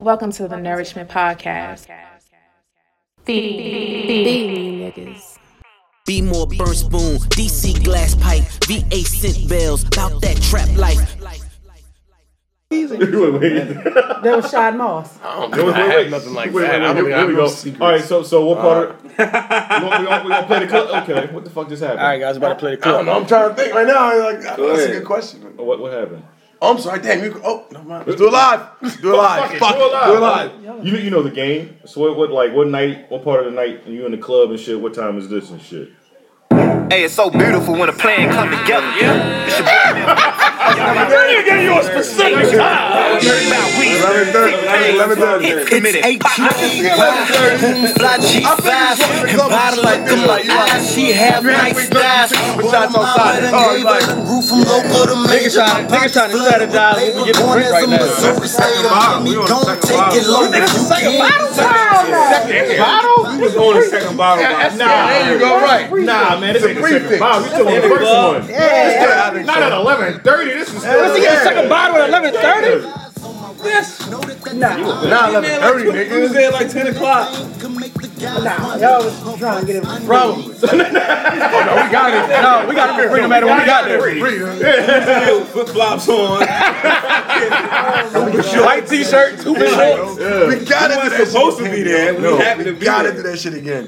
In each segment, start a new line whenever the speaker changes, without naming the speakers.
Welcome to the Nourishment Podcast. Feed niggas.
Be more burn spoon, DC glass pipe, VA scent bells, bout that trap life.
wait, wait.
That was Shad Moss.
I don't think I have nothing like
Wait, wait,
that.
here-
I don't think I
here
have
we
no
go.
secrets.
All right, so so what
Uh,
part of we gonna, we gonna, we gonna play the clip? Okay, what the fuck just happened?
All right, guys, about to play the
I
clip.
don't know. I'm trying to think right now. I'm Like, that's
ahead.
a good question.
What what happened?
Oh, I'm sorry. Damn, you. Oh, never mind. Let's do it live. Let's do it live.
it,
Fuck
do it
it. Do it live.
You know- you know the game. So what, what like what night? What part of the night? And you in the club and shit? What time is this and shit?
Hey, it's so beautiful when a plan come together. Yeah. It's your boy.
You get your specific time.
Heard about weed.
11:30.
It's committed.
Fly
G5
G5
and bottle like them like eyes.
she have
nice thighs. But I'm out and
Oh,
gave her the
Roof from local to
Niggas trying, niggas trying to strategize when we get the drink right now.
Bottle?
was on the second bottle.
There
Nah,
you go. Right.
nah, man. This ain't the second
Prefix.
bottle. You still on the first one.
Yeah, I think
Not
so.
at eleven thirty. This is
Let's get a second bottle at eleven thirty.
Not 11:30, nigga.
at like ten o'clock.
Nah, y'all was trying to get him.
Probably. Oh, no, we got it.
No, we gotta bring them at when we got there.
Flip flops on.
White t-shirt, two big shorts.
We got it. It's supposed to be there. We happy to be got into that shit again.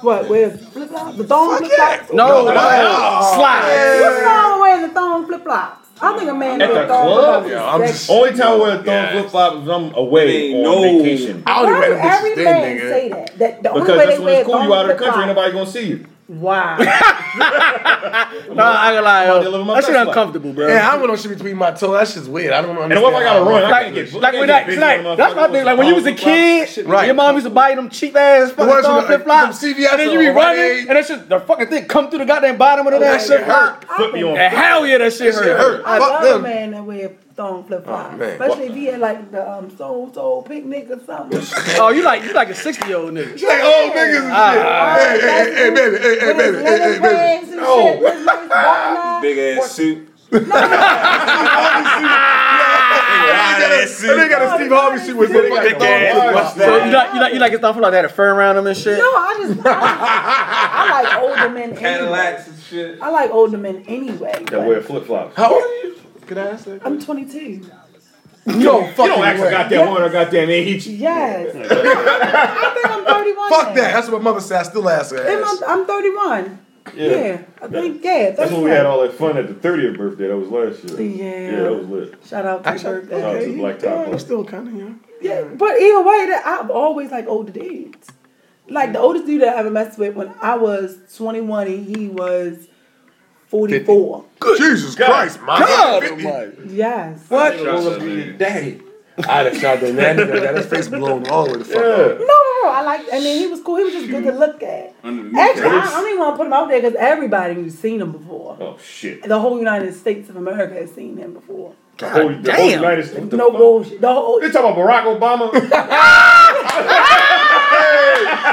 What, with flip flops? The thong flip flops?
No, no, slide.
What's wrong with wearing the thong flip flops? I think a man
At
with
the
a thong
club?
flip
Yeah,
flops
I'm
is
just.
sexy.
Only time I wear a thong
Yes.
flip flop is I'm away on vacation.
I only
Why
read
do
a bitch's
every
thing,
man
nigga.
say that? That the only
Because
way
that's
they
when
wear
it's cool. You
thong
out of
flip
the country. Ain't
flops.
nobody gonna see you.
Wow.
Nah, I ain't gonna
living
lie,
my
yo. That shit
best life.
uncomfortable, bro.
Yeah, I don't know shit between my toes. That shit's weird. I don't understand.
And what if I gotta run? I
Like,
can't get
like when that, like, that's my thing. Like when you was a kid,
Right.
your mom used to buy you them cheap ass fucking
ones
thong
with the-
flip flops,
them
and
CVS
then you be
or Rite
running,
Aid.
and that shit, the fucking thing come through the goddamn bottom of the damn shit hurt.
Flip me on.
And hell yeah, that shit
shit
hurt.
hurt.
I
Fuck
love a
them. Oh,
man that wear thong flip flops.
man.
Especially if he had like the um, soul soul picnic or something.
Oh, you like, you like a sixty year old nigga.
She like old niggas and shit. Hey, hey, hey, hey, baby, hey, hey,
With his
baby, hey, hey,
leather
Oh. baby.
bands and shit, with his nice button-up.
And they got a Steve Harvey shit with it.
Big ass.
What's
So you like, you like, you like his thong flip flop that had a fur around them and shit.
No, I just, I, just, I like older men. Cadillacs and shit. I like older men anyway.
That wear flip flops.
How old are you? Can I ask that?
I'm 22.
You don't
You don't ask
fucking
a
wear.
goddamn woman or goddamn ain't hit you.
Yes. I think I'm 31.
Fuck
now.
that. That's what my mother said. I still ask her.
Then I'm,
ass.
I'm 31. Yeah. I think, yeah.
That's when we had all that fun at the 30th birthday. That was last year.
Yeah.
Yeah, that was lit.
Shout out to
Actually,
your birthday.
Shout out to the Black Top Club.
still kind of young.
Yeah, but either way, that I've always like older dudes. Like the oldest dude that I ever messed with when I was 21 and he was 44.
Jesus Christ, my
God,
Yes.
What? Daddy. I'd have shot that nanny. Got his face blown all the way the fuck up.
Yeah.
No, no, no. I like, and then he was cool. He was just good to look at. Actually, I, I don't even want to put him out there because everybody who's seen him before.
Oh shit.
The whole United States of America has seen him before.
The whole, the whole
damn.
United States. what the
no
fuck?
bullshit. The whole,
They talking about Barack Obama.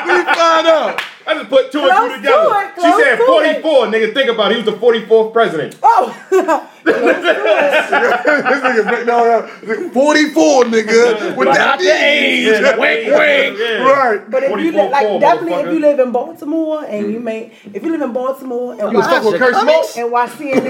We find out.
I just put two and
Close
two
to
together.
it,
she
close
said
to it.
44. Nigga, think about it. He was the 44th president.
oh,
This nigga break down around 44, nigga. With that
Not the age.
Yeah, that
Wink,
age.
wink.
Yeah.
Right.
but if you
44
live, like
full,
definitely if
motherfucker. Mm.
you live in Baltimore and you may if you live in Baltimore and
You was
watch
fucking with Kurt
Comics?
Smoke?
and watch CNN,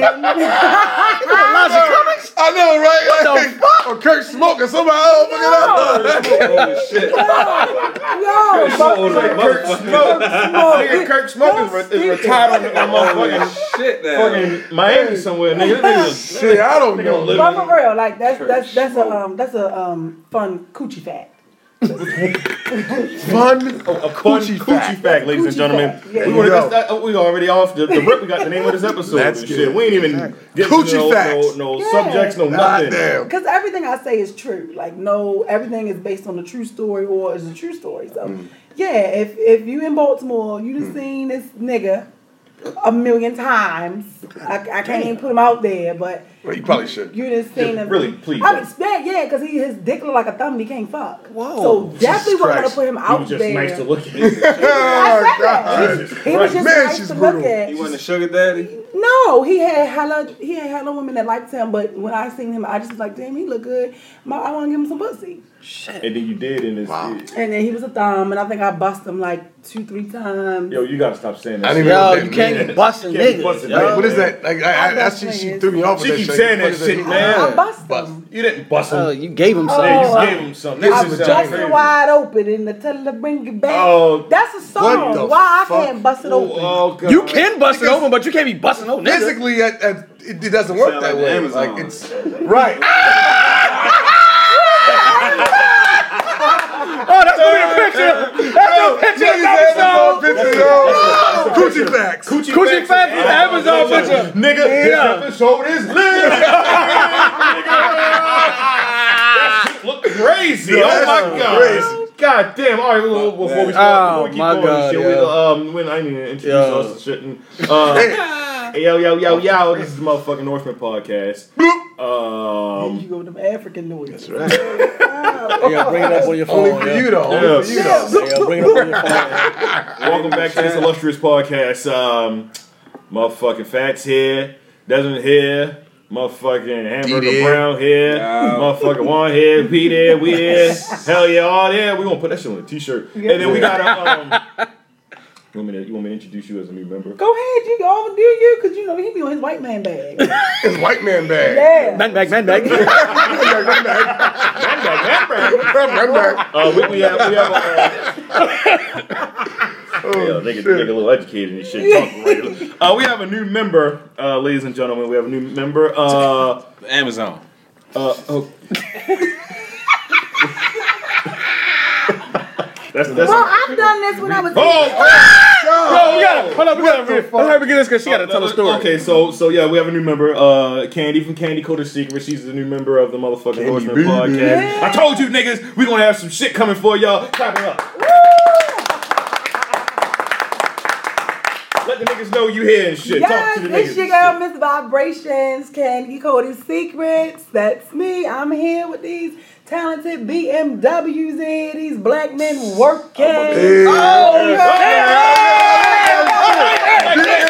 I know, right?
What the
fuck? Or Kurt Smoke or somebody else. Look it up.
yo,
Oh,
Baltimore,
like, motherfucker. Nigga,
Kirk
Kirk Smoke is, re- is retired on the on motherfucking shit Fucking Miami somewhere, nigga. This nigga's-
Shit, I don't
They gonna
know.
live
But for real, like that's that's that's a um that's a um fun coochie fact.
Fun.
a fun
Coochie
coochie,
fact.
fact, ladies and
Coochie
gentlemen.
fact, yeah.
We want
Yo.
that's that, we already off the, the rip. We got the name of this episode
That's
and
good.
shit. We ain't even get
Coochie
no,
facts.
no, no
Yeah.
subjects, no nothing.
Goddamn.
Because everything I say is true. Like no, everything is based on a true story or is a true story. So yeah, if if you in Baltimore, you done seen this nigga a million times. I, I can't even put him out there, but
Well, you probably should.
you done seen him.
really, please
I
don't.
expect yeah, because he his dick look like a thumb. He can't fuck.
Whoa.
So definitely we're gonna
Christ.
put him
He
out
was just
there.
nice to look at.
I said that.
Oh, God.
Jesus
He was
Christ.
just
Man,
nice
she's
to look
brutal.
at.
You wasn't a sugar daddy?
No, he had hella he had hella women that liked him, but when I seen him, I just was like, damn, he look good. My, I want to give him some pussy.
Shit.
and then you did, and it's
Wow.
And then he was a thumb, and I think I bust him like two, three times.
yo, you gotta stop saying that.
I didn't
shit.
even-
Yo,
What
you
that
can't
mean?
be busting
Can't be
niggas.
busting
yo.
Like, what is that? Like, I, I,
I'm
that shit,
just
she
saying.
threw me off with
She
that
keep
shit.
saying
What
that
is
shit,
I
man.
bust
Bust.
him.
You didn't bust him.
Oh, you gave him
Yeah, you just
Oh.
something.
gave him something.
I
That shit sound
bust
crazy.
it wide open and the tell her to bring it back.
Oh.
That's a song.
What the
Why I
fuck?
can't bust it open?
Oh, God.
You can bust it open, but you can't be busting no niggas.
Physically, I, I, it, it doesn't work
Sound
that
like
way.
Amazon.
Like it's right.
Oh, that's gonna be the picture. That's the picture. of the
Niggas Amazon
episode.
picture, yo. Coochie facts. Coochie
Coochie Fat is the Amazon picture.
Nigga,
Yeah.
this episode is lit. Look crazy. oh my god.
crazy.
God damn. All right, well, before we start, before we
Oh,
keep
my
going,
God,
shit,
yeah.
we, um, when I need to introduce
Yo.
us to shit. And, uh, yo, yo, yo, yo, this is the motherfucking Northman podcast. Um,
You go with them African noises.
Yeah, bring it up on your phone.
Only for
yeah.
you though. Only for you though.
Yeah, bring it up on your phone.
welcome back to this illustrious podcast. Um, motherfucking Fats here, Desmond here, motherfucking Hamburger
there.
Brown here, motherfucking Juan here, P there, we here, hell yeah, all there. We gonna put that shit on a t-shirt, and then we got a. Um, you want me to you want me to introduce you as a new member?
Go ahead, you all do you, cause you know he be on his white man bag.
It's white man bag.
Yeah.
Man back, man back.
Run back.
Uh, we, we have we have. Uh,
Oh,
Yo, nigga, nigga, a little educated and shit. Talking regular. Uh, we have a new member, uh, ladies and gentlemen. We have a new member. Uh,
Amazon.
Uh, oh. that's that's.
Bro, I've done this when I was.
Oh,
Bro, we gotta, hold up, we gotta, let's hurry get this because she gotta tell a story.
Okay, so so yeah, we have a new member, uh, Candy from Candy Coated Secret. She's the new member of the motherfucking Horseman
baby.
podcast. I told you niggas, we gonna have some shit coming for y'all. Clap it up. Let the niggas know you here and shit.
Yes,
Talk to the
it's your
niggas.
girl, Miss Vibrations, Candy Cody Secrets. That's me. I'm here with these talented BMWs here. These black men working. Oh,
BMW.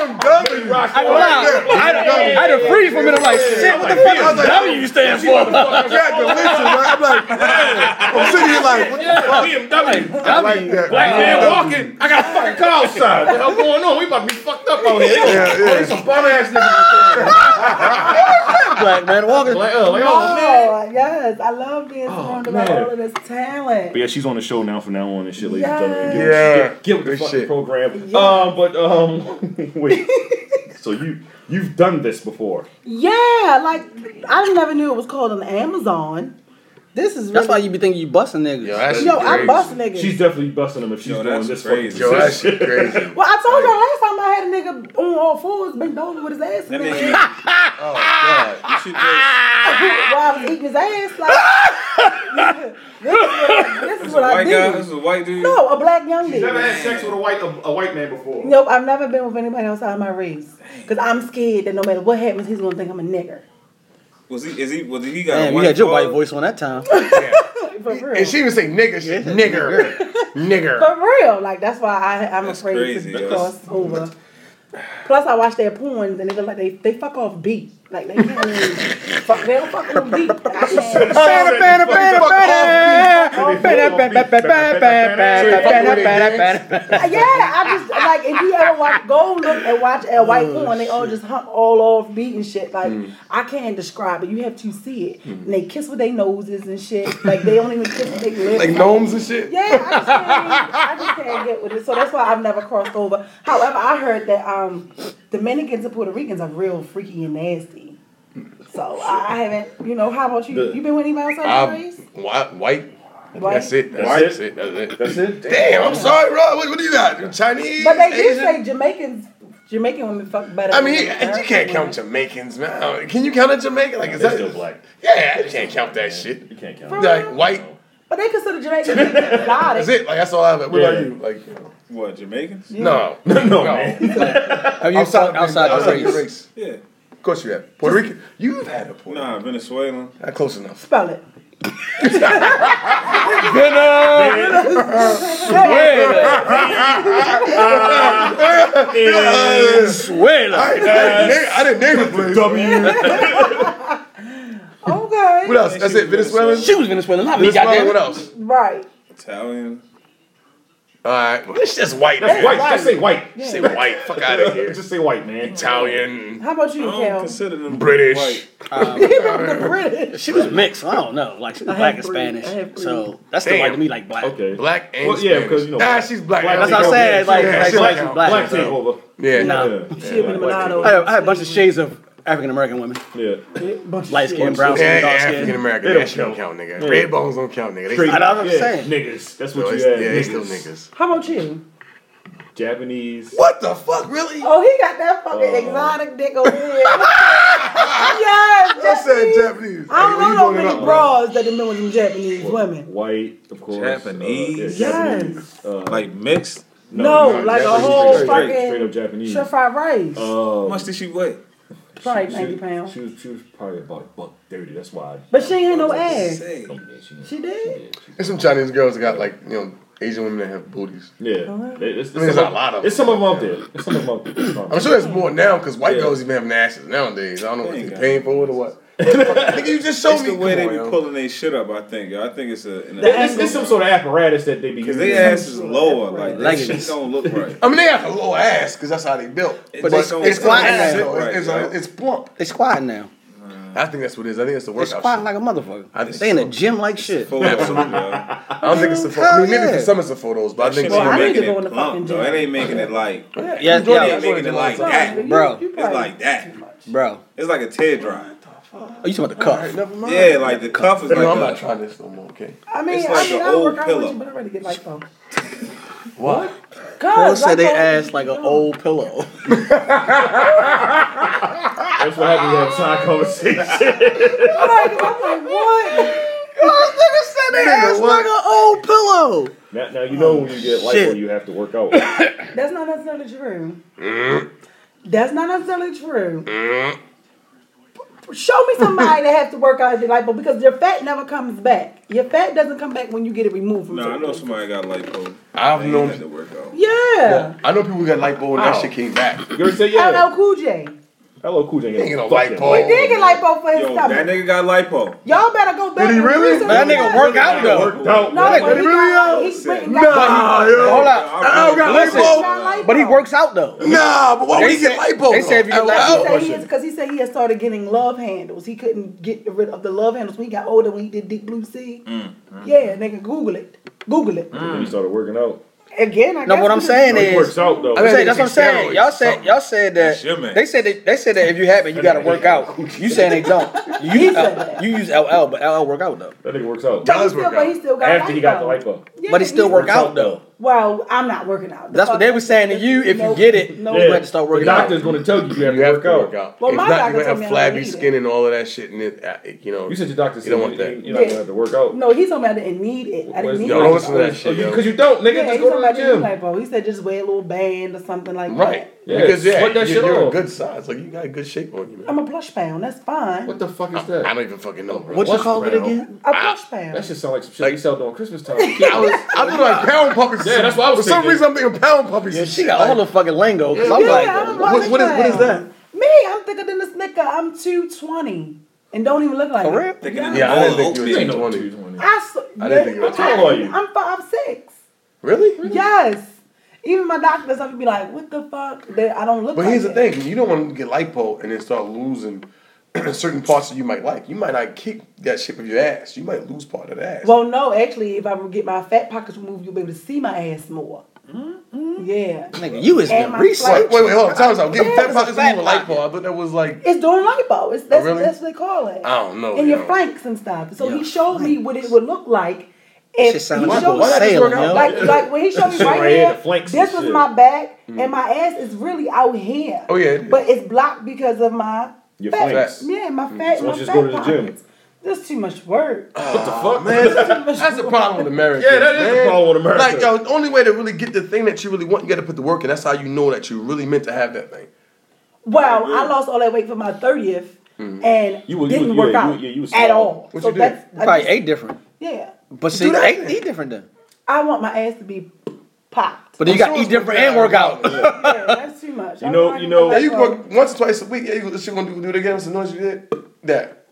Rock
I,
on.
I, I had to freeze for a minute. I'm like, shit, what the fuck does W stand for?
Got delicious. Right? I'm like, I'm sitting here like, what the fuck?
BMW.
I like that.
Black man walking. I got a fucking call sign. What the hell going on? We about to be fucked up out here.
Yeah, yeah.
Oh, there's some bum ass niggas. out there.
Black man walking.
Like, uh, like, oh, man.
Oh, yes, I love being surrounded by
man.
all of this talent.
But yeah, she's on the show now from now on and shit, ladies and gentlemen. Get with-
Yeah.
Get, get with the
Good
fucking
shit.
program. Um, but um, wait. so you you've done this before?
Yeah, like I never knew it was called an Amazon. This is
That's why
really.
you be thinking you busting niggas.
Yo, that shit
Yo, I
crazy.
bust niggas.
She's definitely busting them if she's
Yo,
doing
that's
this
crazy.
Yo,
fucking.
that shit crazy.
well, I told y'all last time I had a nigga on all fours, bent over with his ass. in the air.
Oh, You should just-
while I was eating his ass. Like, this is what I,
White
this is what I
guy, this
did.
is a white dude.
No, a black young
She's never
dude.
had sex with a white a, a white man before.
Nope, I've never been with anybody outside my race. Because I'm scared that no matter what happens, he's going to think I'm a nigger.
Was he? Is he? Was he got a
Damn, you
white
had your
father?
white voice on that time.
For real.
And she even say nigger, she nigger, nigger.
For real. Like, that's why I, I'm
That's
afraid
crazy,
to
yo.
cross over. Plus, I watch their porns and they look like they, they fuck off beat. Like, they can't even fuck, they don't fuck on beat. I can't.
Yo,
Yeah, I just like if you ever watch, go look and watch at white
Oh,
porn. They all just hump all off beat and shit. Like
Mm.
I can't describe it. You have to see it. And they kiss with their noses and shit. Like they don't even kiss with their lips.
Like gnomes and shit.
Yeah, I just, can't, I just can't get with it. So that's why I've never crossed over. However, I heard that um, Dominicans and Puerto Ricans are real freaky and nasty. So I haven't, you know. How about you? You been with anybody outside your
I'm
race?
white. Ah, white.
White.
That's it. That's
White.
it. That's it.
That's it.
Damn, I'm sorry, bro. What, what do you got? Chinese?
But they do
Asian?
say Jamaicans, Jamaican women fuck better.
I
than
mean, and you
American
can't
women.
count Jamaicans, man. Can you count a Jamaican? Like, is
They're
that
still black.
Yeah, you can't count that shit.
You can't count.
For
Like
real?
white.
But they consider Jamaican people exotic.
That's it. Like that's all I have. What
Yeah.
about you? Like, you know,
What Jamaicans?
no,
No, no,
No.
man.
Have you fucked outside
outside
the
your
race?
race.
Yeah.
Of course you have. Puerto Rican. You've had a Puerto.
Nah, Venezuelan.
Not close enough.
Spell it.
Venom!
I, I, I, I didn't name it.
W.
Okay.
What else? That's it. Venezuelan.
She was Venezuelan. Not me,
Venezuelan.
goddamn.
What else?
Right.
Italian.
All right.
This shit's white.
That's white. Just say white.
Say white. Fuck out of here.
Just say white, man.
Italian.
How about you,
I don't
Kel?
consider them
British.
White.
The British.
She was mixed. I don't know. Like she was black and
three. I have
Spanish.
three.
So that's still
Damn.
white to me. Like black.
Okay.
Black and
Well, yeah, because you know.
Spanish. Nah, she's black.
Ah, Black
That's what I'm
take over.
saying. Like,
Yeah,
like,
she
black
like
is black.
Black
so.
take over.
Yeah.
Nah.
She had been a
I
mulatto.
had, I had a bunch of shades of African American women.
Yeah. yeah.
Light skin, brown
Yeah,
skin,
yeah,
dark
African
skin.
American.
They
That shit don't
don't
count, nigga.
Yeah.
Red bones don't count, nigga. They
Straight-
still,
I know what I'm
yeah,
saying.
Niggas. That's
no,
what
it's-
you had.
yeah, they
niggas.
still niggas.
How about you?
Japanese.
What the fuck, really?
Oh, he got that fucking
Oh.
exotic dick over here. yes,
I said
Japanese.
Japanese.
I don't
Hey,
know no
you bringing
many
up,
bras that have been with them Japanese women.
White, of course.
Japanese?
Uh, yeah, Japanese.
Yes.
Uh,
Like mixed.
No,
no,
like a
Japanese
whole
straight-
straight up
fucking
Japanese.
stir fried rice.
How
Um,
much did she weigh?
probably
she-
90 pounds.
She was, she was probably about a buck thirty. That's why. I,
But she ain't had no ass.
Say.
She did?
There's some Chinese girls that got like you know Asian women that have booties.
Yeah, It- it's, it's
I mean, there's
some
a lot of
It's
them.
some of them out there. It's some of them out there.
I'm sure there's more now because white
Yeah.
girls even have asses nowadays. I don't know
They
if
ain't
they're
got
paying for it or what. I think you just showed
It's
me.
the way they
Come
be
on, yo.
pulling their shit up, I think. yo. I think it's a. an-
It's, it's some sort of apparatus that they be
Cause
using.
they ass is lower, like that
Leggings.
shit don't look right.
I mean, they have a little ass because that's how they built. But
they
it's,
don't
it's
look
not
right
ass,
now.
though. It's, it's,
Right,
it's plump.
They squatting now.
I think that's what it is. I think it's the
They
workout.
squatting
shit.
like a motherfucker.
I think
they in the
so.
gym like shit.
Full episode, yo.
I don't think it's the photo. I mean, maybe
yeah.
for some it's the photos, but I think
Shit
some
Well, I
ain't
need
making
to go
it
in the fucking
plump, though.
gym.
It ain't making it like it
Yeah,
Jordan
yeah,
ain't making it like that.
You-
Bro.
you
It's
It's
probably-
like that.
bro.
It's like a tear dry.
Oh, you talking about the cuff?
Alright, never mind.
Yeah, like the cuff is like.
No, I'm
a-
not trying this no more. Okay.
I mean,
It's
I
like
mean,
an
I
old
work out with
pillow.
you, but I already get lipo.
What?
Girls
Cause
say they
lipo-
ass like an old pillow.
That's what happens to have side conversation.
Like, I'm like, what?
they ass like an old pillow.
now, now you know when you get light,
Shit.
you have to work out.
That's not necessarily true.
Mm-hmm.
That's not necessarily true.
Mm-hmm.
Show me somebody that has to work out their lipo because your fat never comes back. Your fat doesn't come back when you get it removed from
No, I know
something.
somebody got lipo.
I've
They ain't
known-
had to work out.
Yeah.
I know people got lipo and that
Ow.
shit came back.
You ever say yeah?
LL Cool J.
Hello, cool J. ain't
Ain't no
fucking
Oh.
lipo.
He did get lipo for his
Yo, that
stomach.
nigga got lipo.
Y'all better go back.
Did he
and
really?
research
That nigga work out though.
Worked out.
No,
man.
but he
he really
got,
out?
he went and
Nah,
got
yo.
Hold up.
I got
Listen.
lipo.
lipo.
But he works out though.
Nah, but why would
They
he get
said-
lipo?
they said if you
though?
get
I-
lipo-
Oh,
I-
Because he,
question.
because he said he had started getting love handles. He couldn't get rid of the love handles when he got older when he did Deep Blue Sea.
Mm,
Yeah, nigga, Google it. Google it.
Then he started working out.
Again, I
No,
guess
what I'm
we-
saying
No, he
is,
works out though.
I mean-
I'm saying- that's what I'm saying.
Steroids,
Y'all said
something.
y'all said
That's your man.
that they said that they said that if you have it, you gotta work out. You saying they don't. You
He
use,
said
L-
that.
you use LL, but LL work out though.
that nigga works out.
Tell us
Still,
work
but he
out.
still got
After he got the
lipo.
lipo.
Yeah,
But he still work out though.
Well, I'm not working out. The
That's what
fuck-
they were saying to you. If you
Nope.
get it,
Nope.
you have to start
The
working out.
doctor's gonna tell you you have
You
to
have
work
to work
out.
out.
Well,
if
my
not,
doctor
you might
told
have
me I
flabby
don't need it.
skin and all of that shit, and it, uh, it- you know.
You said your doctor
You
said
don't want
you-
that.
You're not gonna have to work out.
No, he told me I didn't need it. I didn't need
Yo,
lipo.
don't listen to that
Oh,
shit,
you-
yo.
Because you don't, nigga,
Yeah, he
just go
told me
to
I
the
didn't
gym.
need lipo. He said just wear a little band or something like
Right.
Yeah,
Because yeah,
sweat that
you-
shit
you're a
off.
good size. Like you got a good shape on you,
that. I'm
man.
a plush pound. That's fine.
What the fuck is
I
that?
don't even fucking know, bro.
What you call it
brown?
again?
a plush pound.
That shit sound like some shit
Like-
we sell during Christmas time. Yeah,
I was, I was like pound puppies.
Yeah, that's what I was
For some
thinking.
reason, I'm thinking pound puppies.
She got all the fucking lingo. Cause I'm
yeah,
like,
I'm a
what-
plush
what is- what is
pound. Me, I'm thicker than a snicker. I'm 220 and don't even look like
for
it.
real?
Thinking in
Yeah, I didn't
the bowl
think you
open.
were
ain't
taking
no
20.
220.
I, s-
I didn't think you were-
How tall are you?
I'm five six.
Really?
Yes. Even my doctors have to be like, "What the fuck? That I don't look."
But
like
here's the
that.
thing: you don't want to get lipo and then start losing certain parts that you might like. You might not kick that shit with your ass. You might lose part of that ass.
Well, no, actually, if I would get my fat pockets removed, you'll be able to see my ass more. Yeah,
Nigga, you is the
And my
research.
wait, wait, wait, hold on. Time's out. Get
Yeah,
fat
it's
pockets
a fat
and leave a
pocket.
lipo. I thought that was like.
it's doing lipo. It's that's,
Oh, really?
that's what they call it.
I don't know,
In
yo.
your flanks and stuff. So he showed me what it would look like. If
Shit sound
he
like
showed-
a sailing, yo.
like like when he showed me
Shit
right
right here,
here,
the flanks
this
and
was
shit.
my back, and my ass is really out here.
Oh, yeah, it is.
but it's blocked because of my
Your
fat.
flanks.
Yeah, my fat.
So
my
just
fat
go to the gym.
pockets. That's too much work.
What the fuck,
Man, that's, that's the problem with America.
Yeah, that is the problem with America.
Like, yo, the only way to really get the thing that you really want, you got to put the work in. That's how you know that you really meant to have that thing.
Well, I lost all that weight for my 30th and
You were- you
didn't
were-
work
yeah, you
out
were- yeah, you were
at
small.
all.
What
so
you did?
that's I
Probably
just-
eight different.
Yeah.
But see,
that
eight,
then.
eight different then.
I want my ass to be popped.
But then you
I'm
got
sure
eat
it's
different
gonna
and
be
work out.
out.
yeah, that's too much.
You know- you know-
Yeah, you work once or twice a week. Yeah, you, she gonna do, do it again. What's the noise you did? That.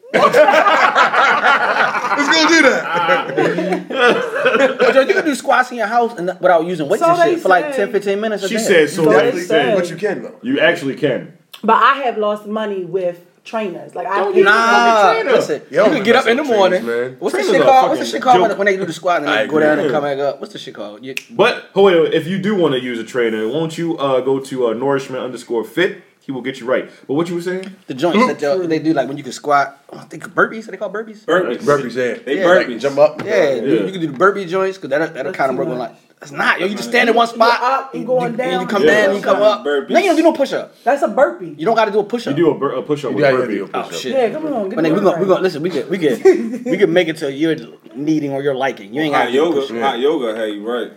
Let's go do
Ah,
that.
But yo, you can do squats in your house and without using weights
So
and shit
they
for like
say.
10, 15 minutes. a
She
day.
said so.
Don't
That's the
say.
thing.
But you can though.
You actually can.
But I have lost money with trainers. Like I paid
Nah,
Trainer.
listen.
Yo,
you can get up
that's
in the
some
morning.
trainers, man.
What's the
Trainers
shit
are
called? What's the
fucking
shit called when,
joke.
when they do the squat and
I
they go
agree.
down and come back up? What's the shit called? You,
But however, Oh, if you do want to use a trainer, won't you uh, go to uh, nourishment underscore fit? He will get you right. But what you were saying?
the joints that y'all- they do like when you can squat. I think burpees. Are they called burpees?
Burpees.
Burpees, yeah.
They
Yeah.
burpees.
Jump up.
Yeah, You,
Yeah.
you can do the burpee joints because that'll, that'll
That's
kind of
too
work on
much.
like. It's not, yo. You just stand in one spot.
You're up, you're going
you,
down.
You come
Yeah.
down, you come up.
Burpees.
Then you don't do no push up.
That's a burpee.
You don't got to do a push
You
up.
do a, bur- a push up
You
with
gotta
burpee.
do a
Oh shit.
Yeah, come on. Get
My nigga,
the
we
word
gonna we
right.
gonna listen. We could we could we could make it to your needing or your liking. You ain't got
Hot
to do push
yoga. Hot yoga. Hey, you right.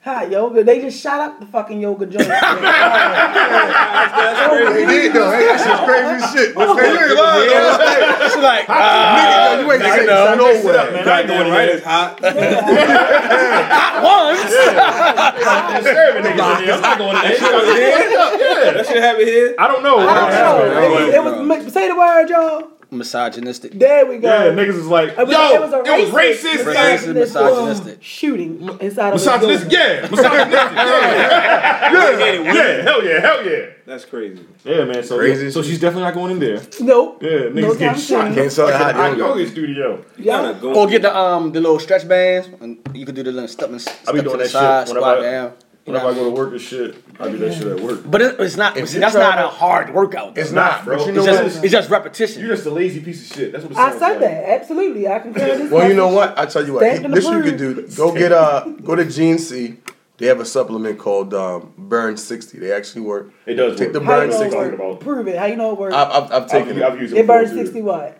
Hi, yoga. They just shot up the fucking yoga joint.
Oh,
They did though. Hey, that's just crazy as shit. What's crazy? You ain't lying, though.
It's like uh,
Nigga, yo, you ain't saying no
Sit up,
way.
man. I ain't doing
Goddamn
it,
right.
man.
It's hot.
once.
I'm serving niggas in there. I'm not going in there.
That shit happen here.
I don't know.
I don't know.
Yeah.
It, it was mi- say the word, y'all.
Misogynistic.
There we go.
Yeah, niggas is like, yo,
It was, it was, a
racist.
racist,
Racist,
racist, uh,
misogynistic.
shooting inside of
Misogynistic,
A building.
yeah. Misogynistic, yeah. yeah.
Yeah.
Yeah, hell yeah, hell yeah.
That's crazy.
Yeah, man. So,
Crazy
so
shit.
she's definitely not going in there.
Nope.
Yeah, niggas
no
getting
time
shot.
soon.
Can't sell that
Hot
hot
yoga
yoga.
studio.
Gotta
Yeah.
Oh,
go.
Or get the um the little stretch bands and you could do the little step and step
I be
to
doing
the
that
side,
shit
squat
whenever I,
down. You know
whenever I
what I
go
mean?
to work and shit. I do that shit at work.
But it, it's not.
If
See,
you
that's
try
not
to-
a hard workout. though.
It's not, bro.
But you
It's
know
just
what?
it's just
You're
repetition.
just a lazy piece of shit. That's what it
I
sounds
said
like.
that absolutely. I concur. This
Well,
message.
you know what? I tell you what.
Stamped and
This you could do.
approved.
Go get uh, go to Gene C. They have a supplement called um, Burn sixty. They actually work.
It does
Take
work.
the
How you
Burn
know it
sixty.
talking
I've,
work?
about.
Prove it. How you know it works?
I've, I've taken
I've,
it.
I've used it.
it burns
before, too.
sixty watt.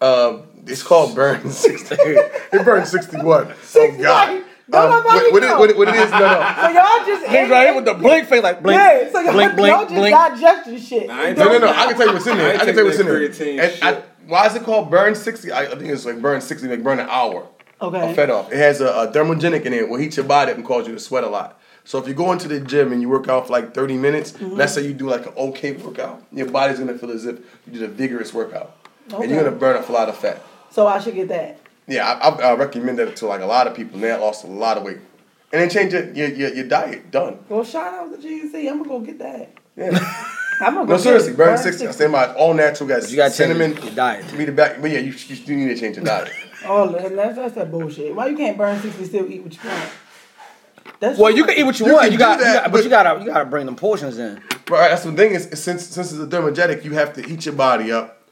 Uh, it's called Burn sixty. it burns sixty one. Oh God.
Don't
Um,
nobody
what, what, it,
know.
what, it- what it is? No,
So
no,
y'all just
He's right here with the blink face, like blink,
yeah. So y'all,
blink,
y'all just
blink, blink.
digesting shit.
Nah, I ain't
no, no,
taking
no.
that.
I can tell you what's in
I
there. I
ain't
can tell
taking
you what's in
that
there.
creatine
And I,
shit.
why is it called Burn sixty? I, I think it's like Burn sixty, like burn an hour.
okay.
a fed off. It has a, a thermogenic in it will heat your body up and cause you to sweat a lot. So if you go into the gym and you work out for like 30 minutes, let's say you do like an okay workout, your body's gonna feel as if you did a vigorous workout. And you're
Okay.
gonna burn off a lot of fat.
So I should get that.
Yeah, I, I, I recommend that to like a lot of people. Man, I lost a lot of weight. And then change your, your, your, your diet. Done.
Well, shout out to GNC. I'm gonna go get that.
Yeah.
I'm gonna go
no,
get
seriously,
it.
burn 60. I stand by it. all natural guys.
You gotta change
cinnamon.
your diet.
Read it back. But yeah, you, you do need to change your diet.
Oh, and that's that's that bullshit. Why you can't burn sixty still eat what you want? That's
Well, you can eat what you,
You
want.
can
You got,
do
you
that,
got- but,
but-
you gotta you gotta bring them portions in.
Right, that's the thing is is since since it's a thermogenic, you have to heat your body up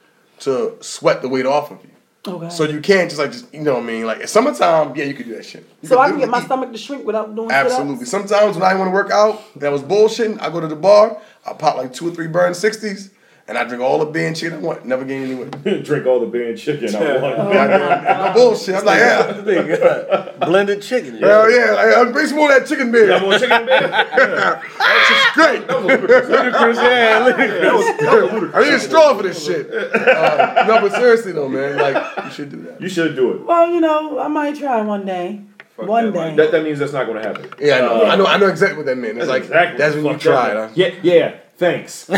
to sweat the weight off of you.
Okay.
So you can't just like just you know what I mean like summertime, yeah, you can do that shit. You
So I can
literally
get my
eat-
stomach to shrink without doing sit-ups?
Absolutely. Sometimes when I want to work out, that was bullshitting. I go to the bar, I pop like two or three burn sixties, and I drink all the beer and chicken I want. Never gain any weight.
Drink all the beer and chicken. I want.
no bullshit. I'm like, yeah,
Blended chicken.
hell yeah, like, uh, bring some more of that chicken beer.
I want chicken and beer.
That's just great.
Ludicrous, yeah, ludicrous.
I need a straw for this shit. Uh, no, but seriously though, man, like you should do that.
You should do it.
Well, you know, I might try one day. one
that,
day.
like,
That, that means that's not going to happen.
Yeah, I know. I know. I know exactly what that meant. It's like that's when you
Fuck that.
tried. Huh?
Yeah, yeah. Thanks.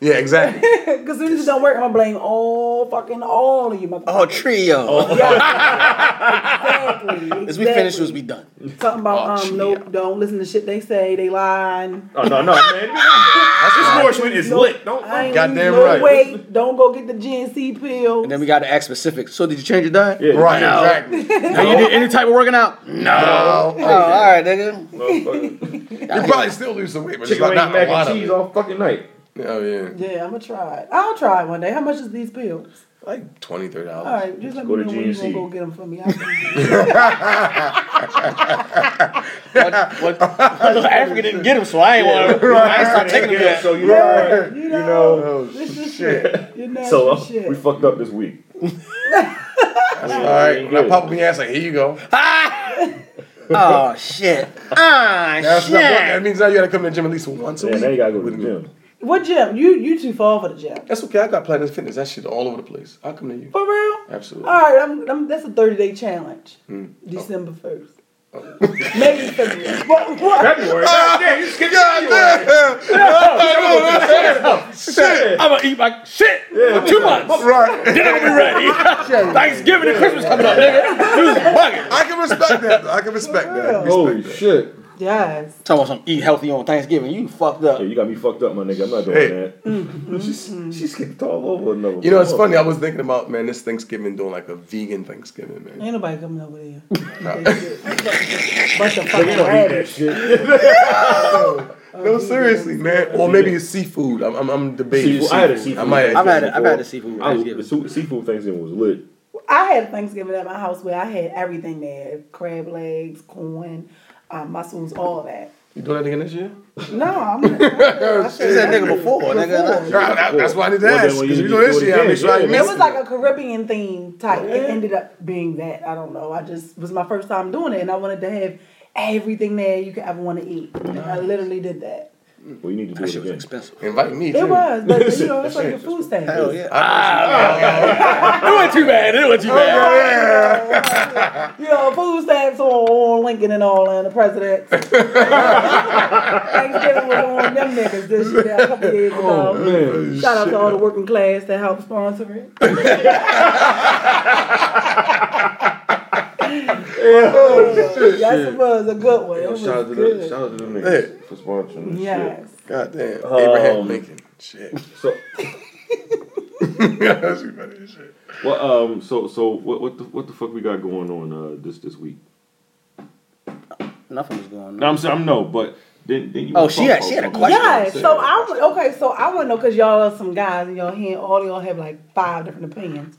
Yeah, exactly.
Because if this don't work, I'm gonna blame all fucking all of you motherfuckers.
Oh, trio.
exactly.
As we finish this, we done.
Something about
Oh,
um,
shit.
nope, don't listen to shit they say. They lying.
Oh no, no, man. This nourishment is lit. Don't.
I ain't
Goddamn
lose no
right.
weight. Don't go get the GNC pill.
And then we got to ask specific. So did you change your diet?
Yeah,
right,
No.
exactly.
Now you did any type of working out? No.
No.
Oh, all right, nigga.
motherfucker.
You probably still lose some weight, but it's
Chicken
like
wing,
not a
mac
lot
and
of
cheese
it.
all fucking night.
Oh yeah,
yeah, I'm gonna try it. I'll try it one day. How much is these pills?
like twenty, thirty dollars.
All right, just let
Go
me
to
know when you gonna
GNC.
go get them for me. I'll come get 'em.
What? Africa didn't get him, so I ain't want to. I ain't start taking him
Yeah,
yet.
so you know.
You
You know.
know, this is shit. You know,
So uh,
shit.
we fucked up this week.
All right. When I
good.
pop up in your ass, like here you go.
Ah,
Oh shit. Ah
That's
shit.
not working. That means now you got to come to the gym at least once a
Yeah,
week.
now you gotta go to the gym.
what gym? You you too far for the gym.
That's okay. I got Planet Fitness. That shit all over the place. I'll come to you.
For real?
Absolutely.
All right, I'm, I'm, that's a 30 day challenge. December 1st. Maybe February. What? what?
February. God damn, you skipped February.
Shit.
I'm gonna eat my shit for two months.
Right.
Then I'm gonna be ready. Thanksgiving and Christmas coming up, nigga. You was bugging.
I can respect that. though. I can respect that.
Holy shit.
Yes.
Talk about some eat healthy on Thanksgiving. You fucked up.
Yeah, you got me fucked up, my nigga. I'm not doing
Hey.
that.
Mm-hmm.
She, she skipped all over another
You know, it's
one.
funny. I was thinking about man, this Thanksgiving doing like a vegan Thanksgiving,
Oh,
man.
Ain't nobody coming over there.
No.
Bunch of fucking
Eat
rabbits.
that shit.
No, seriously, man. Or maybe it's seafood. I'm, I'm, I'm debating.
Seafood. I had a seafood.
I might have
I've had it.
seafood
I've had the seafood
I was,
Thanksgiving.
the seafood Thanksgiving was lit.
I had Thanksgiving at my house where I had everything there: crab legs, corn, uh, mussels, all that.
You doing that again this year?
No, I'm. I
This that
said-
nigga before, nigga.
Before.
That- that's why I need to
Well, then
ask.
when you
Because if you
do
doing this
it
year, I'll
again,
make sure I
yeah.
It
miss
was like a Caribbean theme type. It ended up being that. I don't know. I just it was my first time doing it, and I wanted to have everything there you could ever want to eat. And I literally did that.
Well, you need to do
That
it
shit was
again.
expensive.
Invite me.
It
too.
was, but you know, it's like a food thing.
Hell Oh, yeah. Ah, it wasn't too bad. It wasn't too
Oh,
bad.
You know, food stamps on, on Lincoln and all, and the presidents. Thanksgiving was on them niggas this year, a couple years ago.
Man,
Shout out to all the working class that helped sponsor it. yes, it was a good one. It was
shout out to
good.
the shout out to them
Hey.
niggas for sponsoring this
yes.
God damn.
Um,
Abraham Lincoln. Shit.
shit. So,
That's funny as shit.
well, um, so, so, what, what the, what the fuck we got going on, uh, this, this week?
Nothing was going
No,
on.
I'm saying I'm no, but then, then you.
Oh, she had- she had a question.
Yes. So I would okay. So I want to know because y'all are some guys and y'all hear all y'all have like five different opinions.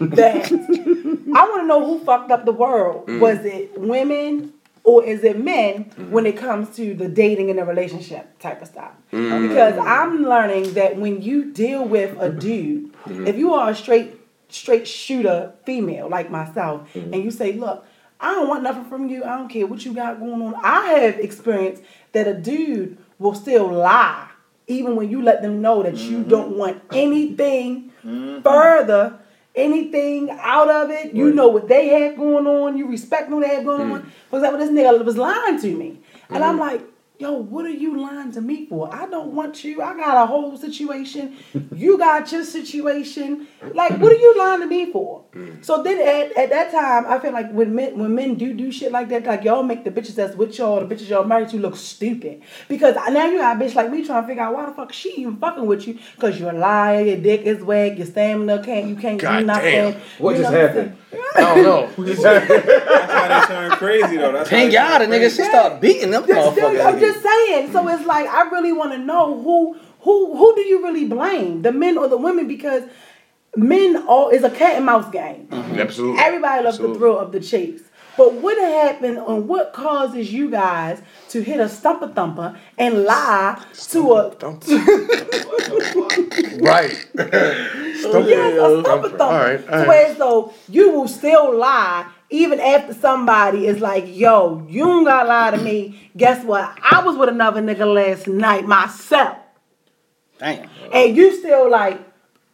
That I want to know who fucked up the world. Was it women or is it men when it comes to the dating and the relationship type of stuff? Because I'm learning that when you deal with a dude, if you are a straight straight shooter female like myself, and you say, look. I don't want nothing from you. I don't care what you got going on. I have experienced that a dude will still lie, even when you let them know that you don't want anything Mm-hmm. further, anything out of it. You know what they have going on. You respect what they have going on. For example, this nigga was lying to me, and I'm like. Yo, what are you lying to me for? I don't want you. I got a whole situation. you got your situation. Like, what are you lying to me for?
Mm.
So then at, at that time, I feel like when men when men do do shit like that, like y'all make the bitches that's with y'all, the bitches y'all married to look stupid. Because now you got a bitch like me trying to figure out why the fuck she even fucking with you. Cause you're a liar, your dick is whack, your stamina can't you can't
God
do nothing.
damn.
What
You
just
know I'm
happened?
I don't know.
That's how they turn crazy though. That's
Pink
how
out,
they turn
nigga. She started beting them
Just- I'm
motherfuckers.
just saying. So it's like I really want to know who who who do you really blame, the men or the women? Because men all is a cat and mouse
Mm.
game.
Absolutely.
Everybody loves the
Absolutely.
thrill of the chase. But what happened and what causes you guys to hit a stumper thumper and lie to a
Right. Stump
yes, a stumper
All right.
thumper? To
All right.
where so you will still lie even after somebody is like, yo, you don't gotta lie to me. Guess what? I was with another nigga last night myself.
Damn.
and you still like,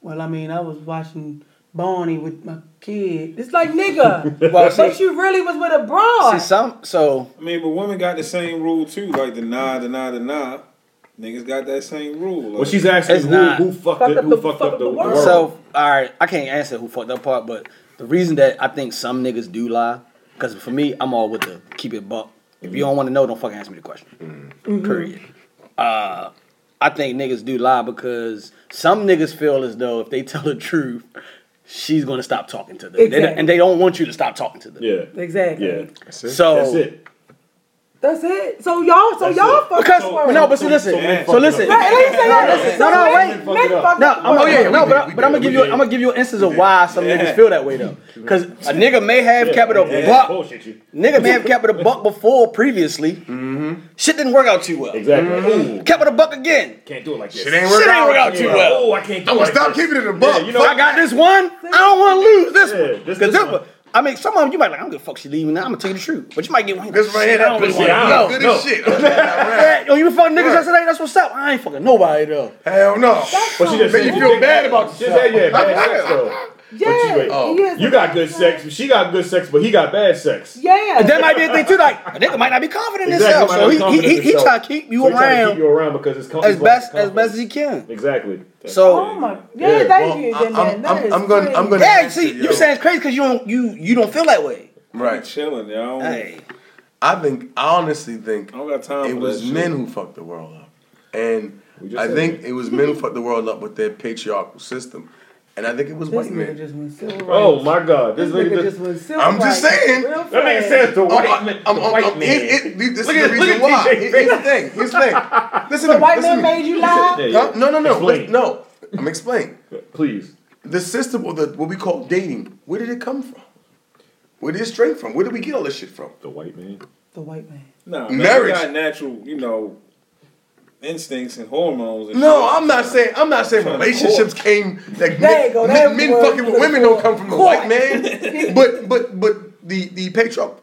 well, I mean, I was watching Barney with my kid. It's like, nigga, but
Well, see,
you really was with a broad.
see some. So
I mean, but women got the same rule too. Like deny, deny, deny. Niggas got that same rule. Like,
Well, she's asking
It's
who,
not.
who fucked,
Fucked
it,
up
who
the-
fucked up the, world.
So, all right, I can't answer who fucked that part, but the reason that I think some niggas do lie, because for me, I'm all with the keep it buck. If you don't want to know, don't fucking ask me the question. Period. Uh, I think niggas do lie because some niggas feel as though if they tell the truth, she's gonna stop talking to them, They-
Exactly.
and they don't want you to stop talking to them.
yeah,
exactly.
yeah,
So
that's it.
That's it. So y'all, so
That's
y'all
it.
fucking
Because
swear.
no, but
so
so
men
listen,
fuck
so
it
listen.
up.
Right, let me say that.
Listen, no, no,
men-
wait.
men
Fuck it up.
fuck
No,
up the
I'm, oh
world.
yeah,
yeah, we
no,
did,
but, I,
we
but I'm gonna
did,
give
we
you
did.
I'm gonna give you an instance of why some niggas feel that way though, because a nigga may have kept it a
Yeah,
buck,
bullshit you.
nigga may have kept it a buck before previously, shit didn't work out too well,
Exactly. Ooh,
kept it a buck again,
can't do it like this.
Shit ain't
Mm-hmm. shit
work
ain't work out
out.
too well.
Oh, I can't do
I'm
it
gonna
like
stop
this.
keeping it a buck.
Yeah, you know-
I got this one, I don't want to lose this
Yeah,
one,
this-
because
this
this,
one.
one. I mean, some of you might be like, I don't give a fuck. She leaving now. I'm gonna tell you the truth, but you might get one.
This right here,
I
that
don't really
pussy.
want to
I'm
know.
good as shit. Hell
Hey, Yo, you been fucking niggas yesterday? That's what's up. I ain't fucking nobody though.
no.
But she just
Make
said
you feel
think
bad
that-
about
She said, yeah, bad sex though. But you,
Yeah,
wait,
oh,
yes,
you got good sex. She got good sex, but he got bad sex.
Yeah,
That might be a thing too. Like a nigga might not be confident in
Exactly,
himself,
might not be
so he
confident
he, he,
in
he
himself.
try to keep you
So he trying to
around
keep you around because it's
as best as best as he can.
Exactly.
Oh
So
my, yeah,
Yeah,
thank
Well,
you.
I-
Then
I'm,
that
I'm,
is
I'm gonna, I'm
crazy.
gonna.
yeah,
answer
see,
yo.
you saying it's crazy because you don't you you don't feel that way.
right?
Chilling, y'all. I don't,
Hey,
I think, I honestly think
I
Oh,
don't got
it
time for
was
that
men
shit.
who fucked the world up, and
We just
I
said
think
that.
it was men who fucked the world up with their patriarchal system, and I think it was
This
white
nigga
men.
just went silver.
Oh my God! This,
This nigga
nigga
just
just.
went silver.
I'm just saying.
Real
That nigga
fast.
says the
Oh,
white
I'm-
man.
I'm-
the
I'm-
white
I'm-
man.
it- it- this is
Look
the
at- look
reason
at
why.
TJ
Here's the thing. Here's the thing. Listen
The
to me,
white
listen
man
to me.
made you lie.
Yeah, yeah.
Huh? No, no, no,
Explain.
wait, no. I'm explaining.
Please.
The system or the what we call dating. Where did it come from? Where did it straight from? Where did we get all this shit from?
The white man.
The white man.
Nah, man,
Marriage.
You got natural, you know, instincts and hormones. And
No,
shit.
I'm not saying. I'm not saying relationships came.
There
Like men,
you go,
men-
there's
men
the word
fucking with
you're
women
looking
don't come from a
for.
white man. but but but the the patriarch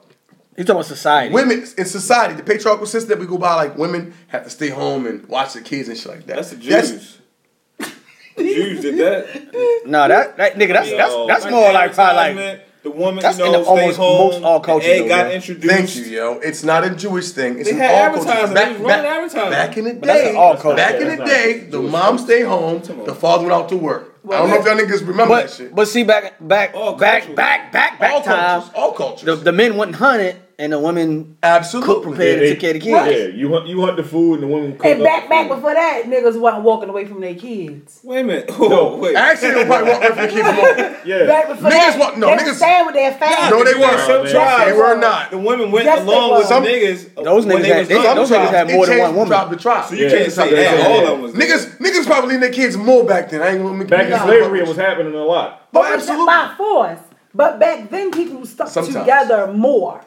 you talking about society?
women in society, the patriarchal system that we go by, like women have to stay home and watch the kids and shit like that.
That's the Jews. Jews did that.
No, that, that nigga, that's
Yo,
that's that's more like probably like
advertisement, the woman
that's
you
in
know
the
stay
almost
home.
most all cultures,
the egg
though,
got
bro.
introduced.
Thank you, yo. It's not a Jewish thing. It's
They
an
had
all
advertising.
cultures.
They was running advertising.
back in the day,
that's an all culture.
back in
That's
the
not
day,
Jewish
the
culture.
mom stayed home,
Come on.
the father went out to work. I don't know if y'all niggas remember that
But
shit.
but see back back
All
back,
cultures.
back back back
all
time,
cultures, all cultures.
the, the men wouldn't hunt it and the women cooked,
Absolutely.
prepared, and took care of the
yeah,
kids.
you hunt, you hunt the food and the women cook
And
up
back
the
back
food.
before that, niggas wasn't walking away from their kids.
Wait a minute. Oh, wait.
Actually, they probably walked away from the kids more.
Yeah.
Back before
Niggas
that,
wa- no,
they
niggas-
was staying with their family.
No, they weren't.
Some
Yes, they
tribes-
were not.
the women went
Yes, they
along with some
was.
niggas.
Those
when
niggas
they
had-
was
they-
young.
Some
those niggas
tribes,
had
it
more than
changed
one woman.
Tribe to tribe.
So you
Yeah,
can't say
they
that.
said
All
that.
of them was
Niggas, niggas probably leaving their kids more back then. I ain't gonna make
Back
you-
in slavery, it was happening a lot.
Oh,
absolutely.
absolutely.
by force. But back then, people stuck
Sometimes.
together more.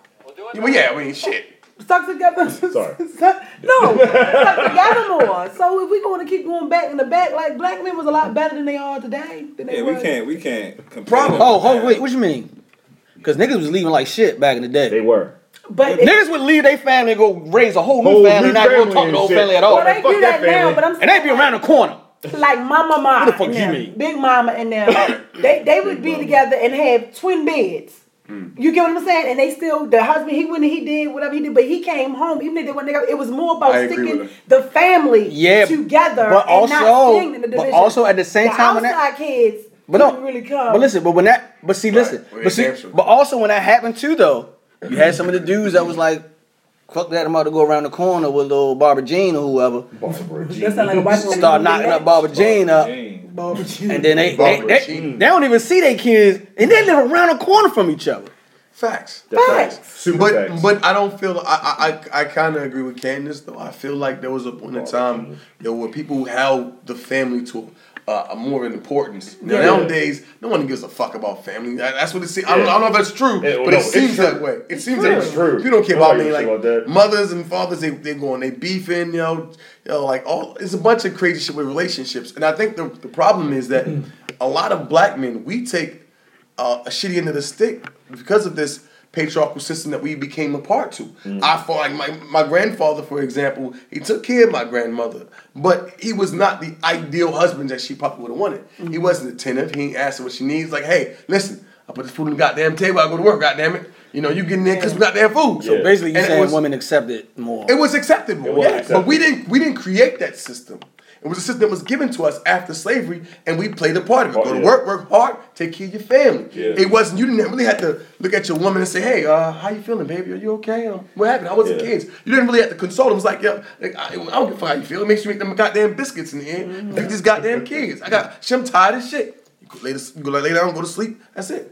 Well, yeah, I mean, shit.
Stuck together.
Sorry.
no, stuck together more. So if we going to keep going back in the back, like black men was a lot better than they are today. Than they
Yeah, we
was.
can't. We can't compare.
Problem.
them.
Oh, hold wait, what you mean? Because niggas was leaving like shit back in the day.
They were.
But it-
Niggas would leave their family and go raise a whole new
Whole
family
new
and not go
family
talk to
and
the whole
shit.
family at
well,
all.
they
fuck
do that,
that
now.
family.
But I'm
And they be around the corner.
like my mama.
What the fuck
and
you
them,
mean?
Big mama and them. they they would be together and have twin beds. You get what I'm saying? And they still the husband he went and he did whatever he did, but he came home even if they went together. It was more about
I agree
sticking
with her.
the family
Yeah,
together.
but
and not
also-
staying in the
but
division.
also at the same time when
outside
that-
kids.
But no,
didn't really come.
But listen, but when that, but see, listen,
Well,
but see,
damn sure.
but also when that happened too, though, you had some of the dudes that was like, "Fuck that, I'm about to go around the corner with little Barbara Jean or whoever."
that sound like a white woman.
Start knocking up Barbara Jean up,
Dang.
and then they they,
Barbara
they,
Jean.
they don't even see their kids, and they live around the corner from each other.
Facts.
Facts.
Super
but
facts.
but I don't feel I I, I kind of agree with Candace though. I feel like there was a point in time yo where people held the family to uh, a more of an importance. Now,
Yeah.
Nowadays, no one gives a fuck about family. That- That's what it seems. I, don't, I don't know if that's true,
Yeah, well,
but
no,
it
it's
seems
true.
that way. It seems that
It's true.
You don't care about
Nobody
me
gives a
like
shit about that.
mothers and fathers. They they going they beefing yo yo like all it's a bunch of crazy shit with relationships. And I think the the problem is that
Mm.
a lot of black men we take uh, a shitty end of the stick because of this patriarchal system that we became a part to.
Mm.
I feel like my, my grandfather, for example, he took care of my grandmother, but he was not the ideal husband that she probably would have wanted.
Mm.
He wasn't attentive. He ain't asked her what she needs. Like, hey, listen, I put this food on the goddamn table. I go to work, goddamn it. You know, you getting in because we got damn food.
Yeah.
Basically, you
And it
saying
was-
women accept it more.
it was acceptable,
It was
yeah.
acceptable.
But we didn't we didn't create that system. It was a system that was given to us after slavery, and we played a part of it.
Oh,
Go to
yeah.
work, work hard, take care of your family.
Yeah.
It wasn't you didn't really have to look at your woman and say, "Hey, uh, how you feeling, baby? Are you okay? Um, what happened? I was not
Yeah.
kids." You didn't really have to console them. It was like, "Yo, like, I, I don't give a fuck how you feel. Make sure you make them goddamn biscuits in the end.
Mm-hmm.
Feed these goddamn kids. I got, shit, I'm tired as shit. You go lay, to, go lay down, go to sleep. That's it.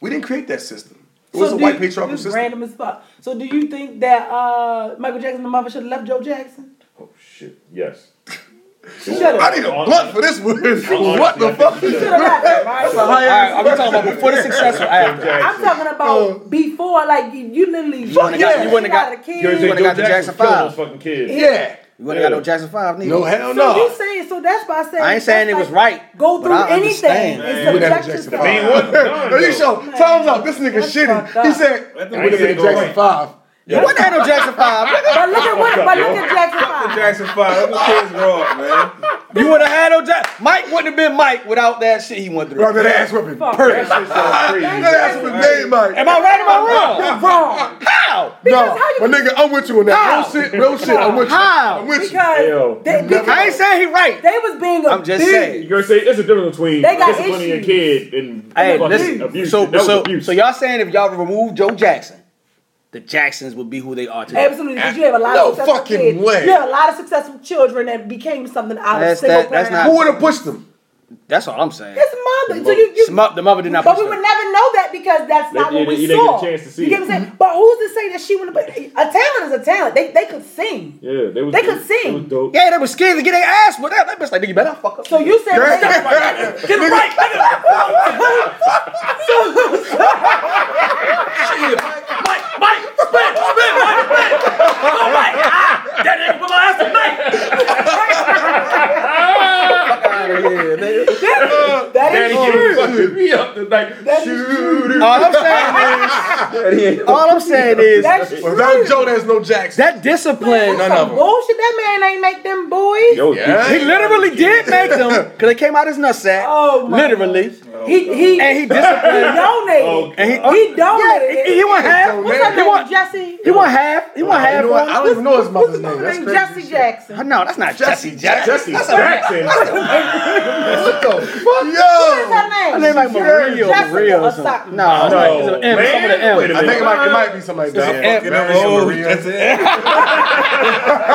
We didn't create that system. It was a
do
white
you-
patriarchal
this is
system.
Random as fuck. So do you think that uh, Michael Jackson's mother should have left Joe Jackson?
Oh shit. Yes.
She should
I
have.
need a blunt for this one. what the fuck?
She should have left. him, right?
All right, I'm talking about before the success or after.
I'm talking
Uh,
about before, like you, you literally you
wouldn't got- you wouldn't got-
out of the
You
kids.
ever think
would've
Joe
got the
Jackson
Jackson
killed
Five.
those fucking kids?
Yeah.
You wouldn't got no Jackson Five neither.
No Oh, hell
So
no.
you saying so? That's why I said
I ain't saying it was right,
Go
but
through
I
anything.
understand.
It's
You wouldn't have
subjective.
Jackson Five.
He wasn't done,
No, you
though.
show. Time's up. This nigga
That's fucked
shitty.
up.
He said,
Let
it
the
would have
nigga
been a
go
Jackson
in.
5.
You wouldn't have no Jackson Five. nigga.
But look at what. But look at Jackson
The
Five.
Jackson Five. Them kids raw, man.
You would have had no job. Mike wouldn't have been Mike without that shit he went through.
Bro, that ass whipping. That
Perfect.
ass whipping game, Mike.
Am I right or am I wrong?
That's wrong.
How?
No, but nigga, I'm with you on that. Real shit, real shit. I'm with you.
How?
I'm with you.
Yo.
Because they, because
I ain't saying he right.
they was being a
I'm just
bitch.
saying.
You're gonna say it's a difference between
They got
disciplining your
issues.
kid and
Hey,
fucking
listen.
abuse.
So,
that was
so,
abuse.
so y'all saying if y'all remove Joe Jackson, the Jacksons would be who they are today.
Absolutely, because you have a lot
No
of successful
fucking
kids.
way.
You have a lot of successful children that became something out
That's
of single
that- that's
parent.
Who would have pushed them?
That's all I'm saying.
It's mother. So you, you,
The mo- the mother did not
But
push
we would
her.
never know that because that's
They-
not
you-
what we
you didn't
saw.
get a chance to see
You get
it.
what I'm saying? But who's to say that she wouldn't? But a talent is a talent. They they could sing.
yeah, they, was,
They could
was-
sing.
was dope.
Yeah, they were scared to get their ass with that. That bitch like, nigga, you better fuck up.
So you said
Girl,
they-
Get it right, nigga. Mike, Mike, spin, spin, Mike, spin. Go, Mike. Ah, that nigga put my ass to Mike.
that
Daddy
is
gave
true.
fucking me up tonight.
That is true.
Dude,
All I'm saying is, all I'm saying is
That's
Without
true.
Joe, there's no Jackson.
that discipline.
None
Some
of 'em.
bullshit. That man ain't make them boys.
Yo,
Yeah.
He literally did make them because they came out his nutsack.
Oh, my
literally,
he he
and he disciplined.
donated.
Oh,
and he,
He donated.
Yeah, he, he won half.
What's
What's
Man,
her
he
He
name?
won.
Jesse.
He won half. He won
You
half.
know what? I
on-
don't even know his mother's
What's
name.
her
That's
name?
crazy.
Jesse Jackson.
No, that's not
Jesse
Jesse,
Jesse
Jackson.
Jackson.
What the
What's her
fuck? Yo!
name?
Her name like Maria or
Jessica
Maria or
or
something.
something.
No, it's
No,
like- it's an M.
man.
Something with an M.
Wait a
I think it might, it might be somebody like
F.
that.
Oh,
That's it.
Wait,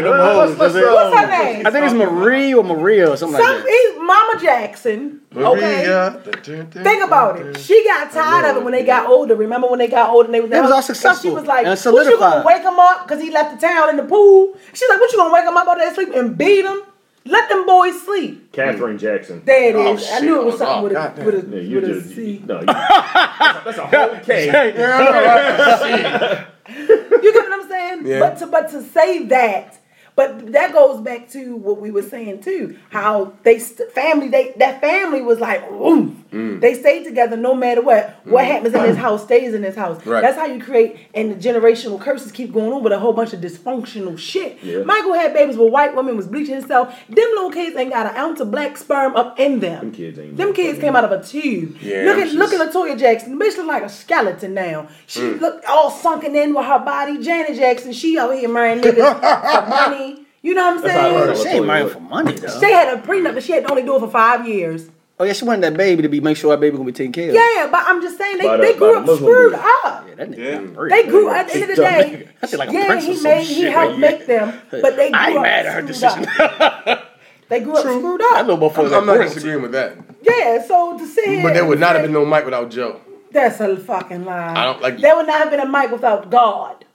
them hoes. That's it.
What's her name?
I think it's Marie or Maria or something
Some
like that.
he, Mama Jackson. Okay. Think about it. She got tired of it when they got older. Remember when they got older and they was,
They was all
and
successful
She was like,
and
"What you
solidified."
gonna wake him up because he left the town in the pool?" She's like, "What you gonna wake him up all day sleep and beat him? Let them boys sleep."
Catherine Jackson.
There it
Oh,
is. I knew it was
shit. Oh,
something
goddamn.
with a with
Yeah,
a,
you
with a
just
C.
no. You, that's, a whole K.
Hey,
You get what I'm saying?
Yeah.
But to but to say that, but that goes back to what we were saying too. How they st- family they that family was like, ooh,
Mm.
they stayed together no matter what. What happens in this house stays in this house.
Right.
That's how you create, and the generational curses keep going on with a whole bunch of dysfunctional shit.
Yeah.
Michael had babies with white women, was bleaching himself. Them little kids ain't got an ounce of black sperm up in them.
Them kids ain't
Them kids came out of a tube.
Yeah,
look
them
at look
shits-
at Latoya Jackson. The bitch look like a skeleton now. She look all sunken in with her body. Janet Jackson, she out here marrying niggas for money. You know what I'm
how I heard
saying?
of
she ain't married for money though.
They had a prenup, but she had to only do it for five years.
Oh yeah, she wanted that baby to be make sure that baby gonna be taken care of.
Yeah, but I'm just saying they,
By the-
they grew
by the
up
Muslim
screwed
dude.
up.
Yeah, that nigga
Yeah.
got braids,
They
man.
grew at the end of the
Dumb
day.
nigga. I feel like a
yeah,
prince or
he
some
made he
shit
helped
right
make them, but they grew
I ain't
up
mad at her
screwed up. They grew up screwed up.
That little motherfucker.
I'm not
royalty.
disagreeing with that.
yeah, so to sit here
But there
and
would not have
say-
been no Mike without Joe.
That's a fucking lie.
I don't like-
There would not have been a mic without God.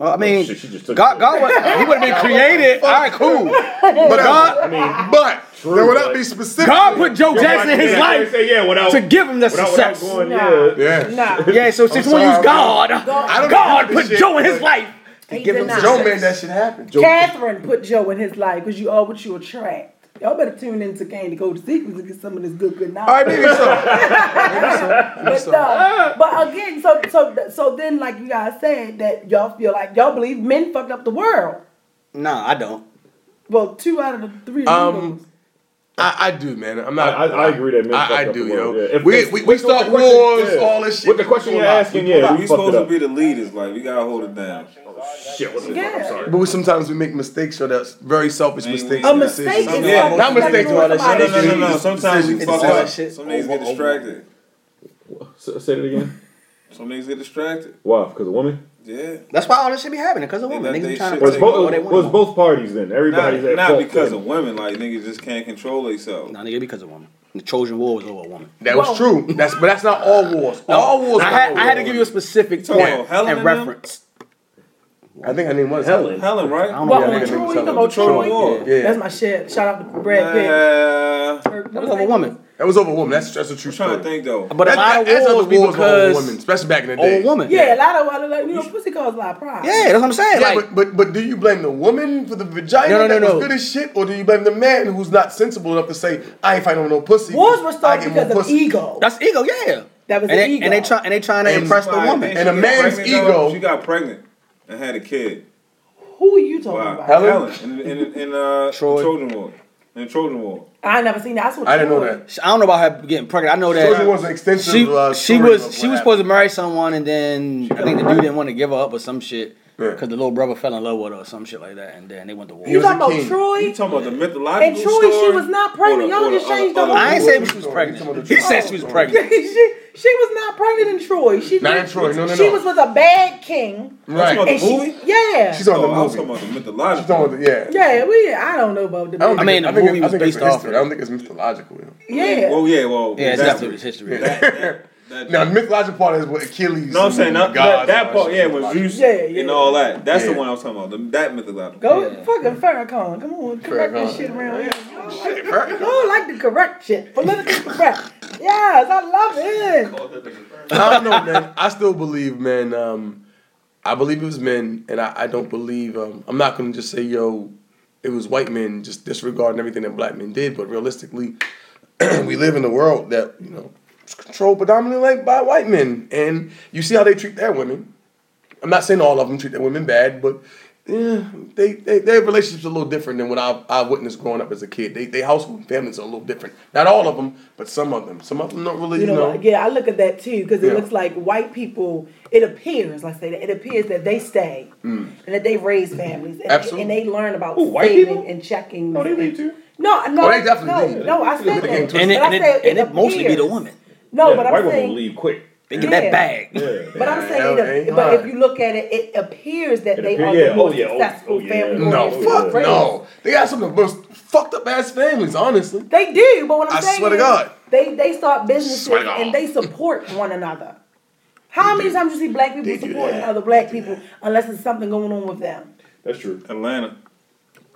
Well, I mean,
Shit, Oh, she just took
God,
it.
God, would- he would have been created. All right, cool. But
But
God,
I mean, but there would not
but-
be specific.
God put Joe Jackson in his
Yeah,
life
Say, yeah, without,
to give him the
without,
success.
Without going,
Nah.
yeah.
Yeah.
Nah.
Yeah, so since when
sorry,
use
bro.
God,
I don't
God
know
put
this shit,
Joe in his
but-
life to
He
give
did
him
not.
Joe
Joe.
made that shit happen. Joe.
Catherine put Joe in his life because you are what you attract. Y'all better tune into Kane to go to Secrets and get some of this good good knowledge.
All right, maybe so.
but, uh, but again, so so so then like you guys said that y'all feel like y'all believe men fucked up the world.
Nah, I don't.
Well, two out of the three. of you
Um,
know.
I, I do, man. I'm
I,
not.
I, I agree that men fucked
I,
up
I
the
do, yo.
world, yeah. If-
we,
if-
we, we
with the
start
question-
wars,
yeah.
all this shit.
With the
we
question
do a
you're
lot.
asking, yeah,
we
we fucked it
supposed to
up.
be the leaders. Like we gotta hold it down.
Shit, what the fuck? I'm
Yeah.
sorry.
But we, sometimes we make mistakes, or that's very selfish
Man,
mistakes.
we-
a
and
mistake is
decisions.
Yeah,
always
not mistakes,
something
all that
with somebody.
shit.
No, no, no, no. Sometimes you
Decisions.
fuck
Decisions.
up.
Shit.
Some niggas get distracted.
S- Say it again.
Some niggas get distracted.
Why? Because a woman?
Yeah.
That's why all this should be happening because of women.
let
Niggas be
they
trying to
shit
Was
Take
protect all
both,
they
was
want.
both parties then? Everybody's
Not,
at
not
fault
because
then.
of women. Like niggas just can't control themselves.
Nah, nigga, because of women. The Trojan War was over a woman.
That was true. That's but that's not all wars. All wars.
I
not
had,
all
I had to
wars.
give you a specific
talking
point
about
and
Helen and them?
reference.
I think her name was
Helen.
Helen, right?
I don't
What
know.
on
Yeah,
Troy?
yeah,
You
yeah.
talking about
Troy
Troy?
Wall.
Yeah.
That's my shit. Shout out to Brad
Uh, I'm
Pitt.
That was over a woman.
That was over a woman. That's that's a true
trying
story.
to think though.
But a
That-
lot
that-
of
that's
wars
other
be
wars over
because
women, especially back in the day.
old woman.
Yeah, a lot of a lot of you know pussy calls a lot of pride.
Yeah, that's what I'm saying.
Yeah,
like,
but, but but do you blame the woman for the vagina
No, no,
that
no,
was
no.
good as shit, or do you blame the man who's not sensible enough to say I ain't fighting over no pussy?
Wars were
I
started
get
because
more
of ego.
that's ego, yeah.
That was
and
an
they,
ego.
And they try and they trying to
And
impress the
Like,
woman.
she
And a
got
man's
pregnant, though.
ego-
She got pregnant and had a kid.
Who are you talking
Wow.
about?
Helen?
Helen in, in, in uh,
Troy.
Trojan War. In Trojan War.
I never seen that. I, saw
I didn't know
Troy.
that.
She- I don't know about her getting pregnant. I know that
Trojan was an extensive.
she
uh,
she
story of what
was she was
happened.
supposed to marry someone, and then I think the dude didn't want to give her up or some shit
Yeah.
because the little brother fell in love with her or some shit like that, and then they went to war.
He
You
was a
talking about
king.
You
Troy?
talking about the mythological
And Troy, she
story
was not
or
pregnant.
the-
Y'all
or the
just changed
other-
the
other-
I ain't
Oh,
say
saying she was
Story.
pregnant. He said she was pregnant.
she she was not pregnant in Troy. She
Not
did-
in Troy, no, no,
She
no.
was with a bad king.
Talking
Right.
And
about the movie?
she, yeah.
She's on
Oh, I was
the
talking
movie.
about the
She's on
mythological.
the yeah.
yeah, we. I don't know about the.
I don't
I
think
mean,
it-
the
I think it-
movie
I
was
think it's
based off
history. I don't think it's mythological. you know.
yeah.
Well, Oh, yeah, well,
Yeah, it's
that's-
definitely it's history.
that-
Now, the mythological part is what Achilles.
No, I'm
and
saying
the
that, that,
gods
that
and all
part, yeah,
shit.
with Zeus
Yeah,
and
yeah.
all that. That's the
Yeah.
one I was talking about. The, that mythological.
Go
Yeah.
fucking Farrakhan. Come on, correct
Farrakhan.
this shit around here. I don't like- I don't like the correct shit. Politically correct. Yes, I love it.
I don't know, man. I still believe, man. Um, I believe it was men, and I, I don't believe. Um, I'm not gonna just say, yo, it was white men just disregarding everything that black men did. But realistically, we live in a world that you know is controlled predominantly like by white men, and you see how they treat their women. I'm not saying all of them treat their women bad, but yeah, they, they their relationships are a little different than what I've, I've witnessed growing up as a kid. They, they household and families are a little different. Not all of them, but some of them. Some of them don't really,
You know, what? yeah, I look at that too because it
Yeah.
looks like white people. It appears, let's say, that it appears that they stay and that they raise families and,
Absolutely.
and they learn about
Mm. white
saving
people?
and checking.
No, Oh, they
and-
leave too.
No, no,
Oh, they definitely
no,
leave.
no. I said
They
that,
getting
but
twisted.
And it,
I
and it,
said
and it mostly be the
appears.
woman.
No,
Yeah,
but
white
I'm
women
saying,
leave quick.
They get
Yeah.
that bag.
Yeah.
but I'm saying,
Yeah,
it,
ain't
but if
lying.
you look at it, it appears that
It
they
appear-
are
yeah,
the
oh,
most
yeah, oh,
successful
oh, yeah.
family.
No,
oriented
fuck
race.
no. They got some of the most fucked up ass families, honestly.
They do, but what I'm
I
saying
swear to
is
God.
they they start businesses
Swear to God.
and they support one another. How many times you see black people
They do
supporting
that.
other black people unless there's something going on with them?
That's true.
Atlanta.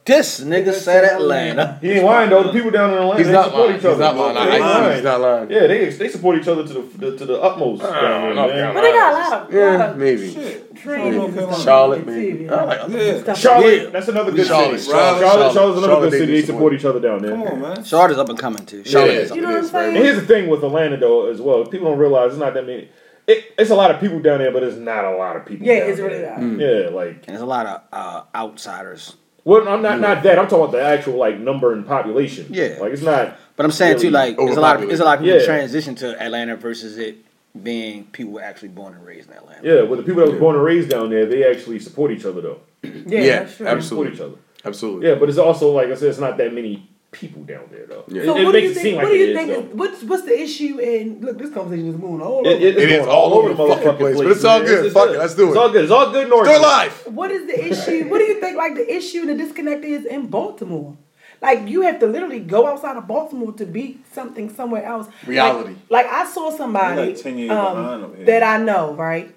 This nigga said Atlanta.
He ain't lying though. The people down in Atlanta
He's
they
not
support
lying.
each other.
He's not lying.
They
I-
ain't
I-
lying.
he's not lying.
Yeah, they they support each other to the to the utmost. down
North
there, man.
But they got a lot of, lot
Yeah,
of
maybe.
Shit.
training
North
and
Carolina.
stuff
Charlotte,
too,
maybe. Uh-huh.
yeah.
I like
Yeah.
Stuff
Charlotte,
Yeah.
that's another good
Charlotte,
city.
Charlotte,
Charlotte, Charlotte's
Charlotte,
another
Charlotte,
good city. They
they
support each other down there.
Come on, man.
Charlotte is up and coming too. Charlotte is up.
You know what I'm saying?
And here's the thing with Atlanta though, as well. People don't realize it's not that many. It, it's a lot of people down there, but it's not a lot of people.
Yeah,
down
it's really
there.
not.
Mm.
Yeah, like
And there's a lot of uh, outsiders.
well, I'm not not that. I'm talking about the actual like number and population.
Yeah.
like it's not.
But I'm saying too,
Really
like there's a lot of there's a lot of people
Yeah.
transition to Atlanta versus it being people were actually born and raised in Atlanta.
Yeah, well, the people that was born and raised down there, they actually support each other though.
Yeah,
Yeah,
that's true.
Support each
absolutely.
other.
Absolutely.
Yeah, but it's also like I said, it's not that many people down there though.
Yeah.
It,
So
it
what do
makes
you
it seem
think?
like
What do you
it is,
think?
though.
Is, what's what's the issue in? Look, this conversation is going
It-
all over.
it-
It
it's
is
going
all over the
motherfucking
fucking place, but it's all
man.
good. Fuck it, let's do
It's
it.
all good. It's all good. North.
Still alive.
What is the issue? What do you think? Like the issue, the disconnect is in Baltimore. Like you have to literally go outside of Baltimore to be something somewhere else. Like-
Reality.
Like, I saw somebody
You're like 10 years
um,
behind up here.
that I know, right?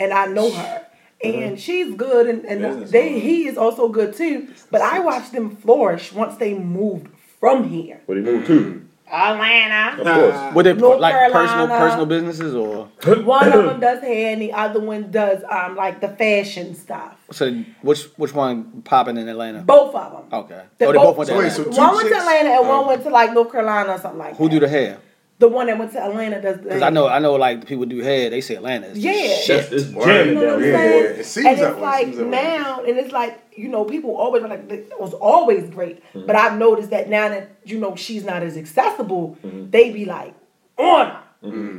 And I know her, and she's good, and, and
Mm-hmm. Business
they
woman.
he is also good too. But I watched them flourish once they moved from here,
But he moved too.
Atlanta.
Of course.
Were they
North
like personal
Carolina.
personal businesses or
One of them does hair, and the other one does um like the fashion stuff.
so which which one popping in Atlanta?
Both of them.
Okay.
They
oh, they
both-
both went
So
to
wait,
Atlanta. Oh.
so two
One went to
chicks?
Atlanta and one went to like North Carolina or something like
Who
that.
do the hair?
The one that went to Atlanta does.
Because I know I know like the people do hair. They say Atlanta. Is
Yeah.
Shit.
That's, it's
Word.
jamming
You know
down
what I'm
Yeah,
saying?
yeah,
there.
it seems
and it's
that way, it
like
seems that way.
now, and it's like you know, people always were like it was always great,
Mm-hmm.
but I've noticed that now that you know she's not as accessible,
Mm-hmm.
they be like on her.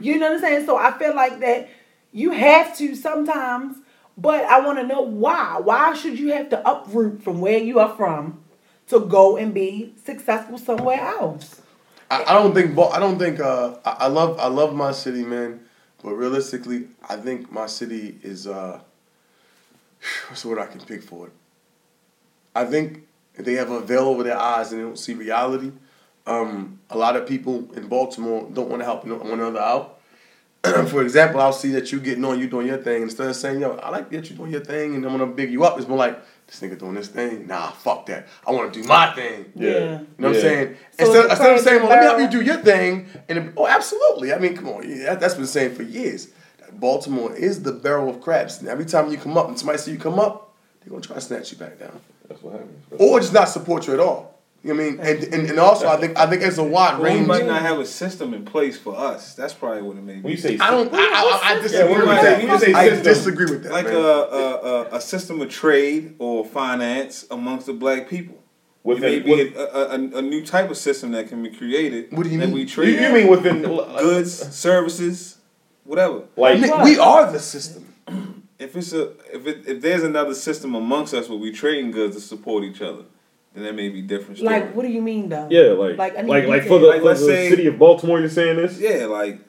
You know what I'm saying? So I feel like that you have to sometimes, but I want to know why. Why should you have to uproot from where you are from to go and be successful somewhere else?
I, I don't think. Bo- I don't think. Uh, I, I love. I love my city, man. But realistically, I think my city is. Uh, what's the word I can pick for it? I think they have a veil over their eyes and they don't see reality. Um, a lot of people in Baltimore don't want to help no- one another out. for example, I'll see that you getting on, you doing your thing. Instead of saying, yo, I like that you doing your thing and I'm going to big you up, it's more like, this nigga doing this thing? Nah, fuck that. I want to do my thing.
Yeah.
Yeah.
You know what I'm
Yeah.
saying?
So
instead,
it's a
instead of
praise
saying,
and
well, let me
barrel.
help you do your thing, and it- oh, absolutely. I mean, come on, yeah, that, that's been saying for years. That Baltimore is the barrel of crabs. And every time you come up and somebody see you come up, they're gonna try to snatch you back down,
That's what happens.
or just not support you at all. You know what I mean? And, and, and also, I think I think as a wide
But we
range.
might not have a system in place for us. That's probably what it may be.
When you say
I don't. I, I, I
Yeah,
disagree
when you
with
say-
that.
when you say
I
system,
disagree with that.
like uh, a,
man.
a, a a system of trade or finance amongst the black people. It
within,
may
with-
be a, a, a, a new type of system that can be created.
What do you
that
mean?
We
you,
trade
you mean within
goods, services, whatever.
like
Nick, we are the system.
If it's a if it, if there's another system amongst us where we trading goods to support each other, then that may be different. Story.
Like, what do you mean though?
yeah, like like
I need
like,
details.
for the,
Like,
for
let's
the
say-
city of Baltimore, you're saying this?
yeah, like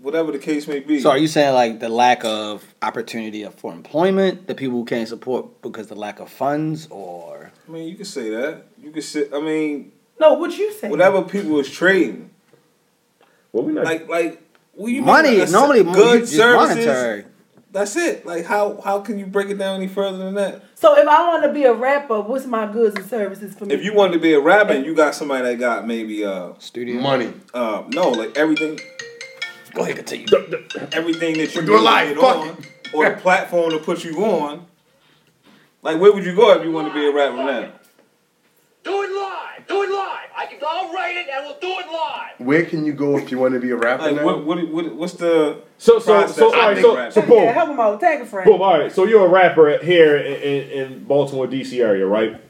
whatever the case may be.
So are you saying like the lack of opportunity of- for employment, the people who can't support because the lack of funds, or
I mean, you could say that. You could say. I mean,
no, what you say?
whatever people is trading,
Well, we not.
like like. What do you mean?
money? is
A s-
normally good
goods,
just
services.
monetary.
That's it. Like how how can you break it down any further than that?
So if I want to be a rapper, what's my goods and services for me?
If you wanted to be a rapper and you got somebody that got maybe uh
Studio
Money.
uh no like everything
Go ahead, continue.
everything that you
We're doing
really
live,
get
fuck
on or the platform to put you on. Like where would you go if you want to be a rapper now?
Do it live. Do it live. I can, I'll write it and we'll do it live.
Where can you go if you want to be a rapper
Like
now?
what what, what what's the
so so
process
so
of
all right,
being
so,
rapping?
so
yeah,
boom,
help him out, tag a friend.
boom. All right, so you're a rapper here in, in, in Baltimore, DC area, right?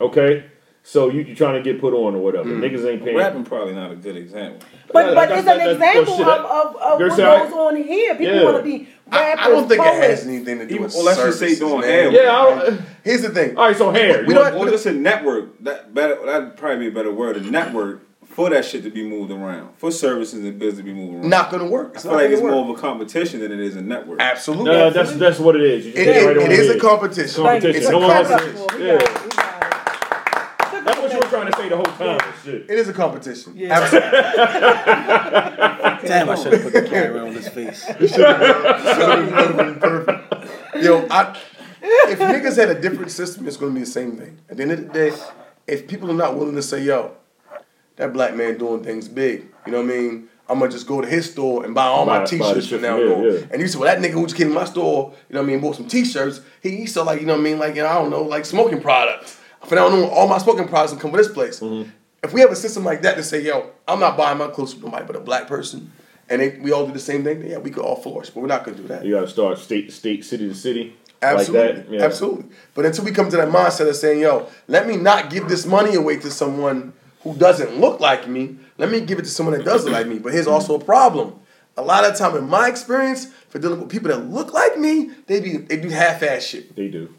Okay, so you you trying to get put on or whatever?
Mm.
Niggas ain't paying.
rapping probably not a good example.
But
Yeah,
but
that-
it's
that-
an
that-
example
that-
of, of, of
You're
what
saying-
goes on here. People
Yeah.
want to be
I,
rappers.
I don't think
poets.
it has anything to do
Even-
with
well, let's just say
services.
doing
man.
hair.
Yeah. I don't,
Here's the thing.
all right, so hair.
We
You
don't-
want-
Or just a network. That better that'd probably be a better word. A network for that shit to be moved around. For services and business to be moved around.
Not gonna work.
I
It's
feel
not
like
gonna
it's
work.
more of a competition than it is a network.
Absolutely.
no, uh, that's that's what it is. You just
It-
hit
it-
right on
it
the
is a
head.
competition.
It's
Thank you.
competition.
It's a
No one else
competition.
is-
We got it,
Yeah,
we got it.
that's what you were trying to say the whole time. and Shit.
it is a competition.
Yeah.
Absolutely.
Damn, I should have put the camera on his face.
Yo, I, if niggas had a different system, it's gonna be the same thing. At the end of the day, if people are not willing to say, yo, that black man doing things big, you know what I mean? I'm gonna just go to his store and buy all
Buy-
my
buy the
t-shirts
shit
from now
from
on.
there, yeah.
And you said, well, that nigga who just came to my store, you know what I mean, bought some t-shirts, he, he sell like, you know what I mean, like, you know, I don't know, like smoking products. From now on, all my smoking products can come from this place. If we have a system like that to say, yo, I'm not buying my clothes from nobody but a black person, and they, we all do the same thing, then yeah, we could all flourish, but we're not gonna do that.
You got to start state to state, city to city.
Absolutely.
Like that. Yeah.
Absolutely. But until we come to that mindset of saying, yo, let me not give this money away to someone who doesn't look like me. Let me give it to someone that does look like me. But here's also a problem. A lot of time in my experience, for dealing with people that look like me, they be they do half ass shit.
They do.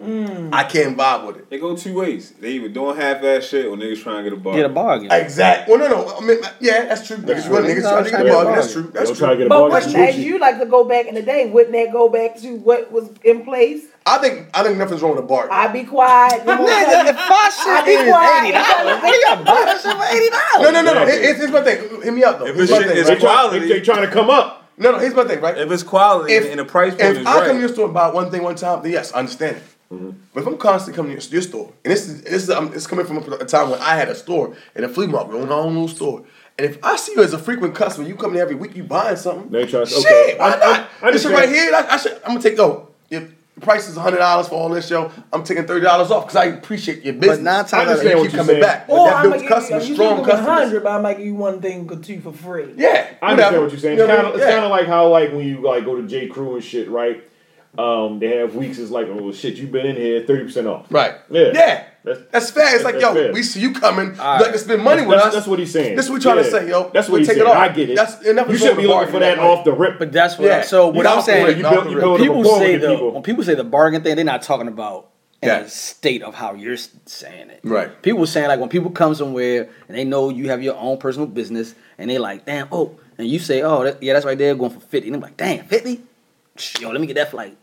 Hmm.
I can't vibe with it.
They go two ways. They either doing half ass shit or niggas trying to get a bar.
Get a bargain.
Exactly. Well, no, no. I mean, yeah, that's true. Niggas,
true.
run- niggas try to get a bargain. That's true.
They
That's
don't try to
true.
get a
But
bargain.
wouldn't,
That's
as you like to go back in the day, wouldn't that go back to what was in place?
I think I think nothing's wrong with a bargain.
I be quiet. you know what I'm
Nigga,
saying?
if my
I
shit
be
is
quiet.
eighty dollars, what y'all buy that shit for eighty
no, no,
dollars?
no, no.
Exactly.
Here- Here's my thing. Hear me out though.
If
Here's
it's
my
shit
thing,
is
right?
quality-
They, they trying to come up.
No, no. Here's my thing. Right.
If it's quality
if,
and the price point
if
is
I
right,
come to your store and buy one thing one time, then yes, I understand it.
Mm-hmm.
But if I'm constantly coming to your, your store, and this is this is um, it's coming from a, a time when I had a store and a flea market, owned my own little store. And if I see you as a frequent customer, you come in every week, you buying something.
They try-
shit,
okay.
why
I- I-
not?
I
this shit
understand.
right here, I, I should. I'm gonna take. Oh, if the price is hundred dollars for all this, yo, I'm taking thirty dollars off because I appreciate your business.
nine times
I
out of
understand
eight,
what
keep
you're
coming
saying.
back.
back.
Or
that
I'm gonna
builds
give
customers,
you,
strong customers.
hundred, but I might give you one thing or two for free.
Yeah,
I
whatever.
understand what you're saying.
You
It's
know
kind of
what I mean?
it's
Yeah.
kind of like how like when you like go to J Crew and shit, right? Um, they have weeks. It's like, oh shit, you've been in here thirty percent off.
Right.
Yeah.
Yeah.
That's-
That's, fair. It's like,
that's
yo,
fair.
we see you coming.
All
You like
right.
to spend money with
That's,
us.
that's what he's saying.
This is what we trying to
Yeah.
say, yo.
That's what
We'll
he's
take
saying.
It off.
I get it.
That's enough.
you
is
should
over
be looking
bargaining
for that
way.
off the rip.
But that's what.
Yeah.
I'm, so what
You
I'm
know,
saying,
you built- you built
a
people
rapport
say
with
the
people.
when people say the bargain thing, they're not talking about in
Yeah.
a state of how you're s- saying it.
Right.
People saying like when people come somewhere and they know you have your own personal business and they like, damn, oh, and you say, oh, that, yeah, that's right there, going for fifty, and I'm like, damn, fifty, yo, let me get that for like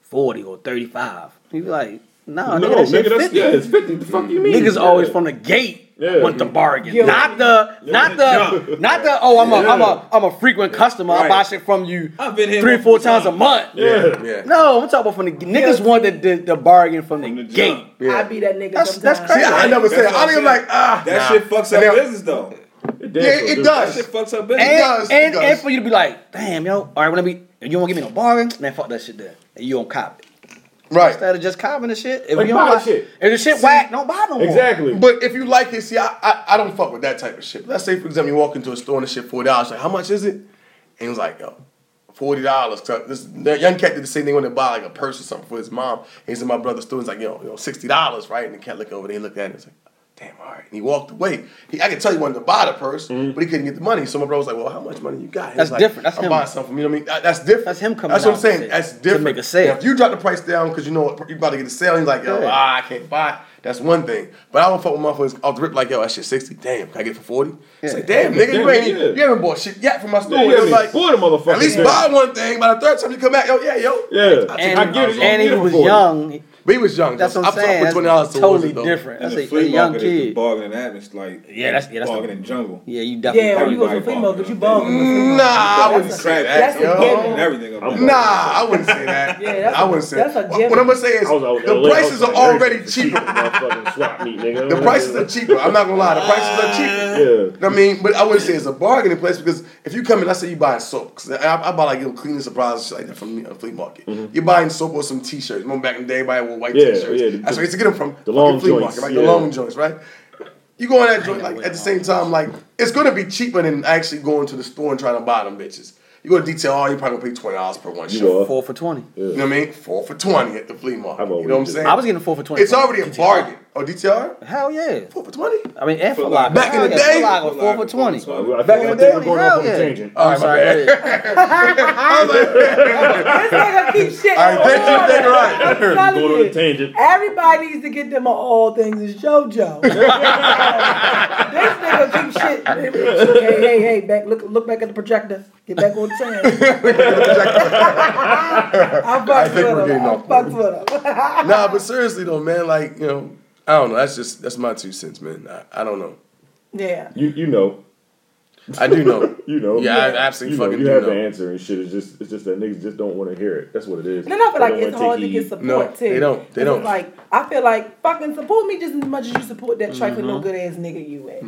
forty or thirty-five. You be like, no,
no,
nigga, that shit
nigga, that's
50.
yeah, it's fifty. The fuck you mean?
Niggas
Yeah.
always from the gate
Yeah.
want the bargain,
Yeah.
not the, not the, not the. Oh, I'm a, I'm a, I'm a frequent customer. I buy
Right.
shit from you
I've been here
three, or four
multiple
times a
times.
month.
Yeah.
Yeah.
No, I'm talking about from the niggas want the, the, the bargain from the,
From the
gate.
jump.
I be that nigga.
That's- that's
sometimes.
crazy.
Yeah, I never
That's
said.
what
I
I'm
don't even
saying.
like ah.
that
nah.
shit fucks up
Now-
business though.
does,
Yeah, it
though.
That
does.
shit fucks up business.
And,
does, it
and,
does.
and for you to be like, damn, yo, all right, when I be, you won't give me no bargain, man, fuck that shit there, and you don't cop it.
Right.
Instead of just copping the shit. If
Like,
you
buy
don't
the
like,
shit.
If the shit
See,
whack, don't buy no more.
Exactly.
But if you like it, see, I, I I don't fuck with that type of shit. Let's say, for example, you walk into a store and the shit forty dollars. Like, how much is it? And he was like, yo, forty dollars. This that young cat did the same thing. Wanted to buy like a purse or something for his mom. And he's in my brother's store. He's like, yo, you know, sixty dollars, right? And the cat looked over there, he looked at it, and was like, damn, all right. And he walked away. He, I could tell he wanted to buy the purse, but he couldn't get the money. So my brother was like, well, how much money you got? He
Mm-hmm. That's
was like,
different. That's
I'm
him.
buying something. You know what I mean? That- That's different.
That's him coming
That's what
out
I'm
with
saying.
it
That's
to
different.
make a sale.
Now, if you drop the price down because you know you're about to get a sale, he's like, yo,
Yeah.
ah, I can't buy. it. That's one thing. But I don't fuck with motherfuckers off the rip like, yo, that shit 60. Damn, can I get it for 40? It's like, damn, nigga, you
Damn,
ain't
yeah.
you haven't bought shit yet from my store.
Yeah, you
It was
haven't
like,
bought a motherfucking
At least
thing.
buy one thing. By the third time you come back, yo, yeah, yo.
Yeah.
I
And,
think I get it.
and
Get
he
it
was
for
young.
But he was young.
That's
though.
what I'm saying.
I
That's
fucked with $20 towards
totally
it, though.
different.
And
That's
the
a, a
flea
young
market is the
kid.
bargaining atmosphere. Like
Yeah, that's- yeah, that's the-
bargaining jungle.
Yeah, you definitely.
Yeah, when you go to the
Everybody
flea market, you
fucking
bum.
Nah, I wouldn't
That's a-
say
that's
that.
a
yo.
And everything about
Nah,
it.
I wouldn't say that.
Yeah, that's
I
a-
wouldn't say
that's a
that. What
given.
I'm gonna say is
I was out in
the
LA, I
prices
was
are
like,
already
"This is a
cheaper.
Motherfucking swap meet, nigga.
The prices are cheaper. I'm not gonna lie, the prices are cheaper.
Yeah.
I mean, but I wouldn't say it's a bargaining place because if you come in, let's say you buying soap, 'cause I, I buy like little cleaning supplies and shit like that from the flea market. You're buying soap or some t-shirts. Remember back in the day, everybody wore white
Mm-hmm. Yeah,
t-shirts.
yeah, the-
That's where I used to get them from.
the
fucking
long
flea
joints,
market, right? The
yeah.
long joints, right? You go in that joint
ain't gonna
like
wear
at the
them
same time, like it's gonna be cheaper than actually going to the store and trying to buy them bitches. You go to detail, oh, you probably gonna pay twenty dollars per one shirt.
are.
Four for twenty.
You know what I mean? Four for twenty at the flea market.
I've
You
always
know what I'm
been-
saying?
I was getting four for twenty.
It's already a bargain. Oh, DTR?
Hell yeah.
Four for twenty?
I mean, and for
Foot
like
Locker.
Back in the day?
four for twenty.
Back in the day, we're going off on
Hell
a
yeah.
tangent.
All right, my
Sorry,
bad.
go
This
ahead.
nigga keep shit.
All right, thank you, thank you, right.
I'm telling
Going on a
you.
tangent.
Everybody needs to get them on all things is JoJo. this nigga keep shit. Hey, hey, hey, back look look back at the projector. Get back on train. I fucked
think we're
with him.
getting
I
off.
fucked with him.
Nah, but seriously though, man, like, you know, I don't know. That's just that's my two cents, man. I, I don't know.
Yeah.
You you know.
I do know.
You know.
Yeah, I absolutely
you know,
fucking
You
do
have
know.
the answer and shit. It's just it's just that niggas just don't want to hear it. That's what it is.
Then I feel
They
like
don't
it's
wanna
hard to
take
get
heed.
support
No,
too.
they don't. They
Because,
don't.
Like I feel like fucking support me just as much as you support that trifling no
Mm-hmm.
good ass nigga you at.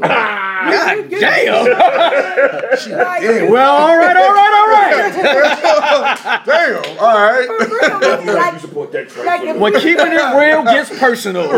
God damn.
Like,
Damn.
you-
Well, all right, all right, all right.
Damn. All right.
for real, like,
You
like,
support that train.
like, if
When keeping it real gets personal.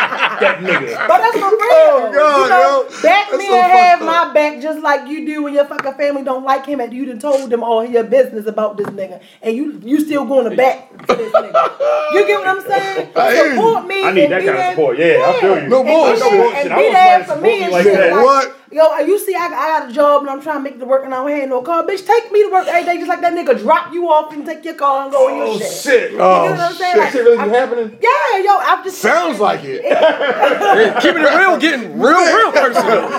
But that's for real.
God,
you know,
yo.
Back
That's
me
so
and have
fucked
my
up.
back just like you do when your fucking family don't like him and you done told them all your business about this nigga. And you you still going to back for this nigga. You get what I'm saying?
I hear you.
Support me.
I need
and
that
be
kind of
there-
support. Yeah, I feel you. No
And be
bullshit.
there-
No
bullshit.
And
I
be
want somebody
there for
to
me
support me
and
like
shit.
that.
Like,
What?
Yo, you see, I, I got a job and I'm trying to make it to work and I don't have no car. Bitch, take me to work every day just like that nigga drop you off and take your car and go in your
Oh
shit.
shit.
You
Oh,
get what I'm saying?
shit.
Like,
Shit really
I'm-
be happening.
Yeah, yo, I'm just
Sounds like it.
keeping it real getting real, real personal.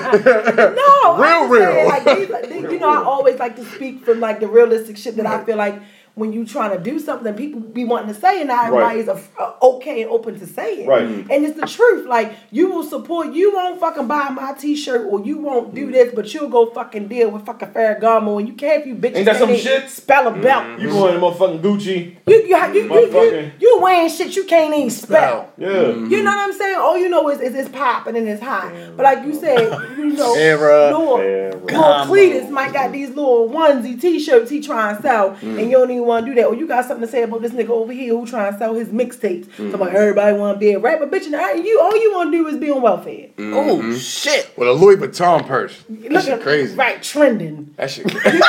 No, I'm
Real,
just
real.
Saying, like, these, these- you know, I always like to speak from like the realistic shit that I feel like when you trying to do something, people be wanting to say, and not
Right.
everybody's a, a- uh, okay and open to say it.
Right.
And it's the truth. Like you will support, you won't fucking buy my T-shirt, or you won't do this, but you'll go fucking deal with fucking Ferragamo, and you care if you bitches
Ain't that some
can't
shit? Mm-hmm.
spell a belt.
You going to motherfucking Gucci?
You you, you, you, you,
Motherfucking-
you wearing shit you can't even spell.
Wow.
Yeah.
You know
Mm.
what I'm saying? All you know is, is it's popping and it's hot. But like you said, you know,
Sarah.
Lil,
Sarah.
Lil Cletus might got these little onesie t-shirts he trying to sell,
Mm.
and you don't even want to do that. Or you got something to say about this nigga over here who trying to sell his mixtapes.
Mm.
So like everybody want to be a rapper, bitch, and I- you all you want to do is be on welfare.
Mm,
Oh shit.
With a Louis Vuitton purse. That
Looking-
shit crazy.
right? Trending.
That shit crazy.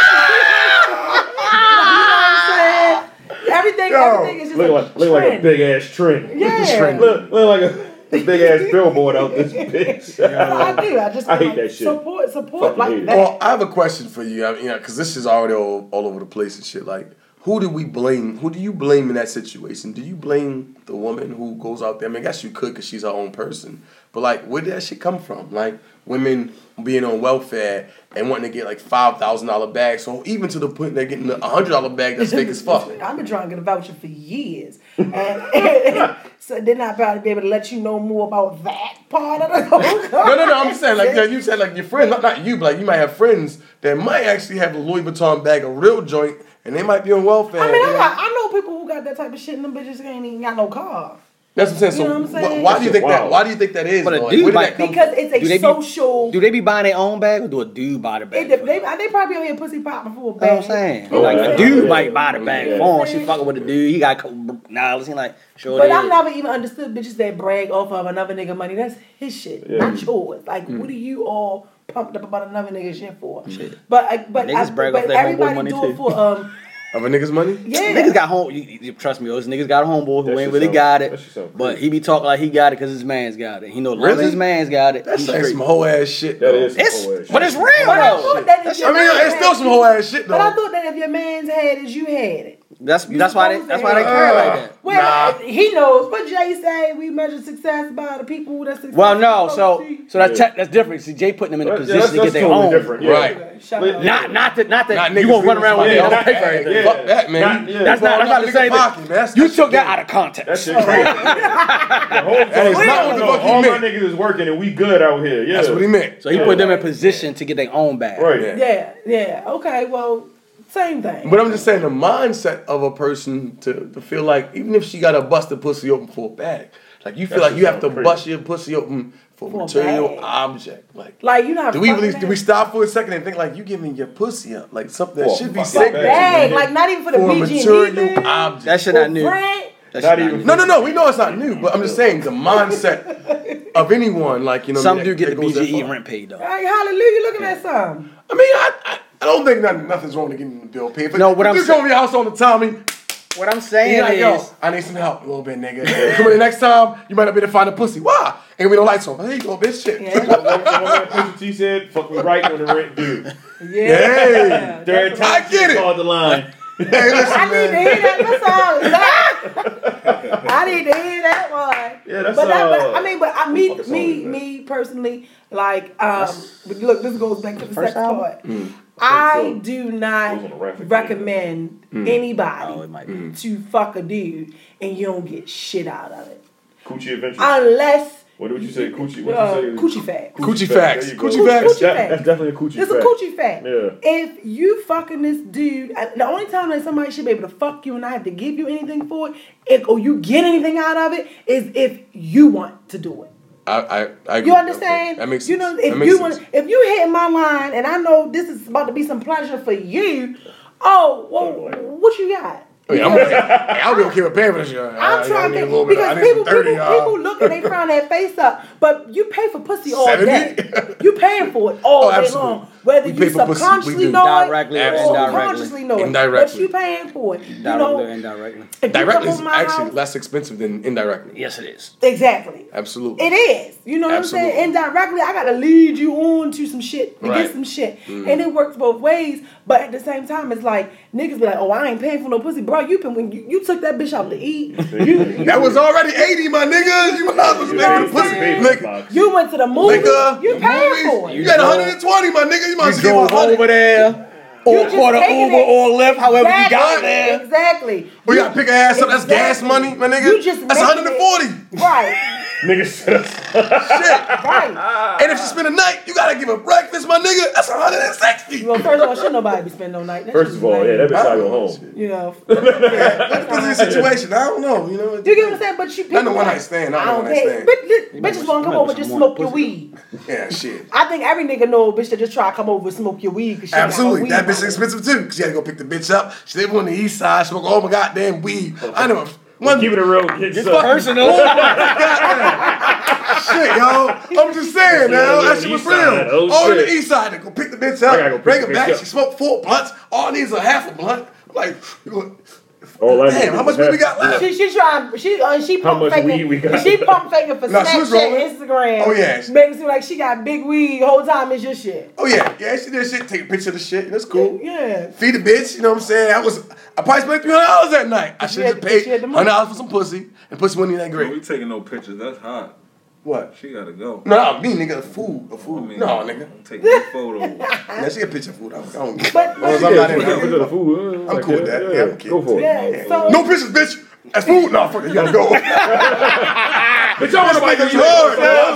I'm saying? Everything,
Yo,
everything is just
Look
a
like look like a
trend.
big ass trend.
Yeah.
Look look like a big ass billboard out this bitch.
That's what I do. I just
I hate
like,
that shit.
Support, support
Fucking hate
like
it.
that.
Well, I have a question for you. I mean, you know, because this is already all, all over the place and shit. Like, who do we blame? Who do you blame in that situation? Do you blame the woman who goes out there? I mean, I guess you could because she's her own person. But like, where did that shit come from? Like, women being on welfare and wanting to get like five thousand dollar bags. So even to the point they're getting a hundred dollar bag that's fake as fuck.
I've been trying to get a voucher for years. And so then I'll probably be able to let you know more about that part of the whole
No, no, no. I'm saying like yeah, you said like your friend, not, not you, but like you might have friends that might actually have a Louis Vuitton bag, a real joint, and they might be on welfare.
I mean,
you
I,
know?
got, I know people who got that type of shit and them bitches ain't even got no car.
That's what I'm saying. So
You know what I'm
wh-
saying?
why do you think that?
Wow.
Why do you think that is?
But a
though?
dude
where did
might-
that come from?
Because it's a
Do they be-
social.
Do they be buying their own bag or do a dude buy the
it,
bag?
they,
for
they,
them?
they probably over here pussy popping for a
That's what I'm
bag.
saying.
Oh,
like,
yeah.
a dude
Yeah.
might buy the bag
Yeah.
for him. She fucking with a dude. He got a couple dollars. He like, sure
But
it
I've
is.
never even understood bitches that brag off of another nigga money. That's his shit,
Yeah.
not yours. Like,
Mm.
what are you all pumped up about another nigga shit for? But I, but
Niggas
I,
brag
but
off their homeboy
everybody
money
do
too.
it for um
Of a nigga's money.
yeah.
Niggas got home. You, you- trust me, those niggas got a homeboy who
That
ain't
shit
really
sound-
got
that
it,
shit sound
but
crazy.
he be talking like he got it because his man's got it. He know as long as
Really?
his man's got it.
That's
he's
like
straight.
some whole ass shit.
That
though.
is some
It's
whole ass
but
shit.
it's real
But I
though.
thought that if
I
your
mean,
man
it's still
had
some
you-
whole ass shit
But I
though.
thought that if your man's had it, you had it.
That's
You
that's why they
supposed
that's
to
why they
have
care
it.
like that.
Well, he knows. But Jay say we measure success by the people that's successful. Oh,
Well, no, so so that's
Yeah.
te- that's different. See, Jay putting them in a
That-
position
that's-
to get
that's
their
totally
own.
different, yeah.
Right.
Shut
But-
up.
Not not that not that
Not niggas
you gonna run around with
really
your own
not-
paper.
hey,
everything.
hey, Fuck that, man.
Not- yeah.
That's not
Falling
that's
out
not the
nigga's
same
pocket, man.
thing.
That's-
You
that's
took
shit
that
good.
out of
That
context.
shit crazy. the whole
That is
zone,
not what the fuck he
all my
meant.
niggas is working and we good out here. Yeah.
That's what he meant.
So he put them in position to get their own bag.
Right.
Yeah.
Yeah, yeah. Okay, well, same thing.
But I'm just saying the mindset of a person to, to feel like even if she got to bust the pussy open for a bag, like you feel
That
like you
shit
have to
sound crazy.
bust your pussy open for,
For a
material
bag.
object. Like,
like you know, how
do we
fucking
really, do we
that-
stop for a second and think like you giving your pussy up like something that
Oh,
should be
fuck
sacred
that.
bag? Like not even for the
for a
BG and E
material
bag.
object?
That shit
Or
I knew. That
bread?
shit
Not
I
even-
knew.
No, no, no. We know it's not new, but I'm just saying the mindset of anyone, like you know,
Some
that-
do get the E
that goes that
BGE
far.
rent paid though.
Like hallelujah, looking at something.
I mean, I, I, I don't think nothing, nothing's wrong with getting the bill paid. But
No, what
if
I'm
you
saying-
come to your house on the Tommy.
What I'm
And
saying
you're like, yo,
is,
I need some help a little bit, nigga. Come here next time, you might not be able to find a pussy. Why? And we don't like some. Here you go, bitch. Shit.
Yeah.
One man- one man Pusha T said, fuck me right when the rent due.
Hey,
Third
I
time
get
she
it.
called the line.
hey,
I
listen,
need to
man.
hear that. That's all. That- I need to hear that one.
Yeah, that's,
but, that,
uh,
but I mean, but I me
fuck song
me
is that?
me personally, like, um, but look, this goes back to the sex part.
Hmm.
I do
Those on the
not
rack,
recommend
Hmm.
anybody
oh, it might be.
to fuck a dude and you don't get shit out of it
Coochie Adventure.
unless
Hmm. what would you say? Coochie. What
uh,
you say?
coochie fat.
Coochie facts.
There you go.
Coochie facts.
Coochie
That-
facts.
That's definitely a coochie
It's a
fact.
coochie fact.
Yeah.
If you fucking this dude, I- the only time that somebody should be able to fuck you and not have to give you anything for it, if, or you get anything out of it, is if you want to do it.
I, I, I agree.
You understand?
That makes sense.
You know, if
that makes
you
sense.
want, if you hit my line, and I know this is about to be some pleasure for you. Oh, well, what you got?
I mean, Oh, I'm, hey, I don't care what paying for this shit.
I'm trying
I Uh, need
to
a little bit. uh, I
because
need
people,
some 30,
people,
y'all.
people look and they frown that face up, but you pay for pussy all
70?
day. You paying for it all
Oh,
day
absolutely.
long, whether
We pay
you
for pussy, we
subconsciously
do.
know
Directly
it
or
or
indirectly.
consciously know it.
Indirectly.
But you paying for it. You
Directly
know,
or indirectly.
if you come
Directly
over
is
my
actually
house-
less expensive than indirectly.
Yes, it is.
exactly.
Absolutely.
It is. You know what I'm saying?
Absolutely.
Indirectly, I got to lead you on to some shit to
Right. Mm.
get some shit. And it works both ways. But at the same time, it's like niggas be like, oh, I ain't paying for no pussy. Bro, you been when you, you took that bitch out to eat. You,
That was already 80, my nigga. You might as well
know
spend the
what I'm
pussy.
saying?
Nigga,
you went to the movie.
nigga.
you paying for it.
You got 120, my nigga. You might as
You
well give
drove
100.
over there,
You
or
just
caught an
taking
Uber
it.
or Lyft, however you got
Exactly.
there.
Exactly.
We
You-
gotta pick her ass up. That's gas
Exactly.
money, my nigga.
You just
That's
making it-
140.
Right.
Niggas set us
Shit.
Right.
And if you spend a night, you gotta give her breakfast, my nigga. That's 160.
Well, first of all, should nobody be spending no night. That
First
shit
of all,
is
yeah, that bitch
I
gotta
don't
go
know,
home.
you know.
This is a situation. I don't know. You know.
You get what I'm saying? But you people
Not the one night stand, not the one night stand.
Bitch,
might
bitches
be-
won't come
you might
over
be
just
some
smoke your
more pussy.
weed.
Yeah, shit.
I think every nigga know a bitch that just try to come over and smoke your weed. 'cause she got her
Absolutely.
weed
That bitch
money.
expensive too. She had to go pick the bitch up. She live on the east side. Smoke all my goddamn weed. I know. One
Keep it a real kid.
It's
son.
personal.
shit, yo. I'm just saying, now
on the
that shit was
east
real.
side. Oh,
all in the
shit.
east side, they go pick the bitch
I gotta go
up,
pick
bring
the
it
bitch
back.
up.
She smoked four blunts. All these are half a blunt. I'm like,
All I know
damn, how
is
much money
that-
we got left?
She she trying she uh, she
How
pump
much
faking
weed we got?
she pump faking for
Nah, she was rolling.
Snapchat, Instagram.
Oh, yeah.
making it seem like she got big weed. Whole time is your shit.
Oh yeah, yeah, she did shit. Take a picture of the shit. That's cool.
Yeah.
Feed the bitch. You know what I'm saying? I was, I probably spent three hundred dollars that night. I should
had
have
the-
paid
she had the
hundred
money.
dollars for some pussy, and pussy wasn't even that
We
great.
taking no pictures. That's hot.
What?
She gotta go.
No, me nigga, a food, a food.
I mean,
no, nigga,
I'm taking a photo.
now she a picture of food. I don't, I don't give a-
But,
As
but
long as I'm not in
Yeah,
there.
put it in the food.
I'm cool with that. Yeah, I'm
Go
kidding.
for it.
yeah, so
No pictures, bitch. That's food. No, fuck it. You gotta go. Bitch, I want to hard.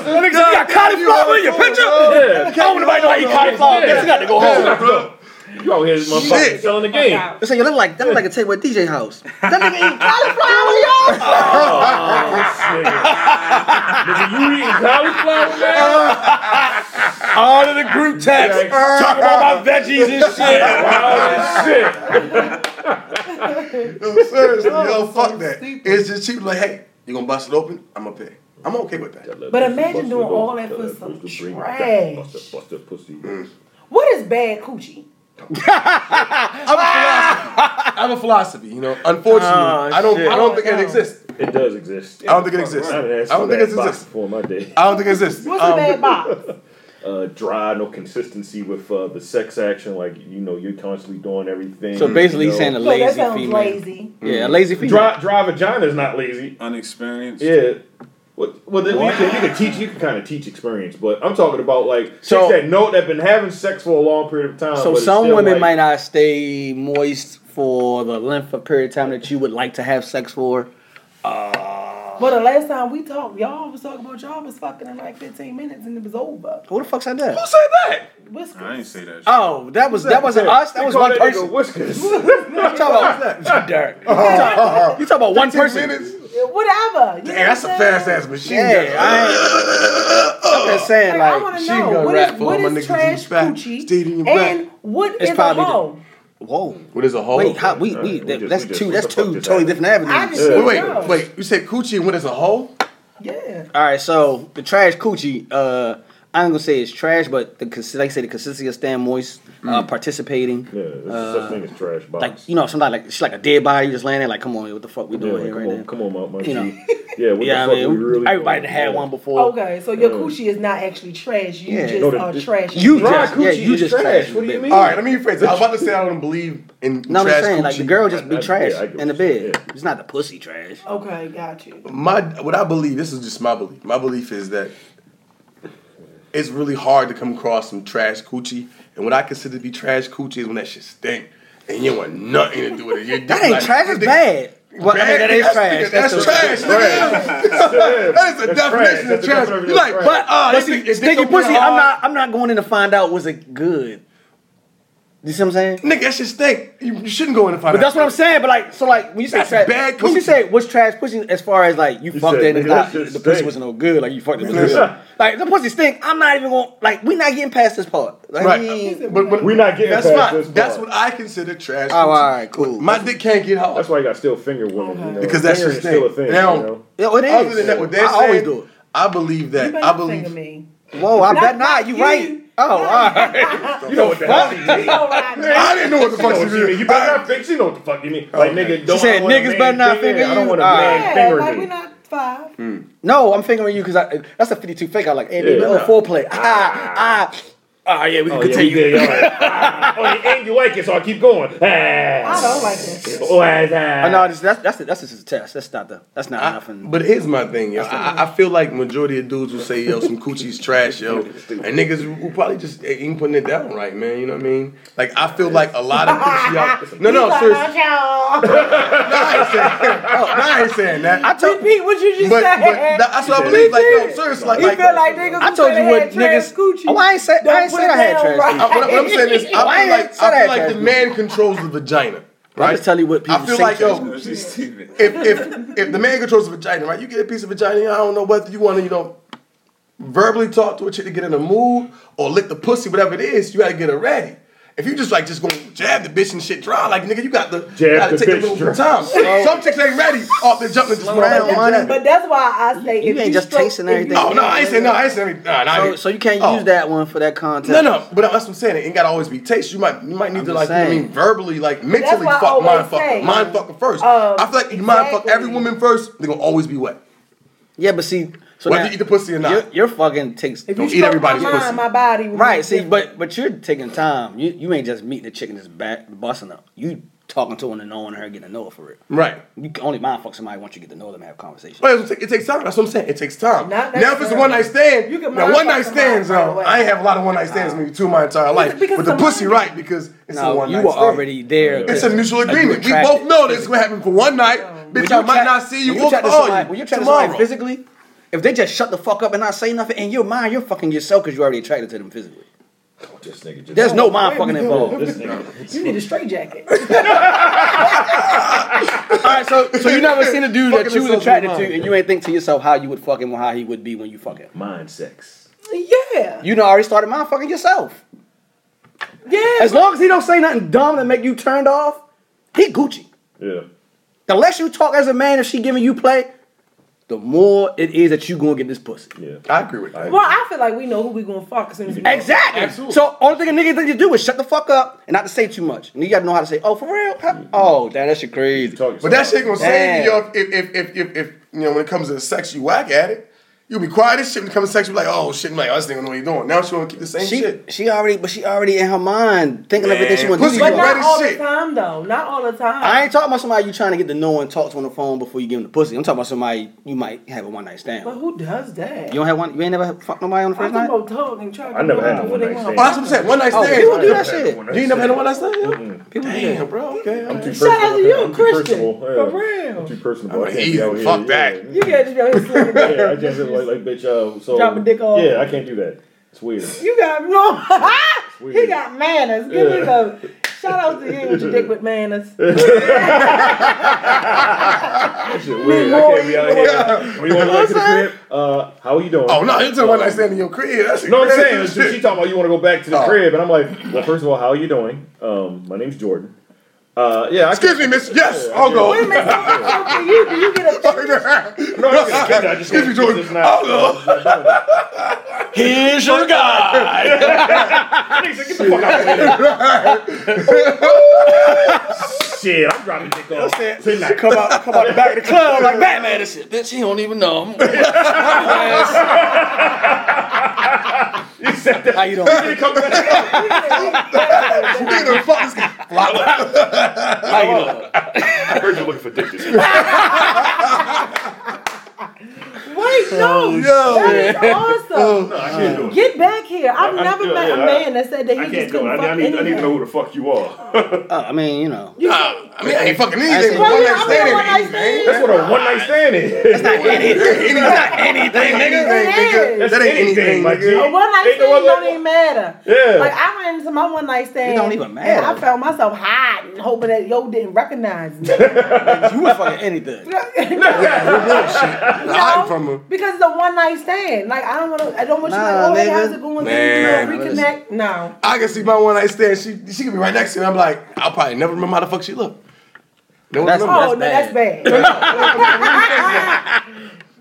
yo.
Let me see, you got cauliflower in your picture? I don't want nobody to know how you eat cauliflower. Bitch, you got to go home.
Bro.
You out here, motherfucker,
Shit.
selling the game.
They say you look like that look like a table at DJ house. That nigga eat Oh.
Nigga, you eating cauliflower, man?
All of the group text
Yikes.
talking about my veggies and shit.
Ah.
Oh, shit.
No, seriously, yo,
so
fuck that.
stupid.
It's just cheap. Like, hey, you gonna bust it open? I'm gonna pay. I'm okay with that.
But imagine doing all that for some trash.
Bust that, bust that pussy.
What is bad coochie?
I have a philosophy, you know. Unfortunately,
Ah,
I don't. I don't think it exists.
It does exist.
I don't think it exists.
I haven't asked
I don't
for
think
that
it
box
exists.
before my day.
I don't think it exists.
What's a
Um,
bad box?
Uh, dry, no consistency with uh, the sex action. Like you know, you're constantly doing everything.
So basically,
you
he's saying a
know.
So
lazy
that sounds
female.
lazy.
Yeah, a lazy female.
dry, dry vagina is not lazy.
Unexperienced.
Yeah. Well, well then you, can, you can teach. You can kind of teach experience, but I'm talking about like
So-
chicks that know that been having sex for a long period of time.
So
but it's
some
still,
women
like,
might not stay moist for the length of period of time that you would like to have sex for.
But the last time we talked, y'all was talking about y'all was fucking in like 15 minutes and it was over.
Who the fuck said that?
Who said that?
Whiskers.
I ain't say that. Shit.
Oh, that was that wasn't us. That
They
was
call
one
nigga
person.
Whiskers.
You talking about Derek? You talking you talking about one
10
person?
minutes?
Whatever. You know
Damn, that's a
what I'm
fast
saying?
ass machine.
Yeah,
gun.
I ain't, I'm just saying
Like, I want
like
to
she
know
gonna
what
rap
is,
for
what
all my
is
niggas
trash
who's fat, stayed in
coochie
your
and what
It's
is a
probably the-
hoe?
whoa.
What is a
Oh,
hoe?
Wait, how, we we
Alright, we
that-
just-
that's
we just-
two
what
that's
the fuck
two
just
totally
happened?
different
I just
avenues.
said
Wait, wait,
no.
wait. You said coochie and what is a hoe?
Yeah.
All right, so the trash coochie. Uh, I ain't gonna say it's trash, but the cons- like I say the consistency of staying moist, uh,
Mm.
participating.
Yeah, there's such thing as trash box.
Uh, like you know sometimes like she's like a dead body you just laying there like come on what the fuck we
Yeah,
doing
like,
here
come
right
on,
now
come on, my, my
You know.
G. Yeah, what
yeah
the fuck
I
we
mean
really
everybody
doing?
done had
Yeah.
one before
Okay, so your
Yeah.
coochie is not actually trash. You
Yeah.
just
No, the-
are
the-
trash.
you
Dry
just yeah
coochie
you
is
just
trash.
trash
What do you
bitch.
mean?
All right, let me rephrase. it. I was about to say I don't believe in
no I'm
trash
just saying like the
coochie.
girl just be
I- I-
trash
yeah, I get
in the
what you're
bed
saying.
it's not the pussy trash
Okay, got you.
My what I believe. This is just my belief. My belief is that it's really hard to come across some trash coochie, and what I consider to be trash coochie is when that shit stink and you want nothing to do with it. You're
that ain't
like-
trash it's bad well I mean that is
That's-
trash
That's,
the-
trash. nigga. that is the
That's
definition
trash.
of
That's the
trash.
definition
You
of
like,
trash.
but uh,
but
it's-
see,
it's
stinky
gonna be
pussy
hard.
I'm not I'm not going in to find out was it good you see what I'm saying
Nigga, that shit stink. You, you shouldn't go in and find
but that's
out.
what I'm saying. But like, so like when you say
That's
trash,
bad
when you
coochie.
say what's trash pussy, as far as like you, fucked
said,
it and
nigga, that
not,
shit
the pussy
stink.
wasn't no good. Like you fucked it, it
Man.
was good. Like the pussy stink. I'm not even going. to Like we not getting past this part. Like,
Right.
we-
But, but
We not getting
that's
past
not-
this
That's
part.
what I consider trash.
Oh,
coochie.
all right, cool.
My dick can't get hard.
That's why you got still finger women, you know.
Because that's
Fingering
just
is still a
thing.
thing.
Now-
you know?
Yeah, well, it is.
Other than that, what they're
I always
saying,
do it.
I believe
You
that.
better
I
not finger
believe.
me.
Whoa, I bet not. You
you.
right? Oh, all right.
You know what the hell?
You know what I mean?
I didn't know what the
You know
fuck
what she mean. You better not fix. You know what the fuck you
Oh,
mean. Like nigga, don't.
said,
I don't want a
"Niggas
man
better not
fingering-
finger
I don't
you."
want a
All
man
right.
Yeah,
fingering
like
me.
we're not five.
No, I'm fingering you because that's a 52 fake. I like, hey,
Yeah.
yeah. no foreplay. Ah, ah. Ah, yeah, we can
Oh, yeah, we
continue.
did, all right. oh, and you like it, so I keep going.
I
Ah.
don't like that.
Oh, ah, ah.
Oh, no, this, that's that's that's just a test. That's not the. That's not
I,
nothing.
but here's my thing, yo. I, I feel like majority of dudes will say, yo, some coochie's trash, yo. And niggas who probably just eh, ain't putting it down right, man. You know what I mean? Like, I feel like a lot of coochie out. No, no,
He's like,
seriously.
"Y'all."
No, I ain't saying, no, I ain't saying that.
I told
Repeat what you just
but, but
said.
that's what I believe. Like, no, seriously, like,
you
like
feel like niggas
I
who
told
say
you
they
what
had trash
niggas-
Coochie,
Oh, I ain't say- I
don't
ain't
put
say
it
I had
down
trash
right.
I- what, I'm- what I'm saying is, I
Why
feel
ain't
like,
it said
I feel
that,
like the
Jasmine?
man controls the vagina. Right?
I'm just telling you what people
I feel
say
like,
trash
yo,
That's just stupid.
if if if the man controls the vagina, right? You get a piece of vagina. I don't know whether you want to, you know, verbally talk to a chick to get in the mood or lick the pussy, whatever it is. You gotta get her ready. If you just like just gonna jab the bitch and shit dry, like nigga, you got the
Jab
you gotta
the
take a
bitch dry.
little time. Some chicks ain't ready off the jump and just
down,
wanna
money.
jab it.
But that's why I say
You
if
ain't
you
just
stroke-
tasting
if you-
everything.
Oh no, I ain't saying no. I ain't saying nah, nah, I
So,
ain't-
so you can't
Oh.
use that one for that context.
No, no, but that's what I'm saying. It ain't gotta always be taste. You might, you might need
I'm
to like,
just
you know what I mean,
saying.
verbally, like
That's
mentally,
why I
fuck
always
mind
say,
fucker, mind fucker first.
um,
I feel like you mind fuck
exactly.
every woman first. They gonna always be wet,
Yeah, but see, so
whether
now,
you eat the pussy or
your,
not.
your fucking takes
If
Don't
you
eat
stroke
everybody's
my mind,
pussy.
My body will
right.
be
See,
different.
but but you're taking time. You you ain't just meeting the chick and just back busting up. You talking to her and knowing her, getting to know her for real.
Right.
You can only mind fuck somebody once you get to know them and have conversation.
But that's what I'm saying. it takes time. That's what I'm saying. It takes
Not
time. Now, if it's a
necessarily.
one night stand,
You can
now
mind
one
fuck
night
somebody
stands.
right
Um,
away.
I ain't have a lot of one night stands, maybe two my entire life.
because
But the
the
pussy,
mind-
right? Because it's a
no,
one
you
night
were
stand.
already there.
It's
'cause,
a mutual
like, you
agreement. We
attracted.
both know this is gonna happen for one night.
When
Bitch, I
you
might
chat-
not see you.
when
We'll
chat to
call
somebody- When
you
you chat to somebody
tomorrow.
physically, if they just shut the fuck up and not say nothing, in your mind, you're fucking yourself because you already attracted to them physically.
This nigga just.
There's no
wait,
mind fucking
no.
involved.
This nigga.
You need a straight jacket.
All right, so so you never seen a dude that
Fucking
you was
assault
attracted
your
to, and you ain't think to yourself how you would fuck him or how he would be when you fuck him.
Mind sex.
yeah.
You know, already started mind fucking yourself.
Yeah.
As long as he don't say nothing dumb that make you turned off, he Gucci.
Yeah.
The less you talk as a man, if she giving you play, the more it is that you gonna get this pussy.
Yeah.
I agree with that.
well, I feel like we know who we gonna fuck as soon as we
Exactly. So only thing a nigga need to do is shut the fuck up and not to say too much. And you gotta know how to say, oh, for real? Huh? Oh, damn, that shit crazy.
Talk
But that shit gonna save you,
Damn.
yo. If if, if if if you know when it comes to sex, you whack at it. You be quiet as shit when it comes to sex. You be like, oh shit, I'm like oh, this nigga know what he doing. Now she wanna keep the same
She,
shit.
she already, but she already in her mind thinking of
Man,
everything she want to do.
pussy
to you.
But
You
not
ready
all
shit.
the time though. Not all the time.
I ain't talking about somebody you trying to get to know and talk to on the phone before you give them the pussy. I'm talking about somebody you might have a one night stand.
But who
with.
does that?
You don't have one. You ain't never fucked nobody on the
I'm talking
first night.
about talking, trying to
I never
know
had a
what they
one-night
want.
stand.
Oh, that's what I'm saying. One night
Oh,
stand.
people do that shit.
You ain't never had no one night stand. yo?
People do
Damn,
that.
bro. Okay. all
I'm too
right.
personal.
Shout out to you,
I'm too
Christian.
personal.
For
Yeah.
real.
I'm too personal.
I'm
I can't be
easy.
out here.
Fuck
Yeah.
that.
You gotta just go ahead and
Yeah, I just like, like bitch. Uh, so
Drop a dick off.
Yeah, I can't do that. It's weird.
You got no. he
Weird.
got manners. Give me
Yeah.
love. Shout out to you with your dick with manners.
That shit weird. I can't be out here. When you want to go back to the crib, uh, how are you doing?
Oh no, you talking one night stand in your crib. That's
No, I'm
crazy
saying she, she talking about you want to go back to the
Oh.
crib, and I'm like, well, first of all, how are you doing? Um, my name's Jordan. Uh, yeah, I
Excuse me, miss. Yes, I'll go.
Wait a minute. Shout out to you. Do you get a
Excuse
No, I'm just kidding. I just
me, Jordan. I'll go.
Here's your guy.
Shit, I'm dropping dick off tonight.
Come out, come out the back of the club like that.
Batman and shit. Bitch, he don't even know.
You said that.
How you doing?
Come back.
Who the fuck is
How you doing?
I heard you're looking for dick. this-
Wait, no.
Oh,
Yo.
That is awesome.
I can't do it.
Get back here. I've
I- I-
never
yeah,
met
yeah,
a man that said that
I
he just
can't do
couldn't
it.
fuck
I, I, need, I need to
anything.
know who the fuck you are.
Oh, I mean, you know,
Nah, I mean, I ain't fucking
I
anything.
said-
but One
Yeah,
night
I mean, one night
stand.
stand.
That's what a one night stand is.
Anything, anything, nigga.
That's
That ain't anything,
my G.
nigga.
A one night
Ain't no
stand
other-
don't even matter.
Yeah.
Like I went into my one night stand.
It don't even
And I
matter.
found myself hiding, hoping that yo didn't recognize me.
you would fucking anything.
Hiding from her.
Because it's a one night stand. Like I don't want to. I don't want you
Nah,
like, oh, hey,
nigga.
how's it going?
Man.
Can you reconnect? No.
I can see my one night stand. She she could be right next to me. I'm like, I'll probably never remember how the fuck she looked. No one
That's-
remember.
Oh
Oh,
no,
that's
that's bad.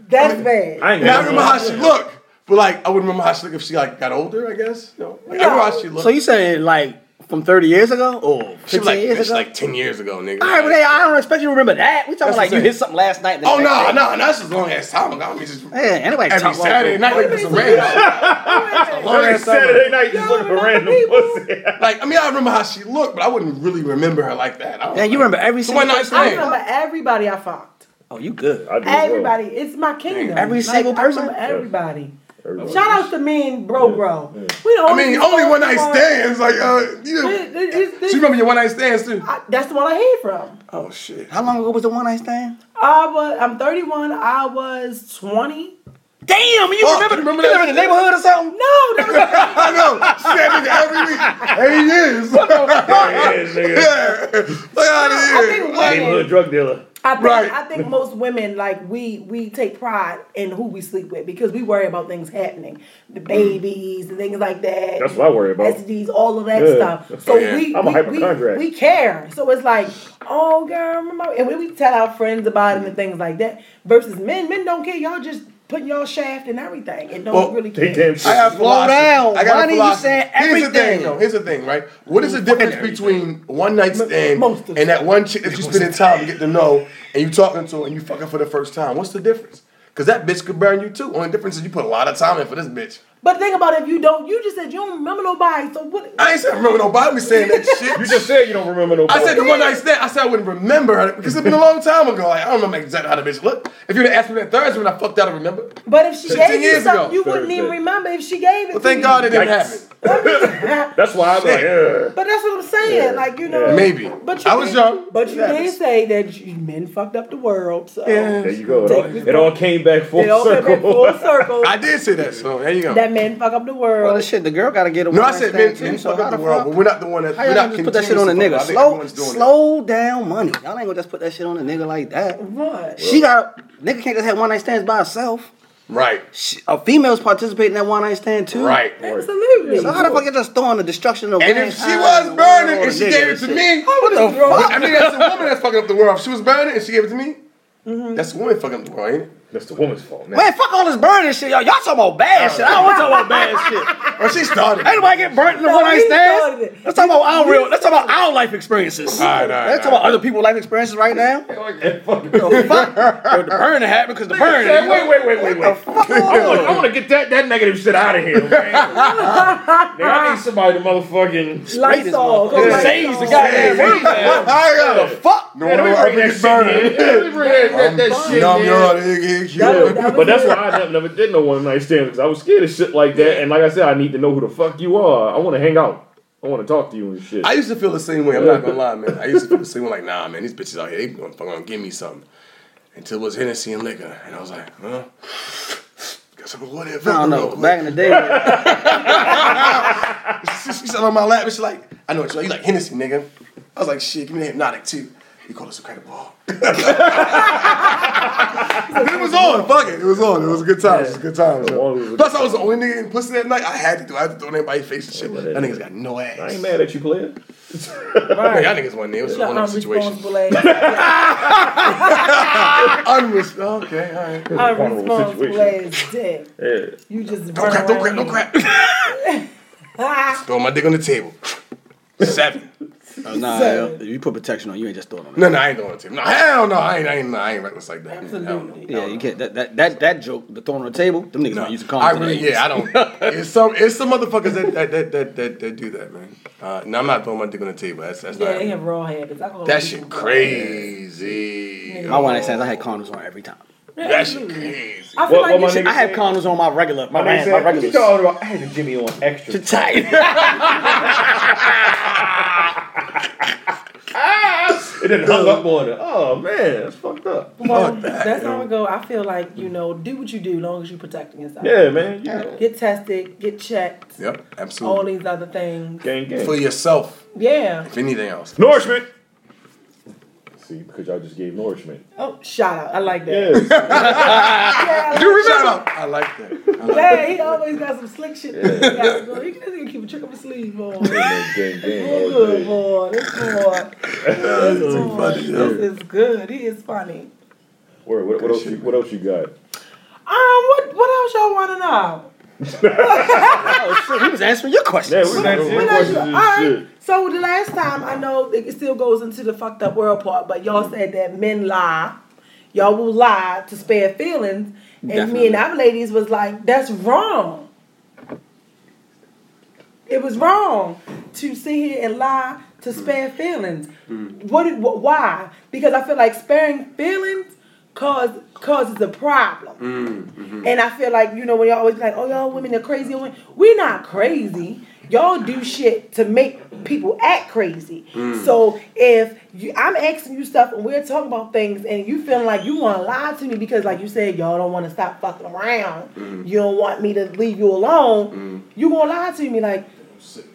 That's bad.
I ain't
Now I
got
remember how she looked, but like I wouldn't remember how she looked if she like got older. I guess. No, like, I remember how she looked.
So you said like from 30 years ago or
Oh, she
15
was like,
years
bitch,
ago?
like ten years ago, nigga.
All right, but hey, I don't expect you to remember that. We talking
That's
like
what
you
I'm
hit something last night.
oh no, no, that's just long ass time ago. I mean, just
Yeah, anybody
every
talk about
Saturday
that.
night like some random. Long
Every
ass time.
Saturday night, just looking for random pussy.
Like I mean, I remember how she looked, but I wouldn't really remember her like that. I don't
Man, you
like-
remember every
So one
single
night
person.
I
stand.
remember everybody I fucked.
Oh, you good.
I do as well.
Everybody. It's my kingdom.
Every
Like,
single
I remember
person?
Everybody.
Everybody.
Shout out to me and bro, bro. We the
I mean, only one night stands. Like, uh,
It-
you know,
it- it's- it's-
she remember your one night stands too.
I- that's the one I hear from.
Oh shit.
How long ago was the one night stand?
I was. I'm 31. I was 20.
Damn, you
Fuck,
remember?
you remember
you
that
live in the
shit?
neighborhood or something?
No, that was
I know. She had nigga every week. Hey, years. Fuck yeah. Look
I
out of
think
here.
women-
Neighborhood drug dealer.
I think,
Right.
I think most women like we we take pride in who we sleep with because we worry about things happening, the babies and things like that.
Mm. That's what I worry about.
STDs, all of that
Yeah.
stuff. So
Yeah.
we,
I'm a
we,
hypochondriac.
we we care. So it's like, oh girl, remember? And when we tell our friends about
Mm.
it and things like that, versus men, men don't care. Y'all just put y'all shaft and everything and don't
Well,
really
They
care.
damn shit.
I have
Slow
philosophy.
down.
I got a
Why do you
philosophy.
say
Here's the thing,
everything? Mm,
though. Here's the thing, right? What is the difference between one night stand
most of
and that one chick that you spending time to get to know and you talking to and you fucking for the first time? What's the difference? Because that bitch could burn you too. Only difference is you put a lot of time in for this bitch.
But think about it, if you don't, you just said you don't remember nobody. So what?
I ain't saying remember nobody saying that shit.
You just said you don't remember no.
I said the one night stand. I said I wouldn't remember her because it's been a long time ago. Like I don't remember exactly how the bitch looked. If you would have asked me that Thursday when I fucked out, I remember.
But if she
15
gave you
years
something,
ago.
you wouldn't even
Thursday.
remember if she gave it.
Well,
Mm.
thank God it didn't happen.
God.
That's why I'm like, ugh.
But that's what I'm saying. Like you know,
Yeah.
Maybe.
But you
I was
did,
young.
But you did
It happens.
say that you, men fucked up the world. So
Yeah.
There you go. It all, it all came back full
it all came back
circle.
full circle.
I did say that, so there you go.
that men fuck up the
Well,
world.
shit, the girl gotta get a
No, I
woman's
said
thing
men,
too,
men
so
fuck
how
up the
the
world,
fuck-
but we're not the one that
How
we're
y'all
not
gonna just put that shit on a
continuously
nigga?
fucking. I think
Slow,
everyone's doing
slow down, money. Y'all ain't gonna just put that shit on a nigga like that.
What?
She got nigga can't just have one night stands by herself.
it. Right,
She, a female's participating in that one night stand too.
right.
Absolutely.
So how the fuck you just throwing the destruction of
And if she was burning and she gave it to me,
What the fuck?
I mean that's a woman that's fucking up the world. If she was burning and she gave it to me,
Mm-hmm.
that's a woman fucking up the world, ain't it?
That's the woman's fault. Now.
Man, fuck all this burning shit, y'all. Y'all talking about bad shit. I don't want to talk about bad shit.
Or she started.
Ain't nobody get burnt in the
No,
one night
he
stand.
started it.
Let's talk about our real. Let's talk about our life experiences.
right, all right,
Let's talk about other people's life experiences right now. Yo, the burning happened because the burning.
Hey, wait, wait, wait, wait, wait. I want to get that, that negative shit out of here, man. Nigga, I need somebody to motherfucking
Lysol. Go
Yeah.
Lysol.
save the goddamn world, man.
Higher.
Fuck.
No
Man,
one
Let me
will
bring that
ever get
shit
burned.
in. Let me bring that, that, that shit
Nom
in.
yard, egg, egg,
That was-
yolk.
that was
But that's
it.
why I never, never did no one night stand because I was scared of shit like that. And like I said, I need to know who the fuck you are. I want to hang out. I want to talk to you and shit.
I used to feel the same way. I'm not gonna lie, man. I used to feel the same way. Like, nah, man, these bitches out here, they gonna fucking give me something. Until it was Hennessy and liquor, and I was like, huh? Guess I'm whatever.
I don't know. Back in the day, man.
she, she sat on my lap and she's like, I know what you like. You like Hennessy, nigga. I was like, shit, give me the hypnotic too. You call this a credit ball. it was on, fuck it. It was on. It was a good time. It was a good time. so. Plus, I was the only nigga in pussy that night. I had to do. I had to throw in everybody's face and shit. That nigga's got no ass.
I ain't mad at you, player.
Right. Y'all niggas wasn't there. It was
The
one of the situation.
unresponsible ass.
Unresponsible. Okay, all right.
Yeah, Unresponsible
situation.
ass dick.
Yeah.
You just
Don't crap, don't crap, don't crap.
crap.
Throw my dick on the table. Seven.
Nah,
So-
yo, if you put protection on, you ain't just throwing on. it.
No, no, I ain't throwing the table. No, hell no, I ain't, I ain't, I ain't reckless like that.
Absolutely.
Yeah, you can't. That that that, that joke, the throwing on the table, them niggas
No,
not using
I
condoms. in the
really,
80s.
yeah, I don't. It's some, it's some motherfuckers that that that that that, that do that, man. Uh, no, I'm not throwing my dick on the table. That's that's
Yeah, they
not.
have raw habits. Alcohol
That
is raw.
shit crazy.
My one night stands, I had condoms on every time.
That shit crazy.
I feel
What-
like
what
you
my
should.
nigga-
I have condoms on my regular, my, my, my
What you
regular.
talking about? I had the Jimmy on extra.
Tight.
It didn't hung up on it. Oh man, that's fucked up.
Fuck that.
That's how it go. I feel like you know, do what you do, long as you protecting yourself.
Yeah, man. You know,
Get tested, get checked,
Yep,
all
absolutely.
these other things.
gang, gang.
For yourself,
Yeah.
if anything else.
Nourishment. See, because y'all just gave nourishment.
Oh, shout out. I like that.
Yes.
Yeah,
Do you remember? I like that. I like
Yeah, he always got some slick shit. Yeah. so he can keep a trick up his sleeve, boy.
gang, gang, all
Good
day.
boy, this boy,
that. That's too
boy,
funny, yo.
this is good. He is funny.
Word, what, what else? You, what else you got?
Um, what what else y'all want to know?
oh shit, he was answering your
Yeah,
questions.
we're not
What else you-
questions
All
and
right.
shit.
So the last time I know it still goes into the fucked up world part, but y'all said that men lie. Y'all will lie to spare feelings, and me
Definitely.
and our ladies was like, that's wrong. It was wrong to sit here and lie to spare feelings.
Hmm.
What? it- wh- Why? Because I feel like sparing feelings cause causes a problem. And I feel like, you know, when y'all always be like, oh, y'all women are crazy. women." We're not crazy. Y'all do shit to make people act crazy. So if you, I'm asking you stuff and we're talking about things and you feeling like you want to lie to me because, like you said, y'all don't want to stop fucking around. You don't want me to leave you alone. You going to lie to me like,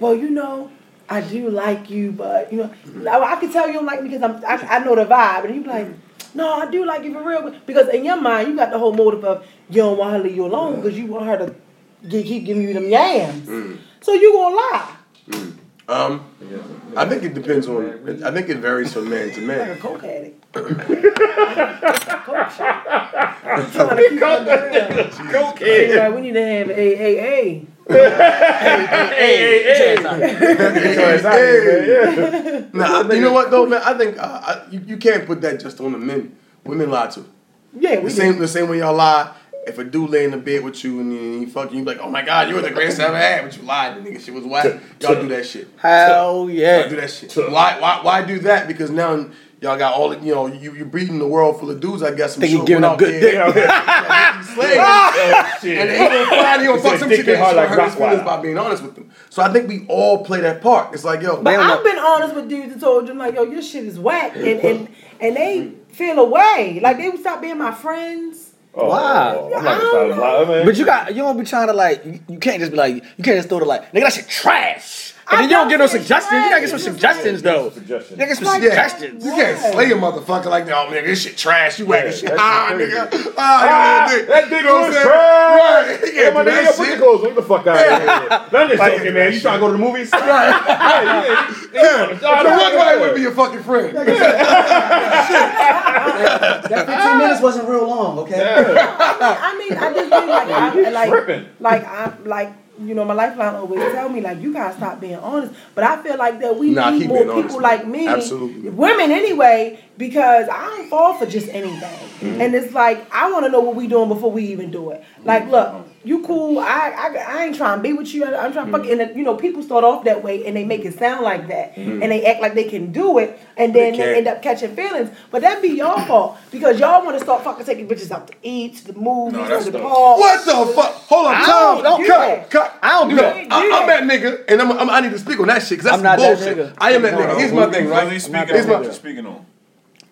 well, you know, I do like you, but you know, I, I can tell you don't like me because I'm, I, I know the vibe, and you be like, no, I do like you for real, because in your mind you got the whole motive of you don't want her to leave you alone because you want her to gi- keep giving you them yams, so you gonna lie.
Um, I think it depends on. I think it varies from man
Like a
to man.
coke addict. Coke shop. I'm trying to keep it real.
Cokehead.
Like, we need to have AAA.
Hey, hey, hey.
Hey. Nah, you know what though, man? I think uh, I, you, you can't put that just on the men. Women lie too.
Yeah, we do.
The same, the same way y'all lie. If a dude lay in the bed with you and he, he fuck you, you be like, oh my god, you were the greatest I ever had, but you lied, the nigga. Shit was whack. Y'all do that shit. Y'all
Hell
do
yeah.
that shit. Why, why, why do that? Because now y'all got all, the- you know, you you breeding the world full of dudes. I guess some
Think you
sure
giving
went
them
out
good
there
dick.
and slaves.
Oh,
And
shit.
they gonna find he gonna fuck
It's
some
a dick
chick
that
that's
hard
gonna
like
hurt his feelings
Rottweiler.
by being honest with them. So I think we all play that part. It's like, yo,
But
Damn,
I've
I-
been honest with dudes and told them like, yo, your shit is whack, and and and they feel away. Like they would stop being my friends.
Oh,
Why?
I'm not gonna start lying, man.
But you got you don't be trying to like you, you can't just be like you can't just throw the like nigga that shit trash. And
I
then you don't
know
get no
it's
suggestions. You gotta get some
trash.
suggestions though.
Suggestions.
You gotta get some
Like,
suggestions.
You can't slay a motherfucker like that. Oh, nigga, this shit trash. You whack this
Yeah,
shit.
that's
Ah,
crazy.
nigga.
Ah,
Ah, you know
that dick
You know
was
what I'm saying?
trash.
Right.
Yeah, my
do
nigga,
that
put your
shit.
clothes on. Get the fuck out of here. None of this talking, man. You trying to go to the movies? Right. yeah,
Yeah. So
I know
what
that.
why would be your fucking friend? Yeah.
That 15 minutes wasn't real long, okay?
yeah.
I mean, I just feel like I
You
like
tripping.
like I like you know my lifeline always tell me like you gotta stop being honest. But I feel like that we
Nah,
need
keep
more
being
people
honest, man.
like me,
Absolutely.
women anyway, because I don't fall for just anything.
Mm-hmm.
And it's like I want to know what we doing before we even do it. Like, look. You cool? I, I I ain't trying to be with you. I'm trying to
Mm-hmm.
fuck. And you know, people start off that way, and they make it sound like that,
Mm-hmm.
and they act like they can do it, and then they
can't.
end up catching feelings. But that be y'all fault because y'all want to start fucking taking bitches out to eat, to the movies,
No, that's
to the
dope.
park.
What the fuck? Hold on,
I
Tom.
don't-
cut,
don't
do that.
cut.
I don't do
No,
that.
I,
do
I'm that
that.
nigga, and I'm, I'm, I need to speak on that shit because that's
I'm not that
bullshit.
nigga.
I am that
No,
nigga.
no,
Here's
no.
my thing,
What
right?
are you speaking
Here's
on?
my
What you speaking on?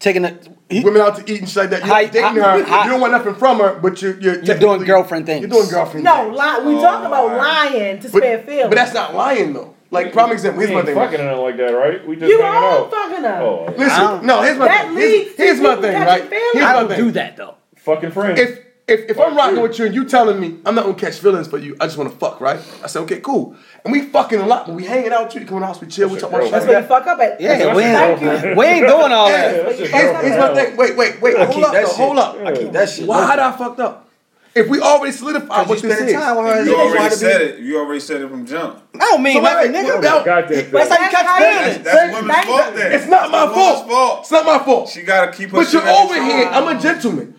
Taking a he,
women out to eat and shit like that. You're
How-
not dating
how-
her.
how-
you don't want nothing from her, but you're you're,
doing
technically-
girlfriend things.
You're doing girlfriend.
No,
things.
lie,
Oh,
we talk about lying to
but,
spare feelings.
but that's not lying though. Like prime example.
We
Here's my
ain't
thing.
fucking or nothing like that, right? We just
you
hanging
all
out.
fucking up.
Oh, yeah.
don't-
Listen, no. Here's my
That
thing.
leads
Here's,
to
here's my
people
thing,
got
right?
your feelings.
Here's
I
my
don't
thing.
do that though.
fucking friends.
If if if I'm rocking with you and you telling me I'm not gonna catch feelings for you, I just want to fuck, right? I said okay, cool. And we fucking a lot, but we hanging out too. You come in the house, we chill, we
That's
talk
your
about shit.
That's
like
where you fuck
that.
up at.
Yeah, we
Thank
ain't,
you.
we ain't doing all
Yeah.
that.
That's your
Here's, here's my
girlfriend.
thing. Wait, wait, wait. Hold
keep
up,
that
though,
shit.
hold up.
I keep that shit.
Why had I fucked up? If we already solidified what
you
this
spending
is,
time with her.
So
You
just
already
wanna be-
said it. You already said it from jump.
I don't mean
wait,
nothing,
wait, wait,
nigga.
wait.
Goddamn thing.
That's how you
That's how
catch
you-
feelings.
That's, that's women's
Thank you.
fault. Then
It's not my
That's woman's
fault. It's not my fault.
She gotta keep. her
But
shit
you're
in
over
control.
here. I'm a gentleman.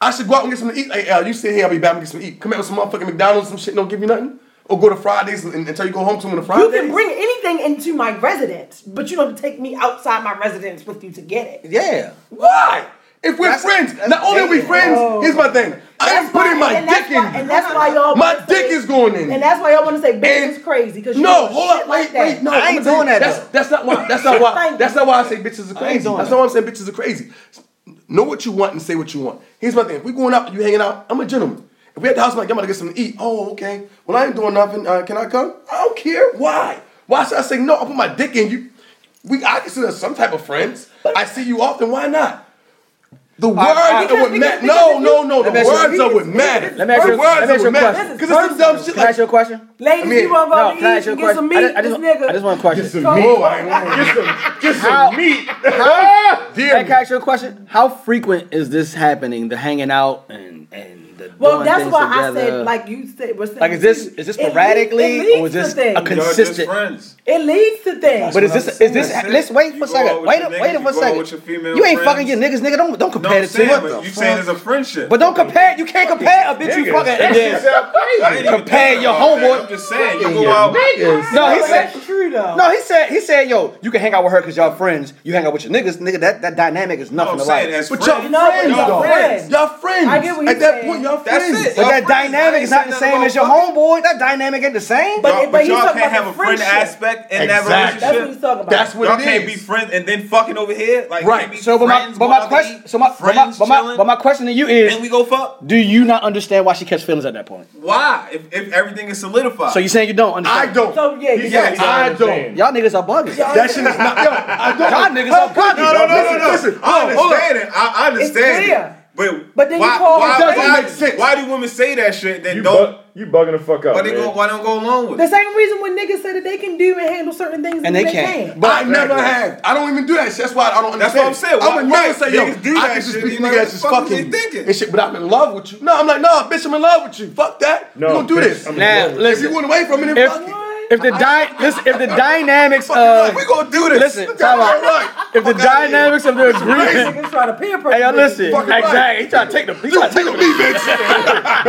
I should go out and get something to eat. Hey, Al, you sit here. I'll be back and get some to eat. Come out with some motherfucking McDonald's, some shit. Don't give you nothing. Or go to Fridays and, until you go home to them on the Fridays.
You can bring anything into my residence, but you don't take me outside my residence with you to get it.
Yeah.
Why? If we're
That's-
friends,
that's
not only are we
dating.
friends.
Oh.
Here's my thing. I am
why-
putting my
and that's
dick
why-
in.
And that's why y'all.
My
wanna
dick
say-
is going in.
And that's why y'all want to say bitch
And-
is crazy because you
No,
do
hold
shit
up,
like
wait,
that.
wait, no,
I ain't
I'ma tell
doing
you,
that,
That's,
though.
that's not why. That's not
Thank
why.
you.
That's not why I say bitches are crazy.
doing
That's
that.
not why I'm saying bitches are crazy. Know what you want and say what you want. Here's my thing: if we going out, you hanging out. I'm a gentleman. If we at the house, I'm like I'm gonna get something to eat. Oh, okay. Well, I ain't doing nothing. Uh, can I come? I don't care. Why? Why should I say no? I put my dick in you. We I consider us some type of friends. I see you often. Why not? The
Uh,
words
I-
are
Because-
what
because-
matter. No,
because
no, no. The
Let me ask you-
words are what matter.
Let me ask
The words are
you, let me ask you
what
a
matter.
question.
Because it's some dumb shit
Can I ask
like.
you a question?
Ladies,
I mean,
you want to go
No,
out
can I
to eat
ask you a
and get some
question?
meat?
I just, I just,
this nigga.
I just want a question.
Get some
Go.
meat. Oh, I ain't want to
Get some, get some
How-
meat.
Dear
Hey, can I ask you a question? How frequent is this happening? The hanging out and and the
Well,
doing
that's
things
why I
together?
said, like you said, were saying,
Like, is this is this
it leads-
sporadically
it leads
or is
to
this a
things.
Y'all just
consistent?
friends.
It leads to things.
But is this is this?
That's it.
Let's wait for a
You go out
second.
with
Wait,
your
a,
niggas,
wait for
you
a
go out with your
second.
female
You ain't
friends.
fucking your niggas, nigga. Don't don't
No,
compare
I'm
it to
saying,
what
but
the
you saying
fuck.
it's a friendship.
But don't compare. You can't compare a bitch you
Niggas,
fucking
that
and
shit
then.
sound
I ain't
crazy.
even
compare
thinking
your
about that.
homeboy-
I'm just saying, you go out.
No, he
But
said.
that's true though.
No, he said. He said, "Yo, you can hang out with her because y'all friends. You hang out with your niggas, nigga. That that dynamic is
No,
nothing
I'm
to like.
saying as
But y'all
friends.
No,
friends,
y'all
y'all
friends.
friends. Y'all friends.
I get what
At
you're
that
saying.
point, y'all
That's
friends.
it.
But
Y'all
that
friends. I
dynamic
ain't
is not the
saying
same
nothing
as your
about fucking-
homeboy. That dynamic ain't the same.
But-
Y'all-
but
But
he's
y'all
talking about
can't have a
the
friend
friendship.
aspect in
Exactly.
that
that's what he's
relationship.
talking about.
That's what
Y'all
it
can't be
is.
friends and then fucking over here. Like,
Right.
can't be
so, but my
friends,
but my
wanna
question,
be
so my but my
friends
but my,
chilling,
but my question to you
Then
is,
we go fuck.
do you not understand why she catch feelings at that point?
Why? If, if everything is solidified.
So you saying you don't understand?
I don't.
So yeah, you
Yeah,
know,
I
That's what I'm
don't.
saying.
Y'all niggas are bugging.
That shit is not. Yo, I don't.
Y'all niggas are bugging.
No, no, no, no, no.
Listen,
Listen,
Oh,
I
hold on, hold on.
understand it. I, I understand
clear.
it. But,
But then you
why,
call
why,
it
doesn't
why-
make sense.
Why do women say that shit that
You,
don't?
bug, you bugging the fuck up,
Why
man.
they go? Why don't go along with?
the
it?
same reason when niggas say that they can do and handle certain things
And they can't.
But I
Right,
never
right.
have. I don't even do that shit. That's why I don't
That's what I'm
understand.
saying.
I would
Why-
never
right.
say, yo,
Niggas do
I
that
can just
shit.
be
You
nigga
like,
that's just
fuck was
fucking
you thinking?
and shit. But I'm in love with you. No, I'm like, nah, bitch, I'm in love with you. Fuck that.
No,
you don't do
bitch,
this.
I'm in
Now,
love with you.
If you
listen.
went away from it, then fuck it.
If if the di- listen, if the dynamics
Fuck it,
of
like, we gonna do this.
listen,
Fuck
time out.
right.
if the
Fuck outta here.
dynamics of the agreement,
Niggas try to peer pressure.
hey, y'all listen,
Fucking right.
exactly. He trying to take the he
You
tryna take
take me, bitch.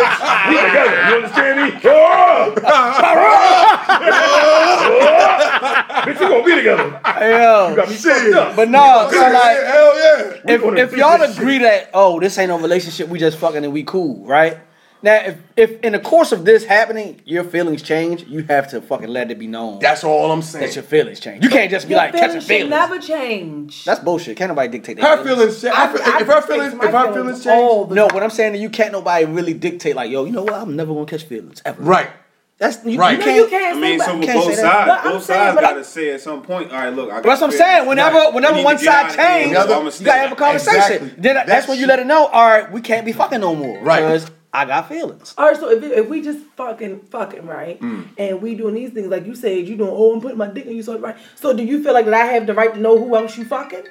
We together. You understand me? Oh! Bitch, we gonna be together.
Hell.
Got me fucked up.
But no, so like,
Yeah, Hell yeah.
if,
gonna
if
do
y'all
this
agree that, oh, this ain't no relationship, we just fucking and we cool, right? Now, if, if in the course of this happening, your feelings change, you have to fucking let it be known
That's all I'm saying.
that your feelings change. You can't just be
Your
like, catch your
feelings should
feelings.
never change.
That's bullshit. Can't nobody dictate that.
her feelings. change.
I- I
if her
fix
feelings,
my
if her
feelings
feelings change,
all the
No, what I'm saying is you can't nobody really dictate like, yo, you know what? I'm never gonna catch feelings ever.
right?
That's you,
Right.
You
No,
can't,
you can't
I mean,
say
so
that.
with
can't
both
say
sides,
that.
But I'm
both
saying,
sides
but I-
gotta say at some point. All right, look, I got
That's what I'm
feelings.
saying. Whenever,
Right.
whenever
You need
one
to get out
side
of here.
changes,
Another-
you gotta have a conversation.
Exactly.
Then that's,
That's
when you let it know. All right, we can't be fucking no more.
Right.
Because I got feelings.
All right, so if, if we just fucking fucking right,
Mm.
and we doing these things like you said, you doing oh I'm putting my dick in you, so right. So do you feel like that I have the right to know who else you fucking?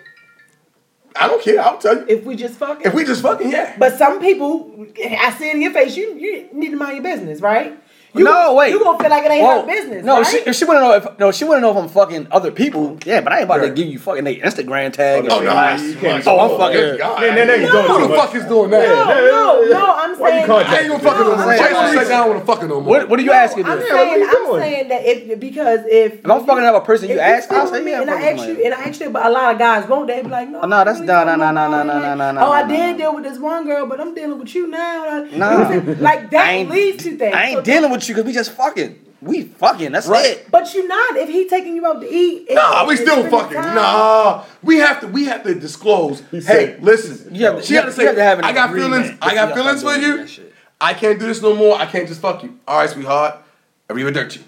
I don't care. I'll tell you.
If we just fucking,
If we just fucking yeah,
but some people, I see it in your face, you you need to mind your business, right? You,
no, wait.
You gonna feel like it ain't
Whoa.
her business?
No,
right?
she, if she wanna know if no, she wanna know if I'm fucking other people. Yeah, but I ain't about to
Right.
give you fucking they Instagram tag.
Oh,
and
no,
shit.
I- you can't.
Oh, I'm fucking-
God.
Nah, nah, nah, you doing
Who
too
the
much.
fuck is doing that?
no, no, no, I'm
Why you
saying.
calling
I ain't gonna fuck with no more.
I'm
Why you
saying-
gonna say I don't wanna fuck with no more?
What, what are you asking?
I'm
this?
what are
saying,
you
I'm
doing?
saying that if because if
If I'm fucking another person,
If
you ask.
feel
I'll say
me
yeah. I'm
and I
fucking
asked you,
somebody.
and I asked you, but a lot of guys won't. They be like, no,
Oh, no,
I
that's-
really
no,
don't
no, no,
know.
no, no,
They like,
no, no,
Oh, I
no, no,
did
no.
deal with this one girl, but I'm dealing with you now.
Nah.
like
I
that
ain't-
leads to things.
I ain't
So that-
dealing with you because we just fucking. We fucking. That's
Right.
it.
But you not if he taking you out to eat. and-
Nah, we
and
still
spending
fucking.
time.
Nah, we have to. We have to disclose. Hey,
said-
listen.
You have-
she
you
had to
have-
say,
you have to have an
"I got feelings.
agreement
I
that
got
you're
feelings
not
for
doing
you.
that shit."
I can't do this no more. I can't just fuck you. All right, sweetheart. Arrivederci.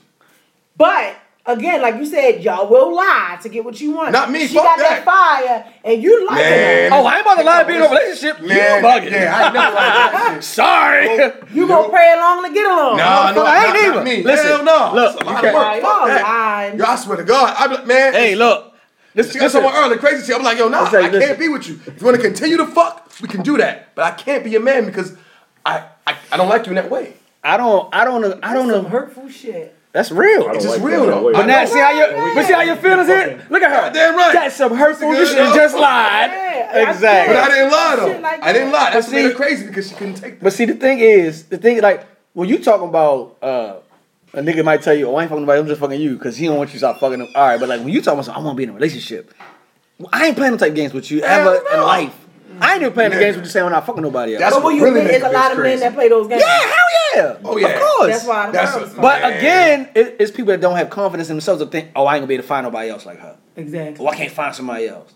But again, like you said, y'all will lie to get what you want.
Not me,
She
fuck
got that
that.
fire, and you like
Man,
it.
Oh, I ain't about to lie to be in a relationship. You
Man,
bugging.
yeah, I ain't never like that shit.
Sorry.
You gonna pray along to get along.
Nah, no,
Motherfucker, I
I
ain't
ain't
either.
not me.
Listen,
Hell no.
look,
That's a
you
lot
can't-
of
Nah,
work.
y'all
Fuck that.
lying.
Yo, I swear to God, I be, man.
Hey, look. This,
She got someone early, crazy shit. I'm like, yo, nah,
Listen,
I
listen.
can't be with you. If you want to continue to fuck, we can do that. But I can't be your man because I, I, I don't like you in that way.
I don't. I don't. I don't
Some
know.
hurtful shit.
That's real.
It's just
like
real
that.
though.
Wait,
I
But now,
know.
see how you. But see how your feelings hit. Look at her.
Goddamn right.
That's some hurtful.
It's
You
good,
should have
though.
just lied.
Yeah, I
exactly.
But I didn't lie though.
Shit like
I didn't
that.
lie. That's what
But
made her
see-
crazy because she couldn't take that.
But see, the thing is, the thing like when you talking about uh, a nigga might tell you, "Oh, I ain't fucking nobody. I'm just fucking you," because he don't want you to stop fucking him. All right, but like when you talking about, something, I want to be in a relationship. well, I ain't playing them type games with you ever
Hell
in
no.
life. I ain't even playing the
Nigga.
games with you saying I'm not fucking nobody else. Oh,
That's
But
what
when you
really
really
make
there's a
a
lot of
bitch
men
crazy.
that play those games.
yeah, hell yeah.
Oh, yeah.
of course.
That's why.
That's
That's
a-
But
Man.
again, it, it's people that don't have confidence in themselves that think, "Oh, I ain't gonna be able to find nobody else like her.
exactly.
Oh, I can't find somebody else."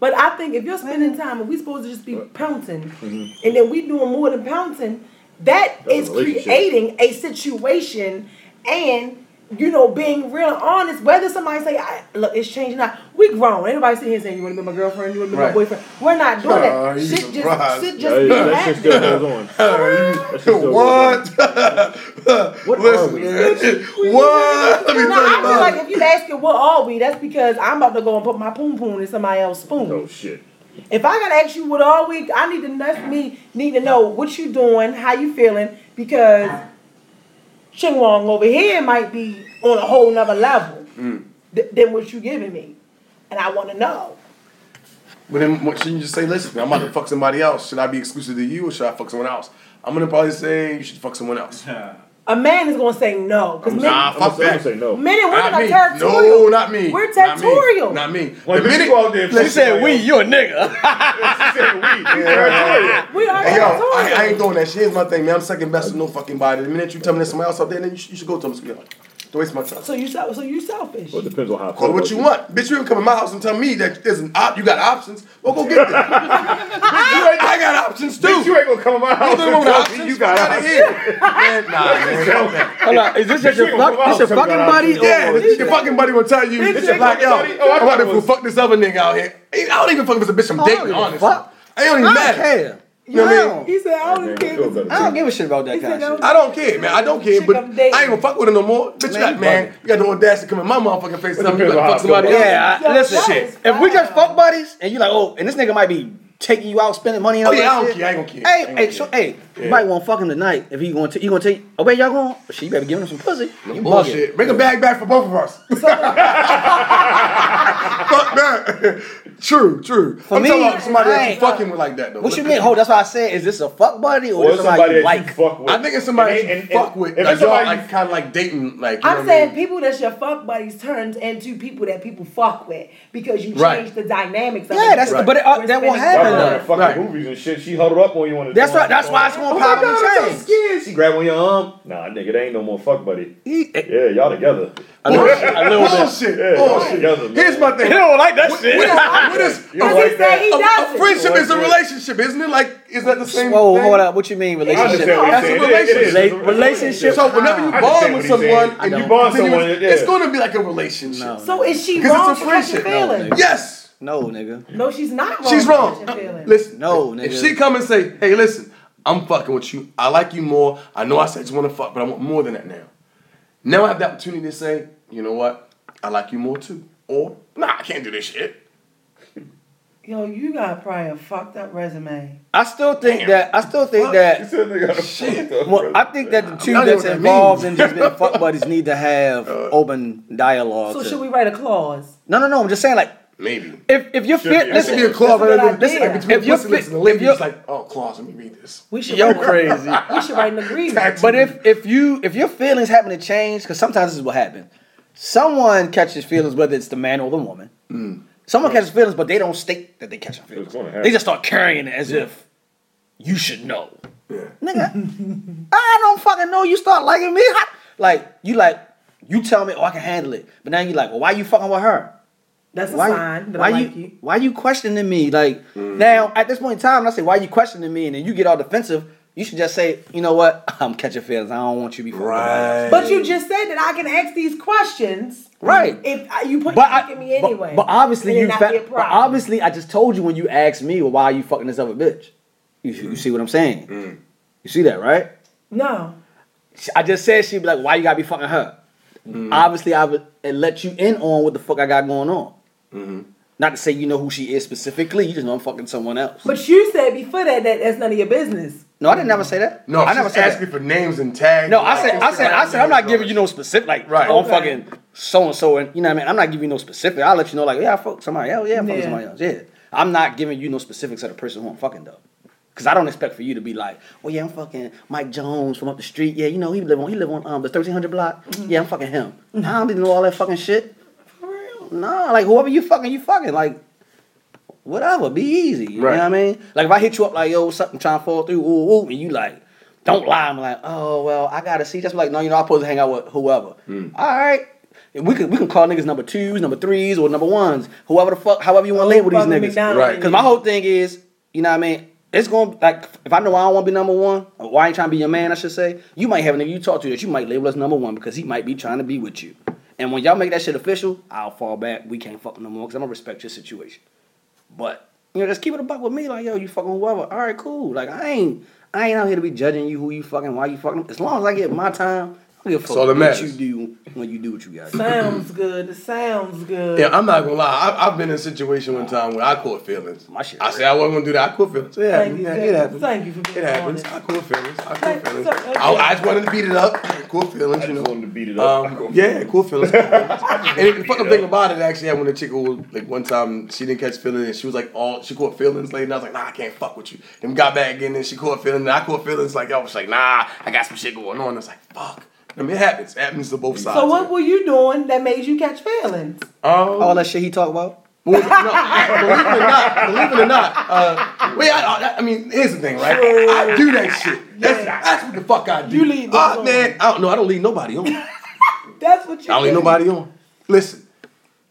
But I think if you're spending
Mm-hmm.
time and we supposed to just be pouncing, and then we doing more than pouncing,
That's
That's
a relationship.
creating a situation, and you know being real and honest. Whether somebody say, I, "Look, it's changing," now we grown. Anybody sitting here saying, "You want to be my girlfriend? You want to be my
Right.
boyfriend?" We're not doing
Nah,
that.
you
Shit just,
surprised.
shit just
Hey,
be
that shit still
happening.
goes on. That shit still goes
What? what?
are we?
Listen, man. what? Let me
No, I feel like
tell you about
if you asking what are we, that's because I'm about to go and put my poon poon in somebody else's spoon.
on. Oh shit.
If I gotta ask you what all week, I need to that's me need to know what you doing, how you feeling, because Ching Wong over here might be on a whole nother level
Mm.
th- than what you giving me, and I want to know.
But then, what, shouldn't you just say, listen, I'm about to fuck somebody else. Should I be exclusive to you or should I fuck someone else? I'm gonna probably say you should fuck someone else.
A man is gonna say no because men,
Nah,
I'm
fuck
gonna
that.
say no.
men and women
Not
are
me.
territorial.
No, not me.
We're
Not me.
territorial.
Not me.
Like,
The
bitch,
minute-
you out there
Listen,
She said, "We, you a nigga."
She said we.
We are
Hey, yo,
territorial.
I, I ain't doing that shit. Here's my thing, man. I'm second best to no fucking body. The minute you tell me there's somebody else out there, then you, sh- you should go to them, sweetheart. Don't waste my time.
so you sel- so you selfish.
Well, it depends on how.
Call it what you want. Bitch, you ain't come in my house and tell me that there's an op- you got options. Well, go get them. Bitch, you ain't- I got options too.
Bitch, you ain't gonna come in my house
You
and
ain't
tell me
options.
you got
out of
options.
here. Man, nah, man. fuck that.
Hold on, is this just your,
She gonna
fuck,
come
this your
out
fucking
sometime.
buddy? or-
Yeah, this, your fucking buddy will tell you,
Bitch,
it's
your
your black yo.
fucking buddy. Oh, I
I'm
thought
about
it
to
was-
fuck this other nigga out here. I don't even fuck if it's a bitch I'm
I don't
dating,
give a
honestly.
Oh, fuck.
I don't even
I don't
matter.
care.
You know what I
No.
mean?
he said I don't
Man,
care.
feel better.
I don't give a shit about that
He said
kind of shit.
no.
I don't care, man. I don't care,
Chick
but I
I'm
ain't
dating.
gonna fuck with her no more. Bitch, you
Man,
got, man, you got the audacity to come in my motherfucking face and tell me you
depends on
about to fuck
how I
somebody
feel
else.
Yeah, I,
Yo,
listen.
that
Shit.
is
If we just
foul.
fuck buddies and you like, oh, and this nigga might be taking you out, spending money. And
Oh,
all
yeah,
that
I don't
shit.
care. I ain't gonna care. I
Hey,
ain't
hey,
gonna
so,
care.
hey, you might want to fuck him tonight if he going to. You gonna take? Oh, where y'all going? She better give him some pussy. You bullshit.
Bullshit. Bring a bag back for both of us. fuck that. True, true. I'm
me,
talking about somebody that
I
you
ain't-
fucking with like that though.
What you mean? Hold, that's why I said, is this a fuck buddy or,
Or
somebody you
somebody that you
like?
fuck with.
I think it's somebody
And-
you
and-
fuck
and
with.
If
Like
it's
y'all
somebody,
like kind of like dating, like you know
I'm
what I mean?
saying people that's your fuck buddies turns into people that people fuck with because you change
Right.
the dynamics. Of
Yeah,
it.
that's
We're
but it, uh,
spending
that will
y'all
happen
been
though.
in fucking
Right.
movies and shit. She huddled up on you on the.
That's
on
right.
the
That's why it's
phone.
gonna
Oh my
probably
God, I'm so
change.
scared. She grabbed on your arm. Nah, nigga, there ain't no more fuck buddy.
He-
Yeah, y'all together.
a little, a little bit.
Bullshit.
Yeah,
Bullshit.
together, man.
Here's my thing.
don't like that shit.
What is, what is
You don't like
said he
a, a
doesn't.
friendship is a
What?
relationship, isn't it? Like, is that the same?
Whoa,
thing?
hold up. What you mean
I understand
relationship?
what you're
That's a
saying.
relationship.
It is.
Rela- relationship.
So whenever you
I
bond
understand
with
what he's
someone
saying.
and
You
you
bond
continue-
someone, yeah.
it's going to be like a relationship.
No.
So is she
'Cause it's
wrong
a
for catching
friendship. No,
feelings?
Yes.
No, nigga. Uh,
No, she's not wrong.
She's
for
wrong.
catching feelings.
Listen,
No,
If
nigga.
she come and say, "Hey, listen, I'm fucking with you. I like you more. I know I said you want to fuck, but I want more than that now." Now I have the opportunity to say, "You know what? I like you more too." Or, "Nah, I can't do this shit."
Yo, you got probably a fucked up resume.
I still think that. I still think that.
This nigga got a fucked up
Well, I
brother.
think that the two
know
that's
what that
involved in
means.
just being fuck buddies need to have
Uh,
open dialogue.
So
to-
should we write a clause?
no, no, no. I'm just saying, like,
Maybe.
if if you're
Should
fit,
be.
This would
listen,
be a clause
That's a
right
good
this, like,
idea.
between
If you're
pussy lips
fit-
and the lip,
if
you just
you're-
like, oh, clause, let me read this.
We should.
you're
write a-
crazy.
We should write an agreement.
But if if you if your feelings happen to change, because sometimes this is what happens. Someone catches feelings, whether it's the man or the woman. Someone catches feelings, but they don't state that they catch feelings.
It's gonna happen.
They just start carrying it as if you should know.
Yeah.
Nigga, I don't fucking know. You start liking me, How- like you like you tell me, oh, I can handle it. But now you like, well, why you fucking with her?
That's a
why,
sign that
why
I like
you,
you.
Why you questioning me? Like now at this point in time, I say, why you questioning me? And then you get all defensive. You should just say, you know what? I'm catching feelings. I don't want you before.
Right.
But you just said that I can ask these questions.
Right.
If I- you put
But,
but
I,
me anyway.
but, but obviously
and it
you
not
fa-
be a
but
problem.
obviously I just told you when you asked me well, why are you fucking this other bitch. You, you see what I'm saying? You see that right?
no.
She- I just said she'd be like, why you gotta be fucking her? Obviously I would and let you in on what the fuck I got going on. Not to say you know who she is specifically. You just know I'm fucking someone else.
But you said before that that that's none of your business.
no, I didn't never say that.
No,
I never
she's asking
said. that.
for names and tags.
No,
and,
I
like,
said, I said, I
Instagram
said, I'm not
names.
giving you no specific. Like,
Right.
I'm
Okay.
fucking so and so, and you know what I mean. I'm not giving you no specific. I'll let you know, like, oh, yeah, I fuck somebody else. Yeah, I'm fucking
Yeah.
somebody else. Yeah, I'm not giving you no specifics of the person who I'm fucking though, because I don't expect for you to be like, well, yeah, I'm fucking Mike Jones from up the street. Yeah, you know, he live on, he live on um the 1300 block.
Mm-hmm.
Yeah, I'm fucking him. I don't even know all that fucking shit. Nah, like whoever you fucking, you fucking like. Whatever, be easy. You
Right.
know what I mean? Like if I hit you up like yo, what's up? I'm trying to fall through, ooh, ooh, and you like, don't lie. I'm like, oh well, I gotta see. Just like, no, you know, I'm supposed to hang out with whoever.
Hmm.
All right. And we can we can call niggas number twos, number threes, or number ones, whoever the fuck, however you want to label these
Fucking
niggas.
McDonald's
Right.
and
Because my whole thing is, you know what I mean? It's gonna like if I know I don't want to be number one, or I ain't trying to be your man, I should say. You might have a nigga you talk to that you might label as number one because he might be trying to be with you. And when y'all make that shit official, I'll fall back. We can't fuck no more because I'm gonna respect your situation. But you know, just keep it a buck with me. Like, yo, you fucking whoever. All right, cool. Like, I ain't, I ain't out here to be judging you, who you fucking, why you fucking. As long as I get my time, I don't give a
That's
fuck
all that
what
matters.
you do when you do what you got. to
sounds good. It sounds good.
Yeah, I'm not gonna lie. I, I've been in a situation one time where I caught feelings.
My shit
I said I wasn't gonna do that. I caught feelings. It
Thank
happens.
you,
Yeah,
Jeff.
it happens.
Thank you for being
It happens.
honest.
I caught feelings. I
Thank-
caught feelings.
so- okay.
I, I just wanted to beat it up. Cool feelings, you
I
know.
just wanted to beat it up. I
Um,
go-
yeah, cool feelings. cool feelings. and the fucking thing about it actually happened when a chick who was like one time she didn't catch feelings and she was like all she caught feelings later and I was like, nah, I can't fuck with you. Then we got back again and she caught feelings and I caught feelings like I was like, nah, I got some shit going on. It's like, fuck. I mean it happens. It happens to both sides.
So what Oh, were you doing that made you catch feelings?
um,
All that shit he talk about.
Believe, no, believe it or not, believe it or not. Uh, wait, I, I, I mean, here's the thing, right? I do that shit. That's, that's what the fuck I do.
You lead the
uh,
song.
man, I don't know. I don't leave nobody on. I
That's what you.
don't
did.
leave nobody on. Listen,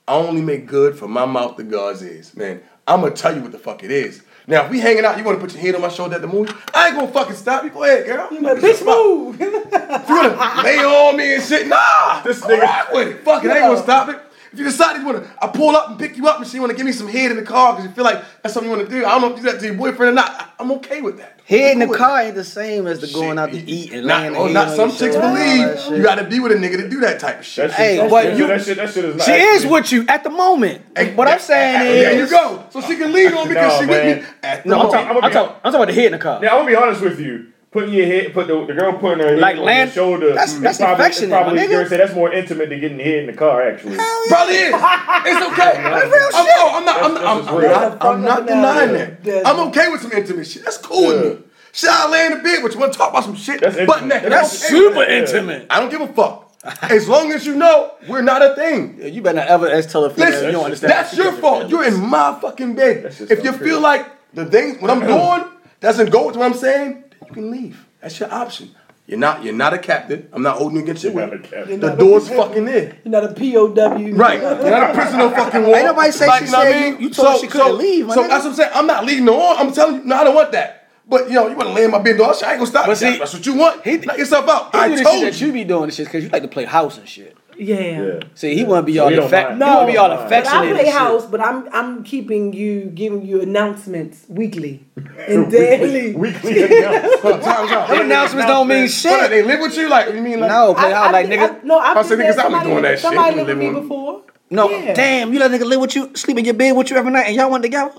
I only make good from my mouth to God's ears, man. I'm gonna tell you what the fuck it is. Now, if we hanging out, you wanna put your hand on my shoulder at the movie? I ain't gonna fucking stop you. Go ahead, girl. You
But bitch, move.
gonna lay on me and shit. Nah,
This
this
nigga-
nigga rock with it. Fuck it, I ain't
Yeah.
gonna stop it. If you decide you wanna, I pull up and pick you up, and she wanna give me some head in the car because you feel like that's something you wanna do. I don't know if you do that to your boyfriend or not. I, I'm okay with that.
Head in
I'm
the
cool with
car
that.
ain't the same as the
Shit,
going out to
you-
eat and
not,
laying
oh,
the
not
head
some
on your
chicks
shoulder and all that
believe you
shit.
gotta be with a nigga to do that type of shit.
That shit,
Hey,
that
but
shit-
you-
that shit, that shit is not.
She is
accident.
with you at the moment.
Hey,
what I'm
that-
saying is,
there you go. So she can lean on because
No,
she
man.
with me. At the
No, I'm
moment.
talking. I'm,
I'm gonna be-
talking. I'm talking about the head in the car.
Now I'm gonna be honest with you. Putting your head, put the, the girl putting her head
Like
on
land-
your shoulder.
that's-
is
that's
probably, is
affectionate,
probably
my nigga.
girl say that's more intimate than getting hit in the car. Actually,
Probably is. It's okay. That's real shit. I'm not. I'm,
That's-
I'm,
that's
I'm
real.
not, I'm not denying
Yeah.
that. I'm okay with some intimate shit. That's cool
Yeah.
with me. Shit, I lay in the bed with you. Want to talk about some shit?
That's
butt
intimate.
naked.
That's
I'm okay with
super
that.
intimate.
I don't give a fuck. As long as you know we're not a thing.
You better not ever ask tell her
Listen,
you don't
that's,
understand. She
your
doesn't
fault.
feel
You're
it.
in my fucking bed.
just
If you
unfair.
feel like the thing what I'm doing doesn't go with what I'm saying, you can leave. That's your option. You're not. You're not a captive. I'm not holding you against your
You're not
will.
a captive.
The door's fucking there.
You're not a POW.
Right. You're not a prisoner of fucking war.
Ain't nobody say she
you know what
said you- you told her she couldn't
so,
leave, my
So
nigga.
that's what I'm saying. I'm not leaving no on. I'm telling you, no, I don't want that. But you know, you want to lay in my bed, dog. shit, I ain't gonna stop. you.
But see,
that's what you want.
he-
Knock yourself out.
I do
I
the shit
told
that
you.
you be doing and shit because you like to play house and shit.
Yeah.
yeah.
See, he want to be
So
all
he don't
affectionate.
mind.
No,
No,
he want to be
he
all
don't mind.
But I
affectionate.
play
and shit.
house, but I'm I'm keeping you, giving you announcements weekly and daily.
Weekly announcement.
Time's out.
Them announcements don't mean
What,
shit.
They live with you, like you mean like
No, play
I-
house
I
like
think-
nigga.
I, no, I'm
I said,
just saying
niggas, I be
somebody-
doing that shit.
Somebody
We
lived with
live
me
on-
before.
No,
Yeah.
damn, you let nigga live with you, sleep in your bed with you every night, and y'all went together.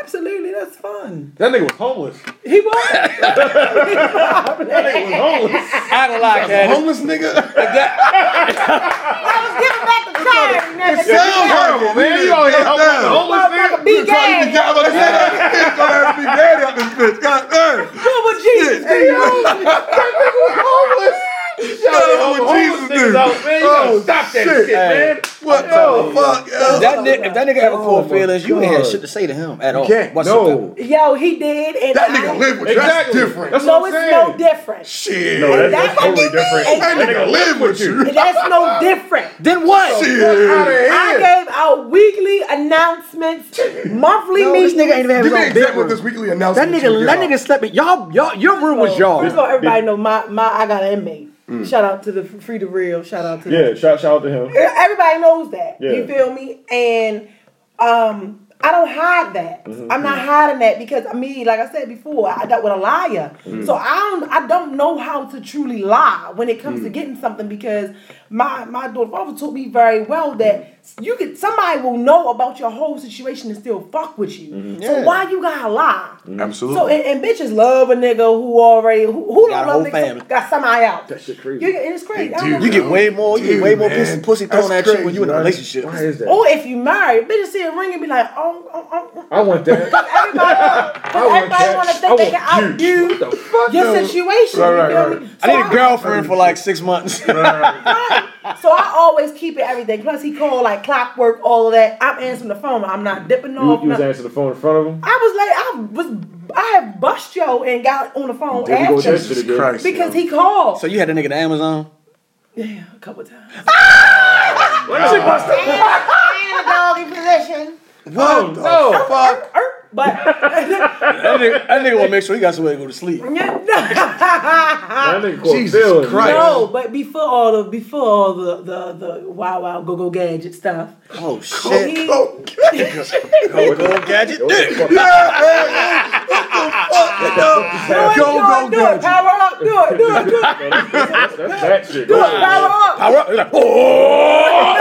Absolutely, that's fun.
That nigga was homeless.
He was.
That nigga was homeless.
I don't like
a homeless nigga.
That's
Sounds horrible, man. You out here
Homeless,
down.
homeless nigga.
You trying to get out of this bitch? Gonna have to be daddy out this bitch. God damn.
what Jesus
Hey, yo, Shout out
Homeless
what Jesus
niggas
did.
out, man. You gotta
Oh,
stop that
shit.
shit, man.
What the fuck? yo?
That nigga, if that nigga ever
Oh
called
my
feelings, you ain't had
God.
shit to say to him at all.
can't.
whatsoever.
Yo, he did, and
That
I,
nigga live with you. That's
Exactly.
different.
That's
No,
what
it's
I'm
no
saying.
different.
shit.
No, that's,
That
that's totally
nigga-
different.
Hey,
that nigga live with you.
That's no different.
Then what?
Shit.
I gave out weekly announcements, monthly
No, this
meetings.
nigga ain't even have
Give
his
me an
own
example of
bedroom.
this weekly
That
announcement.
nigga, that nigga slept in y'all. Y'all, your room was y'all.
First of all, everybody know my my I got an inmate.
Mm.
Shout out to the free to real. Shout out to
Yeah, shout, shout out to him.
everybody knows that. You
Yeah.
feel me? And um, I don't hide that. I'm not hiding that because I mean, like I said before, I dealt with a liar. So I don't I don't know how to truly lie when it comes to getting something because my my daughter father taught me very well that you could somebody will know about your whole situation and still fuck with you. So
Yeah.
why you gotta lie?
Absolutely.
So and, and bitches love a nigga who already who, who
Got
don't
a whole
love niggas
family.
so- got somebody out. That
shit crazy.
It's crazy. I don't know
do.
You get way more. You get way more
Dude,
pussy,
man.
pussy thrown
That's
at you when
crazy,
you in a
man.
relationship.
Why is that?
Or if you married, bitch see a ring and be like, oh, oh, oh, oh.
I want that.
everybody,
I want
everybody
that.
want to
I
think they
want
can outdo
What the fuck?
your situation.
Right,
you
right,
feel
right.
me?
I
So
need a girlfriend for like six months.
Right. So I always keep it everything. Plus he called like clockwork, all of that. I'm answering the phone. I'm not dipping
You,
off.
you was
nothing.
answering the phone in front of him.
I was like, I was, I had bust yo and got on the phone
There we go,
after
that's-
Jesus Christ.
because he called.
so you had a nigga to Amazon.
yeah, a couple times. Ah!
What the fuck?
Um, Er, But
That nigga, that nigga want to make sure he got somewhere to go to sleep.
That nigga called
Jesus
Phil and-
Christ.
No, Oh, but before all the before all the the, the wow wow go go gadget stuff.
Oh shit!
He,
Oh,
Go go gadget.
Yo, what the fuck?
do it, do it, do it,
God. Go, go, go.
power up, do it, do it, do it,
That's that shit.
do it, power up.
Power up. He's like, oh.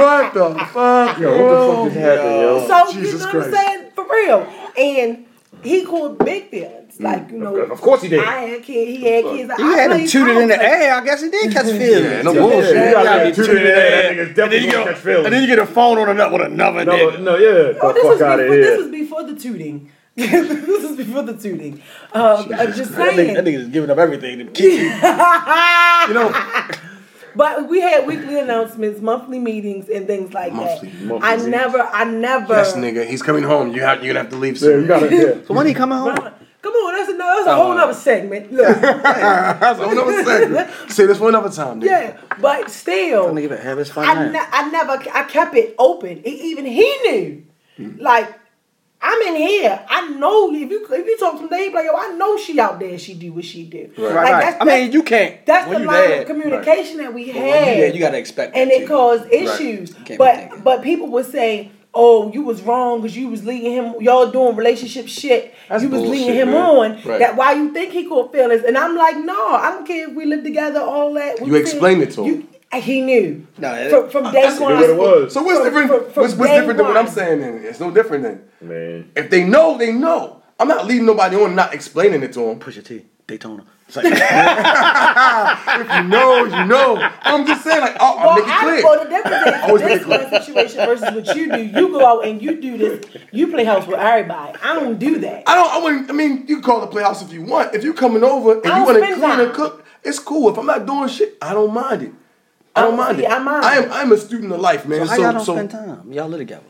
What the fuck?
Yo, what the fuck just happened, yo?
So
Jesus
you know
Christ.
what I'm saying? For real. And he called big feelings. Like, you know,
Of course he did.
I had kids, he had kids.
You had him tooted in the air. I guess he did catch feelings.
Yeah, no
Yeah.
bullshit.
Yeah, you gotta get
Two
tooted in
to
there.
the
That nigga's definitely
you
gonna
get-
catch feelings.
and then you get a phone on another with another
No,
nigga.
no, yeah.
Oh, this
the
was
fuck out
before,
of
this was
here.
before the tooting. this is before the tooting. Um, I'm just
That nigga, that
saying.
nigga's giving up everything to keep you.
You know,
But we had weekly announcements, monthly meetings, and things like
Monthly-
that.
monthly
I
meetings.
never, I never.
yes, nigga, he's coming home. You have, you're gonna have to leave
Yeah, you
soon.
gotta. Yeah.
So when he coming home?
Come on, that's a, that's a whole nother segment. Look,
That's what I'm saying. Say this for another time, nigga.
yeah, but still,
Nigga, better have his fun
I,
night.
ne- I never, I kept it open. E- even he knew,
Mm.
like, I'm in here. I know if you if you talk to Dave, like, yo, I know she out there. She do what she do. Like,
Right, right.
that's-
I mean, you can't.
That's
when
the
you
line
there,
of communication that we
when you
had.
there, you gotta expect
and
that
it
too.
caused issues.
Can't be
But
thinking.
but people would say, "Oh, you was wrong because you was leading him. Y'all doing relationship shit. you was leading
bullshit,
him
man.
on.
Right.
That why you think he caught feelings?" And I'm like, "No, I don't care if we live together. All that." We
You
said-
explained it to him.
You, he knew.
No, it-
from, from day
That's
one.
what it was.
So what's
From-
different?
from- from
what's what's
day
different than what I'm
one.
saying? Then it's no different than
Man.
if they know, they know. I'm not leading nobody on, and not explaining it to them.
Push your T. Daytona. It's like,
You know, you know. I'm just saying, like, I'll, I'll
Well,
make it
I,
clear.
well, the difference
Always
is this
make it clear.
one situation versus what you do. You go out and you do this. You play house with everybody. I don't do that.
I don't. I wouldn't. I mean, you can call the playhouse if you want. If you coming over and
I
you
don't
want to
spend
clean
time.
and cook, it's cool. If I'm not doing shit, I don't mind it. I don't
Oh,
mind
see,
it.
I mind
I am.
it.
I'm a student of life, man.
how
so,
y'all don't
so
spend time? Y'all live together.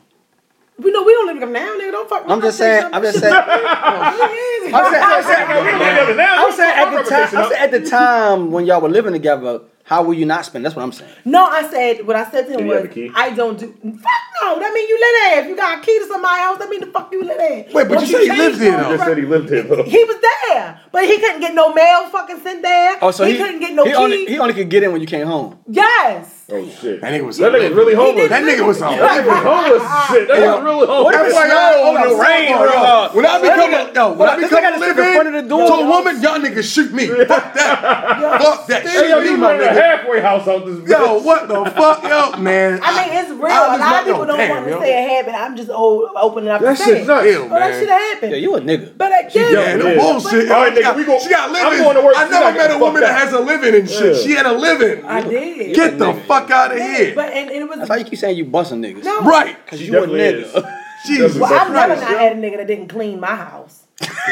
We know we don't live with them now, nigga. Don't fuck. with
I'm
them.
just saying. I'm just saying.
It is.
I'm saying. I'm saying-
Now,
I'm saying at the time.
reputation
I'm saying at the time when y'all were living together. How were you not spending? That's what I'm saying.
No, I said what I said to him
Did he have a
was
key?
I don't do. Fuck no. That mean you lit ass. If you got a key to somebody else, that mean the fuck you lit ass.
Wait, but
What
you said he
changed
lived there,
on
though.
You just said he lived here. though.
He was there, but he couldn't get no mail fucking sent there.
Oh, so
he,
he,
couldn't get no
he
key.
Only, he only could get in when you came home.
yes.
Oh shit.
That nigga was
That nigga really homeless.
That nigga was on.
That nigga homeless shit. That nigga really
What if
homeless.
That's
it's
why y'all
snow
on
or
the
the rain
summer,
or
y'all.
uh,
When I
that
become
nigga-
a, yo, when I
this
become
nigga
a
just stood in
living,
front of the door.
to a woman, y'all niggas shoot me. Fuck that. Fuck that.
Hey, yo,
Shoot me,
you
my
running a
nigga.
halfway house out this bitch.
Yo, what the fuck, yo, man?
I mean, it's real.
I
A lot
was like,
of
yo,
people don't
damn,
want to
yo.
say it happened. I'm just old, opening up.
That
and
shit
saying it.
nuts.
Ew,
Well, that
man.
should have happened.
Yeah, you a nigga.
but I guess
Yeah, no
Yeah.
bullshit.
All right,
She
nigga,
got-
we gon-
she got living.
I'm going to work.
I
She's not
never met a
getting
woman
fucked
that
up.
has a living and shit.
Yeah.
She had a living.
I did.
Get the fuck out of here.
But and, and it was
That's why you keep saying you busting niggas.
no.
Right.
Cause
She
you a
definitely is.
nigga.
Jesus
Well,
Well, I've never
Christ.
not had a nigga that didn't clean my house.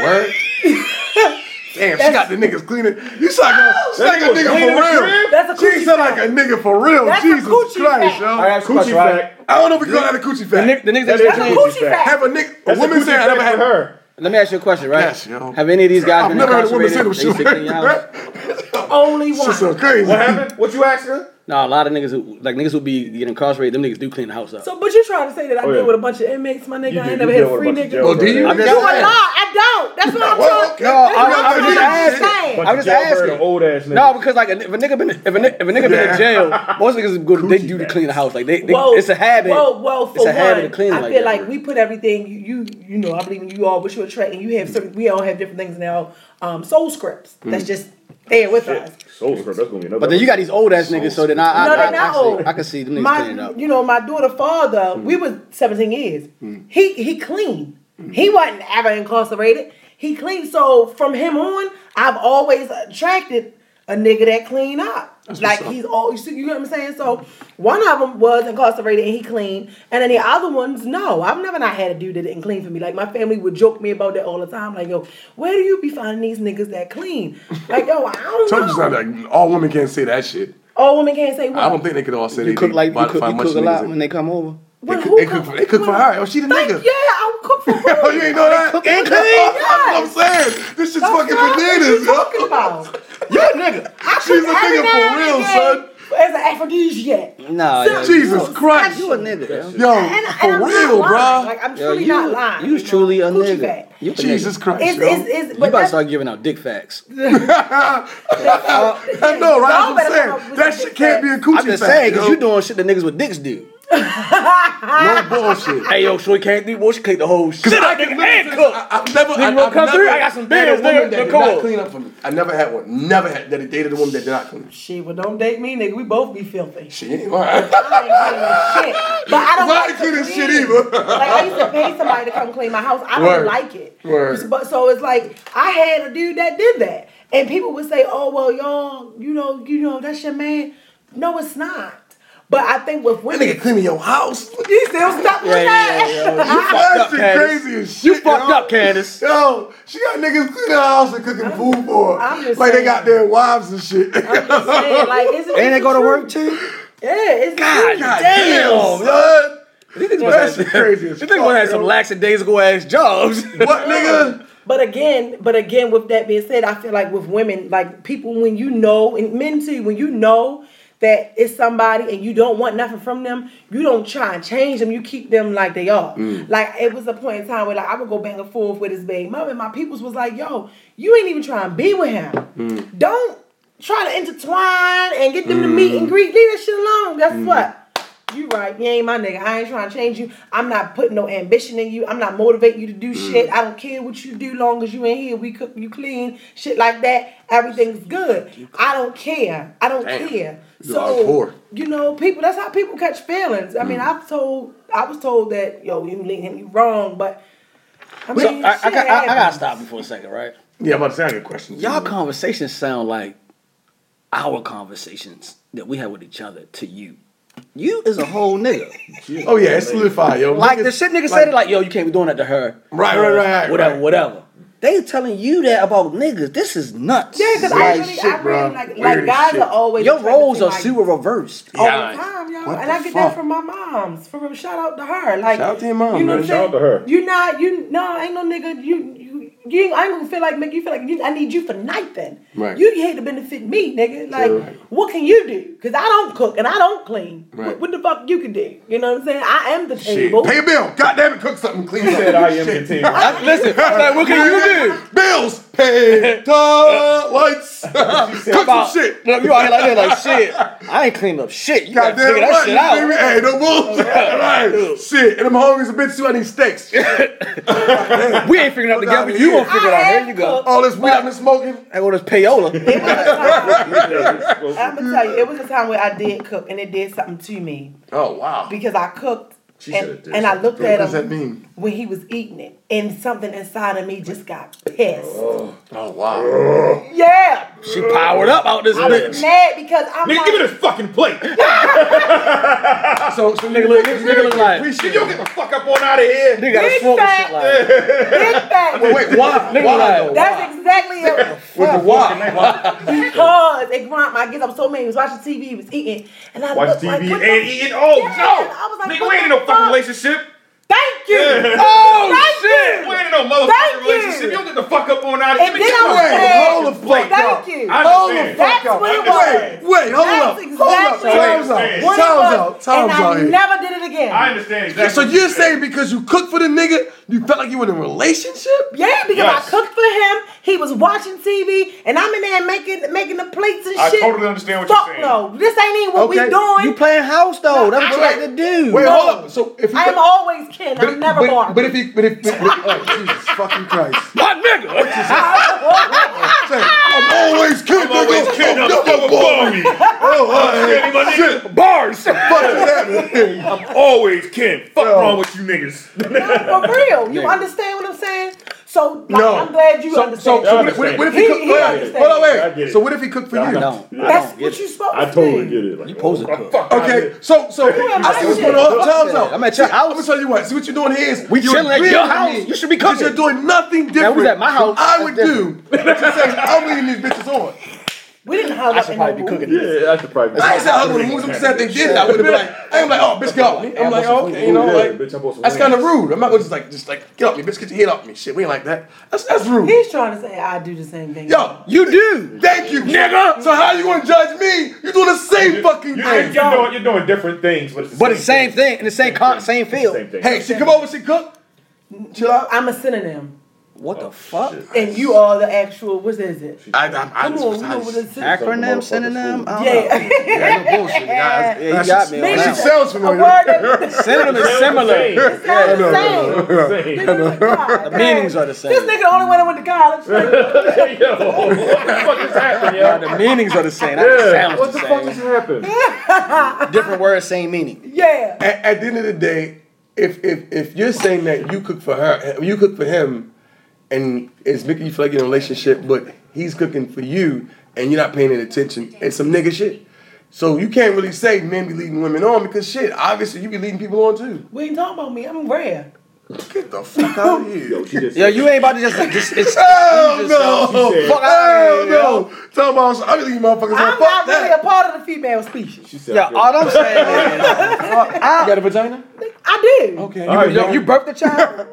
Word. Damn, she got the niggas cleaning. You sound like a, she like a
nigga was
nigga
cleaning the
for real.
crib?
That's a
She
coochie
sound like
fact.
a nigga for real.
That's a
Jesus
coochie
Christ,
fact.
yo.
All right, that's a
Coochie
question, right?
fact.
I don't know if we call that a coochie
The,
fact.
ni- the niggas
That
that
is
That's a
Clean.
coochie fact.
Have a nigga, a
That's a
woman
coochie
saying I
fact
never had
for her.
Let me ask you a question, right?
Yes, yo.
Have any of these guys
I've
been
never heard a woman say
incarcerated?
them
They
shit
used to clean your house?
like that.
Only one.
Shit so crazy.
What happened? What you asked her?
No, a lot of niggas who like niggas who be getting incarcerated, them niggas do clean the house up.
So, but you trying to say that I
Oh,
deal
yeah.
with a bunch of inmates, my nigga?
You
I
do-
ain't
you
never
deal
had a
with a
free
bunch of
nigga.
Oh,
jailbirds.
do you?
I'm
You
just
a lie.
saying.
I don't. That's what I'm
Well,
trying.
okay.
No, I'm,
what
I'm
I'm
just asking.
saying.
I'm just
Bunch of jailbird
asking.
old ass niggas.
No, because like if a nigga been if a nigga, if a nigga been in jail, most niggas go they do to clean the house. Like they, they
Whoa,
it's a habit.
Whoa, whoa, for
it's a
one,
habit of cleaning
I
like
feel
that.
like we put everything you, you you know I believe in you all, but you're attracting. You
Mm.
have certain. We all have different things now. Um, soul scripts. That's just there with us.
Soul Scrub, that's gonna be another.
But then you got these old ass niggas, so then I I,
No,
I,
they're not
I,
old.
see, I can see them niggas cleaning
my
up.
you know my daughter father we was 17 years he he clean he wasn't ever incarcerated he clean so from him on i've always attracted a nigga that clean up like he's always you know what i'm saying so one of them was incarcerated and he cleaned and then the other ones no i've never not had a dude that didn't clean for me like my family would joke me about that all the time like yo where do you be finding these niggas that clean like yo i don't
Told you
know
something. Like, all women can't say that shit.
all women can't say what
I don't think they could all say
You
they
cook
did
like you
find-
cook,
find
you
much
cook a lot
niggas
when they come over.
They
Well,
cook-
who
they cook for- they cook for
well,
her. Oh, she the
thank-
nigga.
Yeah, I'll cook for her.
Oh, you ain't know that?
cook and
That's
clean.
what I'm saying. This shit's
That's
fucking
what
bananas,
you talking
yo.
about.
You're a nigga. She's a
Every
nigga
now
for
and
real,
again,
son.
As an aphrodisiac.
Nah,
So-
yeah,
Jesus
you-
Christ.
you a nigga. yo.
Yo,
And, and
for
I'm
real,
not lying.
bro.
Like, I'm
Yo,
truly
you,
not lying.
you was
know?
truly a
Coochie
nigga.
fat.
You a
Jesus
nigga.
Christ,
It's,
yo.
it's, it's,
You
but
about to
that's,
start giving out dick facts.
I know, right?
Y'all
That's
better come
what
up
I'm saying.
with
That
some
shit can't be a coochie
I'm just
fact,
saying, because
yo.
you doing shit that niggas with dicks do.
no bullshit.
Hey, yo, Shorty came through, boy, she cleaned the whole shit
I
up,
can
nigga,
literally-
and cooked.
I, I've never,
Nigga,
I've,
gonna
I've
come
never
through? I got
had
some
a
beers,
woman
nigga.
that did
Look, come
not
on.
clean up for me. I never had one. Never had that dated a woman that did not clean.
shit, well, don't date me, nigga. We both be filthy.
She ain't lying.
I ain't cleaning shit. But I don't
Why
like
I clean
to
this shit
clean.
either?
like I used to pay somebody to come clean my house. I don't
Word.
like it.
Word.
But so it's like I had a dude that did that, and people would say, "Oh well, y'all, you know, you know, that's your man." No, it's not. But I think with
That
women,
nigga cleaning your house.
you still stuck with
Yeah, yeah,
that.
yeah,
That
up,
shit
Candace.
crazy as shit.
You fucked
yo.
up, Candace.
Yo, she got niggas cleaning her house and cooking food for her.
I'm
Like
just
they
saying.
got their wives and shit.
I'm just saying, like, is it,
And they go to work
Too.
too?
Yeah, it's
God
God.
damn,
son. That
must
shit
have-
crazy as
You think one
fuck,
had some
yo.
lackadaisical ass jobs?
What nigga?
But again, but again, with that being said, I feel like with women, like people, when you know, and men too, when you know that it's somebody and you don't want nothing from them, you don't try and change them. You keep them like they are. Like it was a point in time where like I would go back and forth with this baby mom, and my peoples was like, "Yo, you ain't even trying to be with him. Don't try to intertwine and get them to meet and greet. Leave that shit alone. Guess what?" You right. You ain't my nigga. I ain't trying to change you. I'm not putting no ambition in you. I'm not motivating you to do
Mm.
shit. I don't care what you do long as you in here. We cook, you clean, shit like that. Everything's good. I don't care. I don't care.
hardcore.
So you know, people. That's how people
Mm.
catch feelings. I mean, I've told. I was told that yo, you leading him you wrong, but I
So
mean,
I, I,
shit
got- I, I gotta
happens.
stop you for a second, right?
Yeah, I'm about to say I got questions.
Y'all conversations sound like our conversations that we have with each other to you. You is a whole nigga.
Oh yeah, it's solidified, yo.
Like
Niggas-
the shit nigga said it like, yo, you can't be doing that to her.
Right, right, right, right,
Whatever,
right.
whatever. They telling you that about niggas. This is nuts.
Yeah, because I
Weird
really, I
shit,
really
bro.
like, like
Weird
guys
shit.
are always.
Your
attracted to,
roles are
like,
super reversed.
all
Yeah.
the time, y'all.
What
and I
the
get that
fuck?
from my moms. For real, shout out to her. Like
Shout out to your mom,
you know what
man.
I'm
Shout out to her.
saying? You not you no ain't no nigga you you. You, ain't- I ain't gonna feel like make you feel like you, I need you for nothing.
Right.
You hate to benefit me, nigga. Like,
Right.
what can you do? Cause I don't cook and I don't clean. What-
Right.
What, the fuck you can do? You know what I'm saying? I am the
Shit.
table.
Pay a bill. God damn it, cook something clean.
He said I am continuing.
Listen, like, what can you do?
Bills paid. Duh, lights. cook some
about-
shit.
Look, you out here like that, like shit. I ain't cleaned up shit. You gotta
God damn
figure that
right,
shit
you feel me?
out.
Hey, no bullshit. Right. Shit. And them homies a bitch too. I need steaks.
We ain't figuring
Fuck outta
it out together. You
here. Oh.
gonna figure it out. Here you go.
All this weed I've been smoking.
I go to payola.
I'm gonna tell you, it was a time where I did cook and it did something to me
Oh wow.
because I cooked
She should've
and,
did
and I looked at
What
him.
does that mean?
when he was eating it, and something inside of me just got pissed.
Oh wow.
Yeah,
She powered up out this
I was
bitch.
mad because I'm
Nigga,
like,
give me this fucking plate.
So, so nigga, look, nigga,
nigga look like-
Appreciate
Nigga, you get the fuck up on out of here.
Nigga got a
Big
swole
fat-
shit like
big fat.
Wait, why?
Nigga
Why?
like-
though?
That's exactly it.
With the why?
Because it grind my get up so mad. He was watching TV, he was eating, and I
Watch
looked
TV
like, what
and
the-
eating. Oh
Yeah,
no,
I was like,
nigga,
what
we ain't in
the
no fucking
fuck?
relationship.
Thank you.
Yeah. Oh,
Thank
We
you.
ain't in no
Thank
motherfucking
you.
relationship. You get the fuck up on out of here.
And
Nigga,
then I
come
was
on.
mad.
Hold the fuck
Thank
up.
you.
I
Hold
understand.
the
That's
fuck up.
what it
Wait,
was.
wait, hold
That's
up. Hold up.
exactly
Time's
what
out.
it was.
Time's
What it
out.
was, and
Time's out.
I
here.
never did it again.
I understand exactly.
So
what
you're
you said.
saying because you cooked for the nigga, you felt like you were in a relationship?
Yeah, because
Yes.
I cooked for him. He was watching TV, and I'm in there making making the plates and
I
shit.
totally understand what you're
Fuck
saying.
no, this ain't even what
Okay,
we doing.
You playing house though. That's what
Wait,
you like to do.
Wait,
No.
hold up. So if
I am always kidding.
but,
I'm never
but,
born.
But if he, but if, but, but, oh, Jesus fucking Christ!
My nigga.
Say, I'm always kidding.
I'm always kidding. I'm
I'm
still
never born.
balling.
Oh,
Really, my nigga?
Bars.
fuck is happening?
I'm always Ken. Fuck
Yo.
wrong with you niggas.
no, for real, you understand what I'm saying? So like,
No,
I'm glad you
so,
understand.
So, so
I
what, if- what,
understand.
what if he,
He-
cooked?
he
Hold on,
understands.
hold on,
I get
wait.
it.
So what if he cooked for you?
I
I don't. I
That's
don't
what
get
you
it.
supposed
I
to
totally
do.
get it. Like,
supposed to
I'm
cook.
fucked Oh, outta
Okay,
here.
so so I see what's going on. Time's out.
I'm at your
See,
house.
I'm gonna tell you what. See what you're doing here is
We
you're
chilling at your
agreeing with
house.
me
You should be
that
cooking.
You're doing nothing different.
was at my house.
I would
That's
do. But you're saying I'm leaving these bitches on.
We didn't have
I
up
should
in no
probably be
room.
cooking this.
Yeah, I should probably.
I ain't said I was gonna move them said they did. I would have been like, I am like, oh, bitch, get off me. I'm like, oh, okay, you know, like, that's kind of rude. I'm not gonna just like, just like, get off me, bitch, get your head off me. Shit, we ain't like that. That's that's rude.
He's trying to say I do the same thing.
Yo,
You do.
thank you, nigga. So how you gonna judge me? You're doing the same fucking
You're, you're,
thing.
doing, you're doing different things, but it's the
But
same
it's same thing in the same con, same field.
Same thing.
Hey, she come over, she cook. Chill out.
I'm a synonym,
What
Oh,
the fuck?
and you are the actual. What is it?
I, I, I,
Come on, we
just, I
know what
just,
it's.
Acronym,
Motherfucker's
synonym.
food.
I don't know.
Yeah,
yeah, no bullshit. Yeah,
Yeah, you got me on
She
that.
sounds
a word
familiar.
that
Synonym is
Same.
similar.
it sounds the same.
Same.
The
meanings are the same.
This nigga the only one that went to college.
Yo, what the fuck is happening, yo?
The meanings are the same. That
Yeah,
sounds
what
the
the fuck is
same.
happening?
Different words, same meaning.
yeah.
at, at the end of the day, if if if you're saying that you cook for her, eh, you cook for him, and it's making you feel like you're in a relationship, but he's cooking for you, and you're not paying any attention, it's some nigga shit. So you can't really say men be leading women on because shit, obviously you be leading people on too.
We ain't talking about me. I'm rare.
Get the fuck out of here.
She just
Yeah, you ain't about to just just. It's,
Hell
yourself.
no!
said-
Fuck
Hell
outta here,
no! Talking about some- I'm just leaving motherfuckers on.
I'm
Fuck
not really a
that.
part of the female species.
she said,
yeah, all I'm saying is, uh,
You got a vagina?
I do.
Okay.
All right,
you,
yo.
you birthed a child.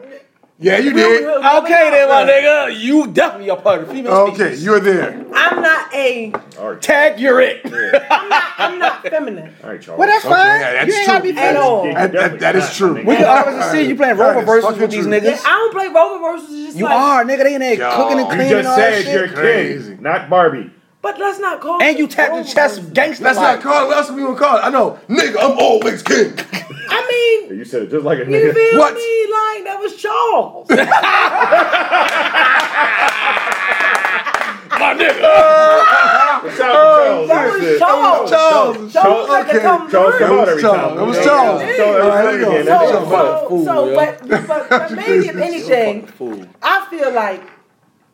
yeah, you did.
Okay then, my nigga, you definitely a part of the female species.
Okay, you're there.
I'm not a.
Tag, you're it.
I'm not. I'm not feminine.
all right, Charles.
Well, that's fine.
yeah, that's
you ain't gotta be
true.
At
feminine.
all.
That- that- that is true.
We can always see you playing
That
role
is
reversals
fucking
with these
true.
Yeah,
niggas.
I don't play role reversals. it's Just
You
like,
are, nigga. They in there
Yo,
cooking and
you
cleaning
You
and all
just
that
said you're
shit.
Crazy.
Ken, not Barbie.
But let's not call.
And
it
you tapped
role
your chest
reversals.
gangster.
That's not
like,
called. That's what we gonna call it. I know, nigga. I'm always king.
I mean,
You said it just like a
you
nigga.
feel
What?
me? Like that was Charles.
Shout out to
That
Charles.
was Charles.
Charles,
Charles, had to come
Charles come
through.
out every
Charles.
time.
It was
You know,
Charles.
Charles every time
All right,
again.
there
That
you go.
nigga fucked.
So, so, so, but, but, but maybe if anything, I feel like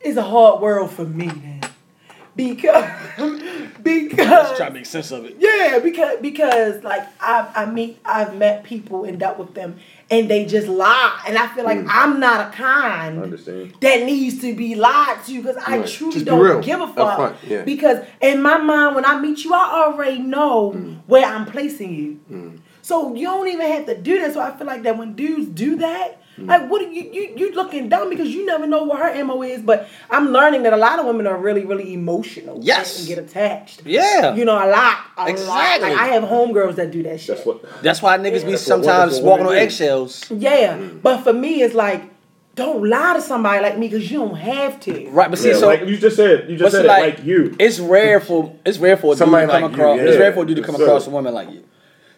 it's a hard world for me now because because
Try to make sense of it.
yeah, because because like I've I meet I've met people and dealt with them and they just lie and I feel like
Hmm.
I'm not a kind
Understand.
that needs to be lied to because I
Right.
truly
Just be
don't
real.
give a
Up
fuck.
front, yeah.
Because in my mind when I meet you I already know
Hmm.
where I'm placing you. So you don't even have to do that. So I feel like that when dudes do that,
Mm.
like what are you you you looking dumb because you never know what her MO is. But I'm learning that a lot of women are really, really emotional.
Yes.
And get attached.
Yeah.
You know, a lot. A
Exactly.
lot. Like, I have homegirls that do that shit.
That's what.
That's why niggas be
That's a
sometimes
wonderful
walking on
woman.
eggshells.
yeah.
Mm.
But for me, it's like, don't lie to somebody like me because you don't have to.
Right, but see,
Yeah,
so
like you just said, you just
What's
said
it
it like, you.
It's rare for it's rare for a
Somebody
dude to come
like you,
across.
yeah.
It's rare for a dude to
Yes,
come
sir.
across a woman like you,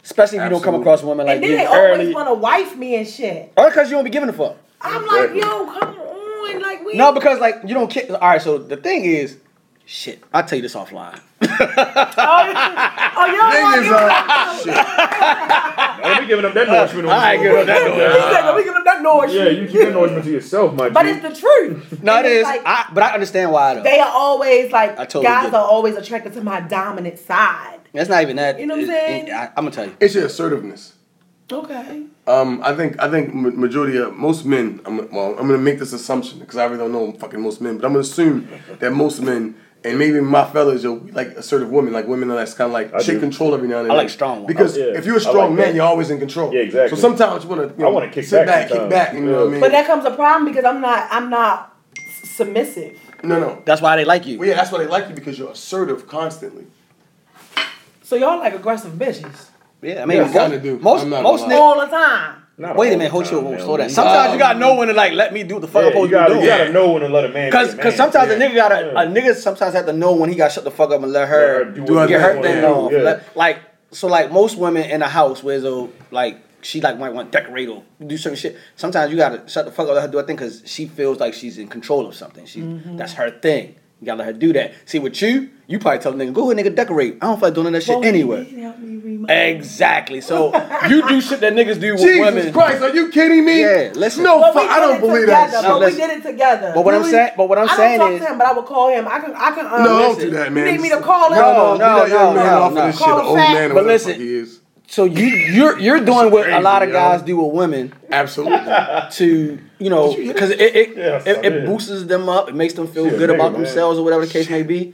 especially if you don't come
Absolutely.
across a woman like
and then
you
they
early,
always want to wife me and shit.
or because you don't be giving a fuck.
I'm
Exactly.
like, yo, come on. Like, we.
No, because like you don't care. All right, so the thing is, shit. I'll tell you this offline.
Oh, y'all
Niggas
like,
are shit.
I don't be giving up that nourishment. on
I ain't
you.
giving up that
he said, "Are we giving them that noise.
Yeah, you keep that nourishment to yourself, my
But
G.
it's the truth.
No, it
And it's
is.
like-
I, but I understand why though.
they are always like
I totally
guys
get it.
are always attracted to my dominant side.
That's not even that.
You know what I'm
It- it-
saying?
I, I'm gonna tell you.
It's your assertiveness.
Okay.
Um, I think I think ma- majority of most men. I'm, well, I'm gonna make this assumption because I really don't know fucking most men, but I'm gonna assume that most men and maybe my fellas are like assertive women, like women that's kind of like
I
shit
do.
control every now and then.
I like strong ones.
because
Yeah,
if you're a
I
strong
like
man,
that.
you're always in control.
Yeah, exactly.
So sometimes you wanna you
I wanna kick
sit
back
back, kick
sometimes.
back. You know what I
Yeah.
mean?
But that comes a problem because I'm not I'm not s- submissive.
no, no.
That's why they like you.
Well, yeah, that's why they like you because you're assertive constantly.
So y'all like aggressive bitches
Yeah, I mean,
Yeah,
most,
kinda do.
most,
I'm not
most
gonna
niggas.
all the time.
Not
Wait a
all
minute,
the
hold
time,
your
man.
slow down.
We-
Sometimes you
Um,
gotta know when to like let me do what the fuck
Yeah,
I'm supposed
you gotta,
to
you
be doing.
gotta know when to let a man. be
Cause,
a man.
cause sometimes a
Yeah.
nigga gotta a nigga sometimes have to know when he got shut the fuck up and let her
Let her do
what
get
she
her
wanna
thing
do,
on.
yeah.
Let- Like so, like most women in the house, where's a like she like might want to decorate or do certain shit. Sometimes you gotta shut the fuck up, let her do her thing, cause she feels like she's in control of something. She
Mm-hmm.
that's her thing. You gotta let her do that. See with you, you probably tell the nigga, go ahead, nigga, decorate. I don't feel like doing that shit
Won't you
anyway.
help me read my-
Exactly. So you do shit that niggas do with
Jesus
women.
Christ, are you kidding me?
Yeah, listen.
No,
But
fuck,
we
I
did
don't
it
believe
together,
that.
shit.
But
No,
we did it together.
But what I'm
Really?
saying- but what I'm
I don't
saying
talk
is-
to him, but I would call him. I can, I can. Um,
No, don't
listen.
do that,
You
man.
need me to call him?
No, no,
Leave that young
no,
man
no,
off of
no.
this
Call
shit,
a
old
fact.
man or
But
whatever the
listen.
fuck he is.
So you you're you're doing what a
crazy,
lot of
yo.
guys do with women.
Absolutely.
to you know because it it,
Yes,
it,
I
it
did.
boosts them up it makes them feel
Shit,
good
nigga,
about
man.
themselves or whatever the case may be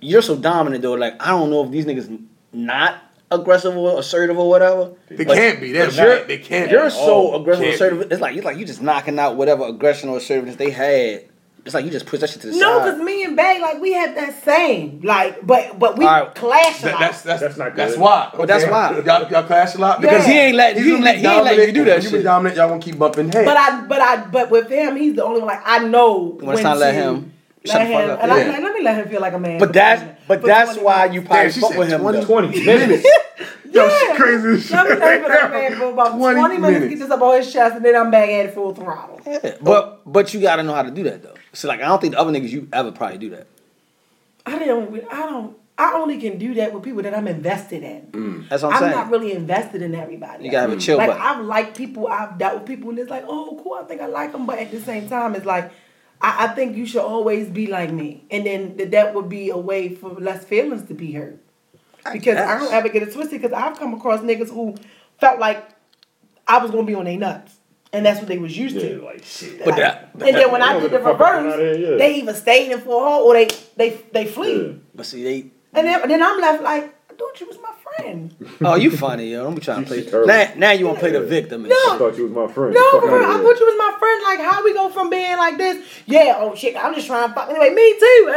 you're so dominant though like i don't know if these niggas n- not aggressive or assertive or whatever
They
But-
can't be. That's
but you're-
right. They can't.
you're
be.
so aggressive or
Can't
assertive it's like it's like you just knocking out whatever aggression or assertiveness they had it's like you just push that shit to the
No,
side
because me and Bay, like we have that same, like, but but we
All right.
clash a
That-
lot.
that's that's
That's not
That's
good.
why.
But that's why.
y'all, y'all clash a lot
because he
Yeah.
ain't letting
He's
you ain't
gonna
let,
be
he ain't letting you do
dominant,
that
and You be
shit.
dominant. Y'all gonna keep bumping heads.
But I, but I, but with him, he's the only one. Like I know
When it's time to let him shut the
let
fuck
him,
up.
and I,
Yeah.
like, let me let him feel like a man.
But that's but
For
that's
20
why
minutes.
you probably
Damn, she
fuck
said
with him.
20.
though.
twenty minutes.
Yo, she crazy. as
Let me
shit.
let him feel like a man for about 20,
20
minutes,
minutes.
Get this up on his chest, and then I'm back at it full throttle.
Yeah, But but you gotta know how to do that though. So like I don't think the other niggas you ever probably do that.
I don't. I don't. I only can do that with people that I'm invested in.
Mm.
That's what
I'm,
I'm, saying.
not really invested in everybody.
You gotta have a chill
Like
button.
I've liked people, I've dealt with people, and it's like, oh, cool. I think I like them, but at the same time, it's like, I, I think you should always be like me, and then th- that would be a way for less feelings to be hurt. Because I, don't
guess.
ever get it twisted. Because I've come across niggas who felt like I was gonna be on their nuts, and that's what they was used
Yeah,
to.
like shit.
But that,
and then when
You
I
know
did the
what the fuck I'm outta
reverse,
here, yeah.
they either stayed in for a hole or they they they flee.
Yeah.
but see they.
And then, then I'm left like, dude, you was my friend.
Oh, you funny yo. Don't be trying to
You- you
play.
terrible.
Now, now you want to play the victim. And
No.
shit.
I thought you was my friend.
No,
Fuck
for real.
outta
I
here.
thought you was my friend. Like, how we go from being like this? Yeah, oh shit, I'm just trying to fuck. Anyway, me too.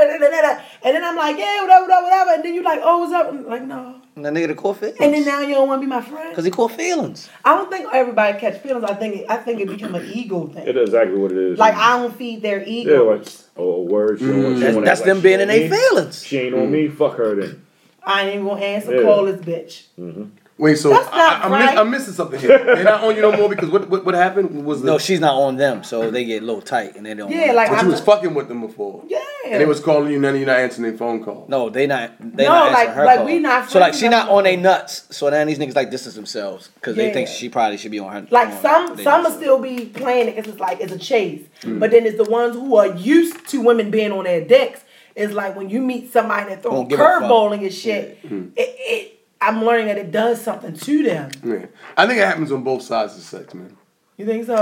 And then I'm like, yeah, whatever, whatever, whatever. And then you like, oh, what's up? I'm like, no.
And that nigga the core feelings.
And then now you don't want to be my
because
friend.
he core feelings.
I don't think everybody catch feelings. I think I think it become an ego
It
thing.
is exactly what it is.
Like I don't feed their ego.
yeah, like oh, words.
That's, that's them being in their feelings.
She ain't on me. Fuck her then.
I ain't even gonna answer
Yeah.
call this bitch.
Wait, so
That's
I,
not
I, am
right.
missing something here. They're not on you no more because what what, what happened was the
No, she's not on them, so they get a little tight and they don't.
Yeah, like
but
I
you was fucking with them before.
yeah,
And they was calling you, none of you not answering their phone call.
No, they not. They
No,
not answering
like-
her
like,
call.
we not
So like
friends
she not
no more.
on their nuts. So now these niggas like distance themselves because they think
Yeah.
she probably should be on her.
Like
on
some
they-
some will still be playing it because it's like it's a chase. But then it's the ones who are used to women being on their dicks. It's like when you meet somebody that throw
Don't give a fuck.
curveball and your shit. It, it I'm learning that it does something to them.
Yeah. I think it happens on both sides of sex, man.
You think so?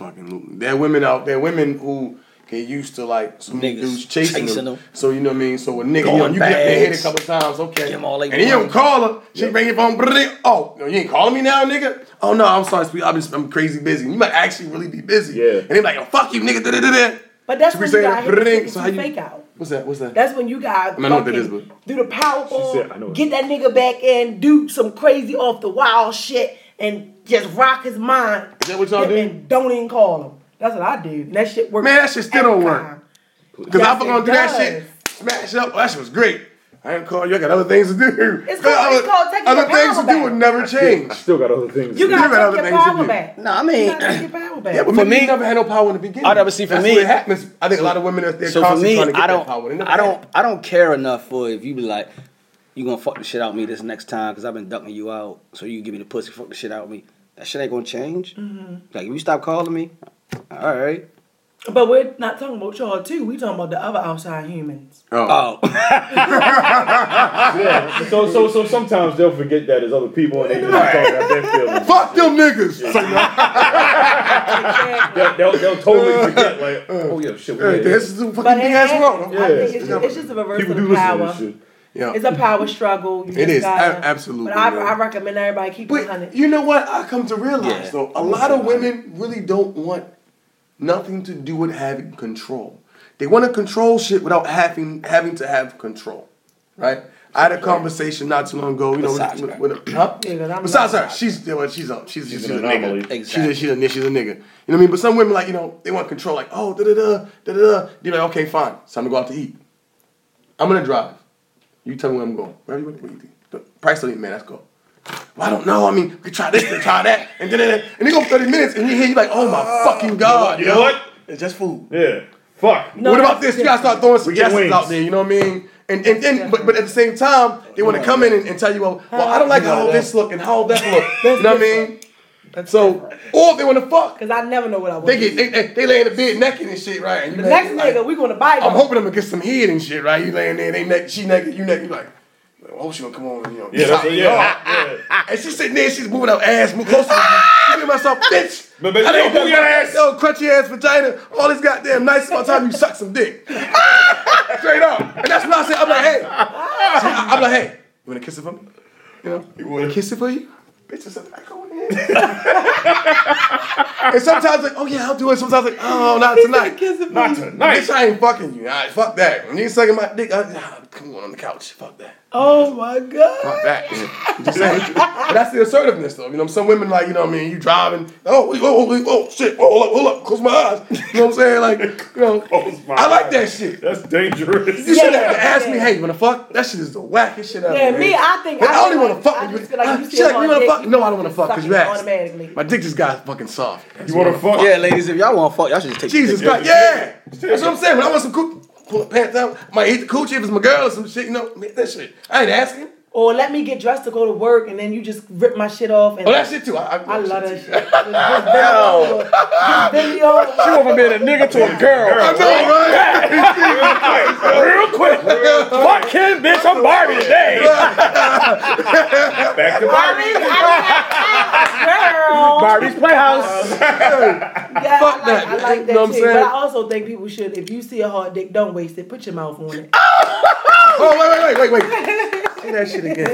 Absolutely. There are women out there, women who get used to like some
Niggas
dudes chasing,
chasing
them.
them.
So you know what I mean? So a nigga,
Going
you, know, you get up there hit a
bags.
couple times, okay.
Give 'em all they
and he don't
want.
call her. She bring your phone, brrr, oh, no, you ain't calling me now, nigga? Oh no, I'm sorry, sweet. I'm just I'm crazy busy. You might actually really be busy.
Yeah.
And they be like, oh, fuck you, nigga. da-da-da-da.
But that's
She
when
be
you got
saying, "Brrr,
hit
so
so
how you-"
fake out.
What's that? What's that?
That's when you got
I mean, I know what that is,
fucking
but-
do the powerball,
She said- I know it.
get that nigga back in, do some crazy off the wall shit, and just rock his mind.
Is that what y'all do?
And don't even call him. That's what I do. That shit works.
Man, that shit still don't
every
work.
time.
Because
Yes,
I'm gonna
it
do that
does.
shit. Smash up. Oh, that shit was great. I didn't call you. I got other things to do.
It's called- it's called taking
other
your
things
power
to do
back.
would never
I
change.
still got other things. to
You
do.
got
gotta
other
take your
things to
power
do.
back.
No, I
You
mean,
gotta take your power back.
Yeah, but
For
for me,
me-
never had no power in the beginning.
I'd never see- for
That's
me-
what happens. I think a lot of women out there
So for
constantly
me,
trying to get
I
that
don't.
power. They never
I
had
don't.
it.
I don't care enough for if you be like, you gonna fuck the shit out of me this next time because I've been ducking you out. So you give me the pussy, fuck the shit out of me. That shit ain't gonna change. Like if you stop calling me, all right.
But we're not talking about y'all too. We talking about the other outside humans.
Oh,
Yeah. So so so sometimes they'll forget that there's other people and they just talking about their feelings.
Fuck them niggas. uh,
They'll, they'll, they'll totally forget like, oh yeah, shit. We
Hey,
did
This
this.
is a fucking
But
big
it-
ass
it-
world.
I
Yeah.
think it's, just, it's just a reverse
People
of
do
the
listen to
power.
this shit.
Yeah.
It's a power struggle. You
It
just
is.
gotta-
A- absolutely,
But I,
man.
I recommend everybody keep it
But
hundred.
you know what? I come to realize
Yeah.
though, a lot of women really don't want nothing to do with having control. They want to control shit without having having to have control, right? I had a conversation not too long ago. You know,
Besides
with,
her.
with, with a, huh?
Yeah, 'cause I'm
besides
not-
her, she's well, she's a she's she's,
an
a
anomaly.
nigga.
Exactly.
She's a, she's a she's a nigga. You know what I mean? But some women like you know they want control. Like oh da da da da da. You're like okay fine, it's time to go out to eat. I'm gonna drive. You tell me where I'm going. Where you where you think? The price don't even matter. Let's go. Well, I don't know. I mean, we could try this, and try that, and then and they go 30 minutes, and you hear you like, oh my fucking god,
Ah, You know what?
It's just food.
Yeah. Fuck.
No,
what about
that's
this? You gotta start throwing suggestions
wings.
out there. You know what I mean? And and then, but, but at the same time, they want to come in and, and tell you, well, well, I don't like how this look and how that look. you know what I mean? So, or they want to fuck.
Because I never know what I want.
They get they, they, they lay in the bed naked and shit, right? And you
the
like-
next nigga, we gonna bite.
I'm
him.
hoping I'm gonna get some head and shit, right? You laying there, they naked, she naked, you naked, you like, I hope she gonna come on, you know.
Yeah. That's,
top
yeah.
me off.
yeah.
And she's sitting there, she's moving her ass, move closer to me. I'm thinking to myself, bitch.
But- but
I didn't
yo, move
do
your ass.
Yo, crunchy ass vagina. All this goddamn nice about time you suck some dick. Ah! Straight up. And that's when I said, I'm like, hey. I'm like, hey, you wanna kiss it for me? You know, you wanna kiss it for you? Bitch, it's a back on it. and sometimes like, oh yeah, I'll do it. Sometimes like, oh, not tonight.
Not tonight.
Bitch, I ain't fucking you. All right, fuck that. When you sucking my dick, I, nah, come on on the couch. Fuck that.
Oh my god.
Fuck that. Just saying. but that's the assertiveness, though. You know, some women like, you know what I mean? You driving. Oh, wait, oh, wait, oh, shit. Oh, hold up, hold up. Close my eyes. You know what I'm saying? Like, you know,
my
I like
eyes.
that shit.
That's dangerous.
You should have
yeah,
asked
yeah.
me, hey, you wanna fuck? That shit is the wackest shit ever.
Yeah,
man.
me, I think
But I,
I
don't even
feel
wanna
like-
fuck
I
with you.
just feel like
Huh?
you
She
still
like, you
want
wanna
dick,
fuck? No, I don't wanna
you
fuck because you
suck it
asked.
automatically.
My dick just got fucking soft.
You want to fuck?
yeah, ladies, if y'all want to fuck, y'all should just take. the
Jesus
dick.
Christ, yeah. That's what I'm saying. When I want some coochie, pull the pants down. Might eat the coochie if it's my girl or some shit. You know, that shit. I ain't asking.
Or let me get dressed to go to work, and then you just rip my shit off. And
Oh, that shit too. I, I,
I love that shit. Just bend me over. Just bend me over.
You went from being a nigga to a girl.
I know, right?
Real quick.
Fuck him, bitch. I'm Barbie today.
Back to
I
Barbie.
mean, I mean, girl.
Barbie's playhouse.
Yeah, I
Fuck
like,
that.
I like that
Know what I'm
too.
saying?
But I also think people should, if you see a hard dick, don't waste it. Put your mouth on it.
Oh, wait, wait, wait, wait, wait. Say that shit again.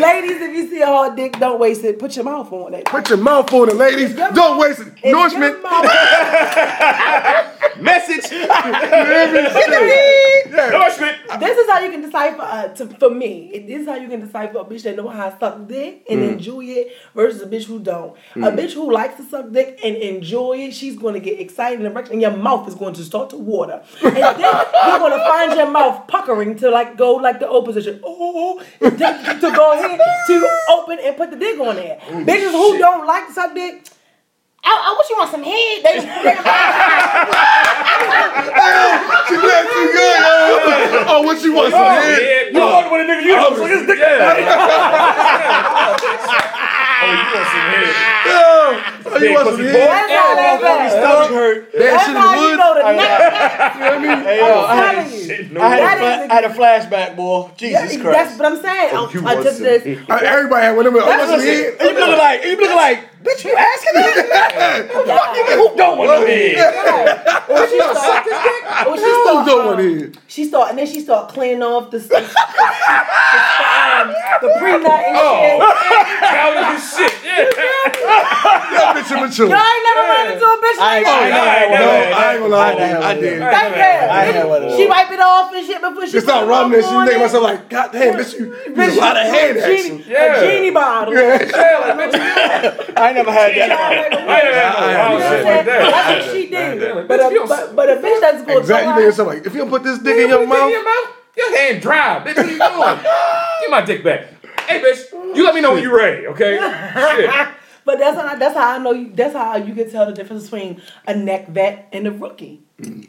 Ladies, if you see a hard dick, don't waste it. Put your mouth on it.
Put your mouth on it, ladies.
your
Don't waste it.
If
Nourishment.
your mouth-
Message.
Yeah.
Endorsement.
This is how you can decipher. Uh, to, for me, It- this is how you can decipher a bitch that know how to suck dick and
Mm.
enjoy it versus a bitch who don't. A bitch who likes to suck dick and enjoy it, she's going to get excited and erect, and your mouth is going to start to water. And then you're going to find your mouth puckering to like go like the open position. Oh, and then to go ahead to open and put the dick on there. Bitches who don't like to suck dick. I, I wish you want some head. They, they,
She did too good, yo. know what you want.
yeah,
You
no.
want what a nigga you
I
want.
was-
Suck his dick.
Oh,
Yeah. Oh, you
Big
want some
pussy
head?
boy.
That's how that's at.
Stomach hurt.
That
That's
shit in
how you
the
know
woods.
the next.
You know what I
I
I'm
mean?
telling
you
you.
wasn't here.
I had, a
That
fla-
is-
I had a flashback, boy. Jesus
That- That's
Christ.
what I'm saying.
Oh, you
I, I
want
just
some
this.
Uh, Everybody had whatever. I want some head.
And you looking like, and you looking like, bitch, you asking that? Fuck you, who don't want no head?
Yeah. When she start, when she
You
start,
don't want
um,
head.
she start, and then she start cleaning off the the, the, um, the prenut and
Oh.
shit.
Counting his shit. Yeah.
That bitch immature.
Y'all ain't never ran into a bitch like
I ain't
that.
had
No,
one.
No,
of those.
I ain't gonna lie. I did. I did.
Thank
I ain't had
you.
one. of
She
those.
wipe it off and shit before she.
It's not
put
rubbing this.
soap
You
on
think
it.
myself like, God damn, bitch, you you
Bitch,
use a lot of hand
a
action.
genie,
Yeah.
a genie bottle.
Yeah, like, bitch, you-
I ain't never had that.
I ain't had no wild shit like that.
That's what she did. But
Bitch, you
a,
don't-
but, but a bitch that's going
Exactly. You
to
think yourself like, if you don't put this dick
You
in your
put dick
mouth,
Your hand dry, bitch. What are you doing? Get my dick back. Hey, bitch, you let me know when you're ready, okay? Shit.
But that's how, that's how I know you. That's how you can tell the difference between a neck vet and a rookie.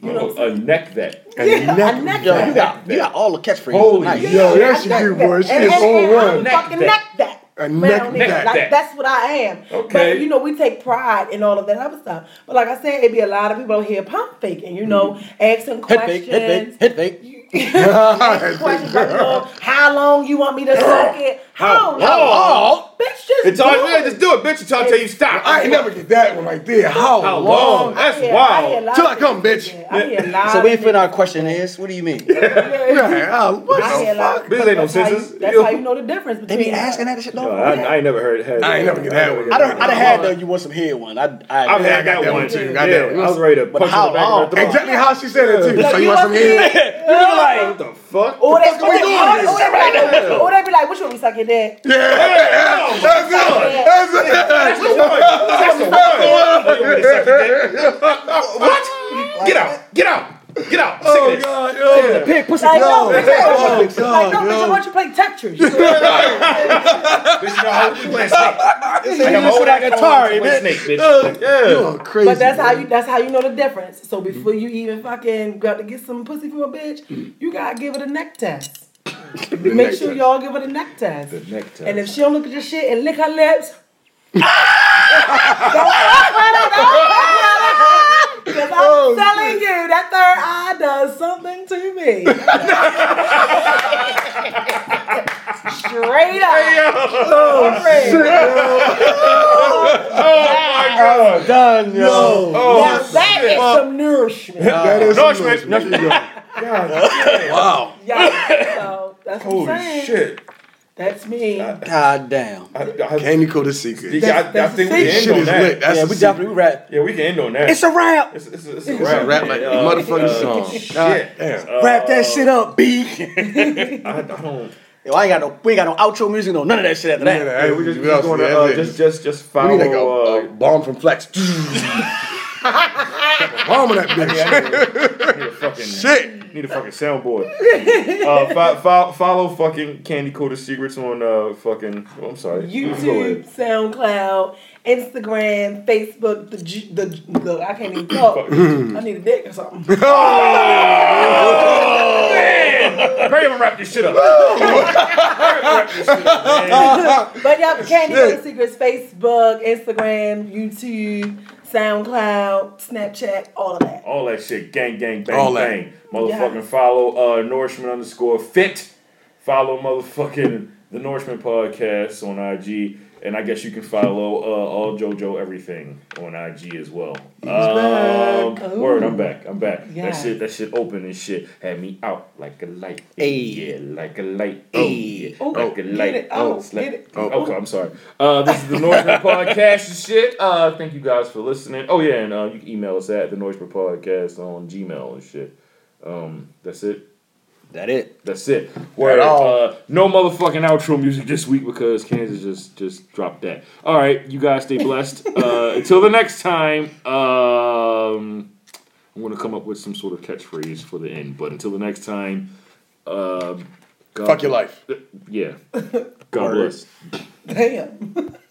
Oh, a neck that.
Yeah,
neck-
a neck
Yo, you
vet.
got you got all the catchphrases.
Holy
Nice.
shit.
yo, that shit
Neck
cute,
vet.
boy. She
And-
is
and-
on
and I'm
one.
Neck
Fucking
vet.
neck that.
A neck vet.
Like, that's what I am.
Okay.
But you know, we take pride in all of that other stuff. But like I said, it'd be a lot of people out here pump faking, you know,
Mm-hmm.
asking
Hit fake,
questions.
hit fake, hit fake.
asking questions like, you know, how long you want me to suck it? How,
long?
Bitch, just
It's all,
do
yeah,
it.
just do it, bitch. Until I tell you stop.
I ain't never get that one right there. How
How
long?
long? That's
Yeah, I hear
wild.
a lot
Till
of
I come,
people
bitch.
say that. I hear a lot
So we
of
ain't finna our question is, what do you mean? They
Yeah, how- what
I hear a
the
lot of
Bitches
fuck?
people-
ain't no
that's how you-
sisters.
That's
Yo.
how you know the difference between.
be asking that shit
No,
though.
I, I ain't never heard. Had,
I ain't never get that one.
I done I done had the you want some head one. I I
I've had that,
I got that
one
one too.
Yeah,
Got that one.
I was ready to punch
how
her back
long?
in her throat.
Exactly how she said it too.
Like,
So you want some head?
head?
What the fuck?
Or they, or they,
we doing
or,
this
or,
shit
they be like, or they be like, "What you want me to suck your dick?"
Yeah, yeah, that's it. That's it. That's the
What? Get out! Get out! Get out! I'm sick
Oh
of this.
God, yo.
Pig pussy.
Like,
Yo,
no, bitch, I want
oh,
you- like, no,
God,
bitch, I
yo.
want you to play Tetris.
Bitch, you know how we play snake. I got my
you
old
like
iPhone,
Atari,
we play
bitch.
Snake, bitch.
You are crazy.
But that's
bro.
how you that's how you know the difference. So
Mm-hmm.
before you even fucking got to get some pussy from a bitch, you gotta give it a neck test. Make
neck
sure
test.
y'all give it a neck test.
neck test.
And if she don't look at your shit and lick her lips, because I'm
Oh,
telling you, that third eye does something to me. Straight up. Straight.
Oh
Done, yo.
Yo,
Now that is some nourishment.
that is
No,
some
it's-
nourishment. There you go.
Yeah, so that's what I'm
my
saying.
shit!
That's me.
God damn.
I, I,
Candy coat is secret.
yeah, I, I
that's
think
the
we
thing.
Shit
can end on
is
that.
lit. That's
Yeah,
a
we
secret.
definitely we rap.
Yeah, we can end on that.
It's a rap.
It's, it's, it's a
It's a
rap.
rap like a
man. Uh,
motherfucking song.
Shit. Uh,
Wrap that shit up, B.
I, I don't.
Yo, I ain't got no we ain't got no outro music, no none of that shit after that.
Yeah,
Hey, we just, we
what else
just going
we
to
have
uh,
there?
just just just
we
follow.
need like a, a
uh,
bomb from Flex. bomb on that bitch.
need a fucking
Shit.
need a fucking soundboard. uh, fo- fo- follow fucking Candy Coated Secrets on uh fucking. Oh, I'm sorry. Go
YouTube,
ahead.
SoundCloud, Instagram, Facebook, the G, the, the I can't even talk. I need a dick or something.
Hurry up and wrap this shit up. Hurry up and wrap this shit up, man.
But y'all Candy Coated Secrets, Facebook, Instagram, YouTube, SoundCloud, Snapchat, all of that.
All that shit, gang, gang, bang,
All that.
bang. Motherfucking
Yes.
follow uh, Nourishment underscore fit. Follow motherfucking the Nourishment podcast on IG, and I guess you can follow uh, all JoJo everything on IG as well. Um,
back.
word, I'm back. I'm back. That
Yeah.
shit, that shit, open and shit had me out like a light.
Ayy.
Yeah, like a light. Oh, yeah,
Ooh,
like a
get
light.
it out,
slap.
get it
Oh, okay, I'm sorry. Uh, this is the Norseman Podcast and shit. Uh, thank you guys for listening. Oh, yeah, and uh, you can email us at the Norseman Podcast on Gmail and shit. Um, that's it.
That it.
That's it. Word.
all.
Uh, no motherfucking outro music this week because Kansas just just dropped that. All right, you guys stay blessed. uh, until the next time, um, I'm gonna come up with some sort of catchphrase for the end. But until the next time, um, God,
Fuck your life.
Yeah. God bless.
Damn.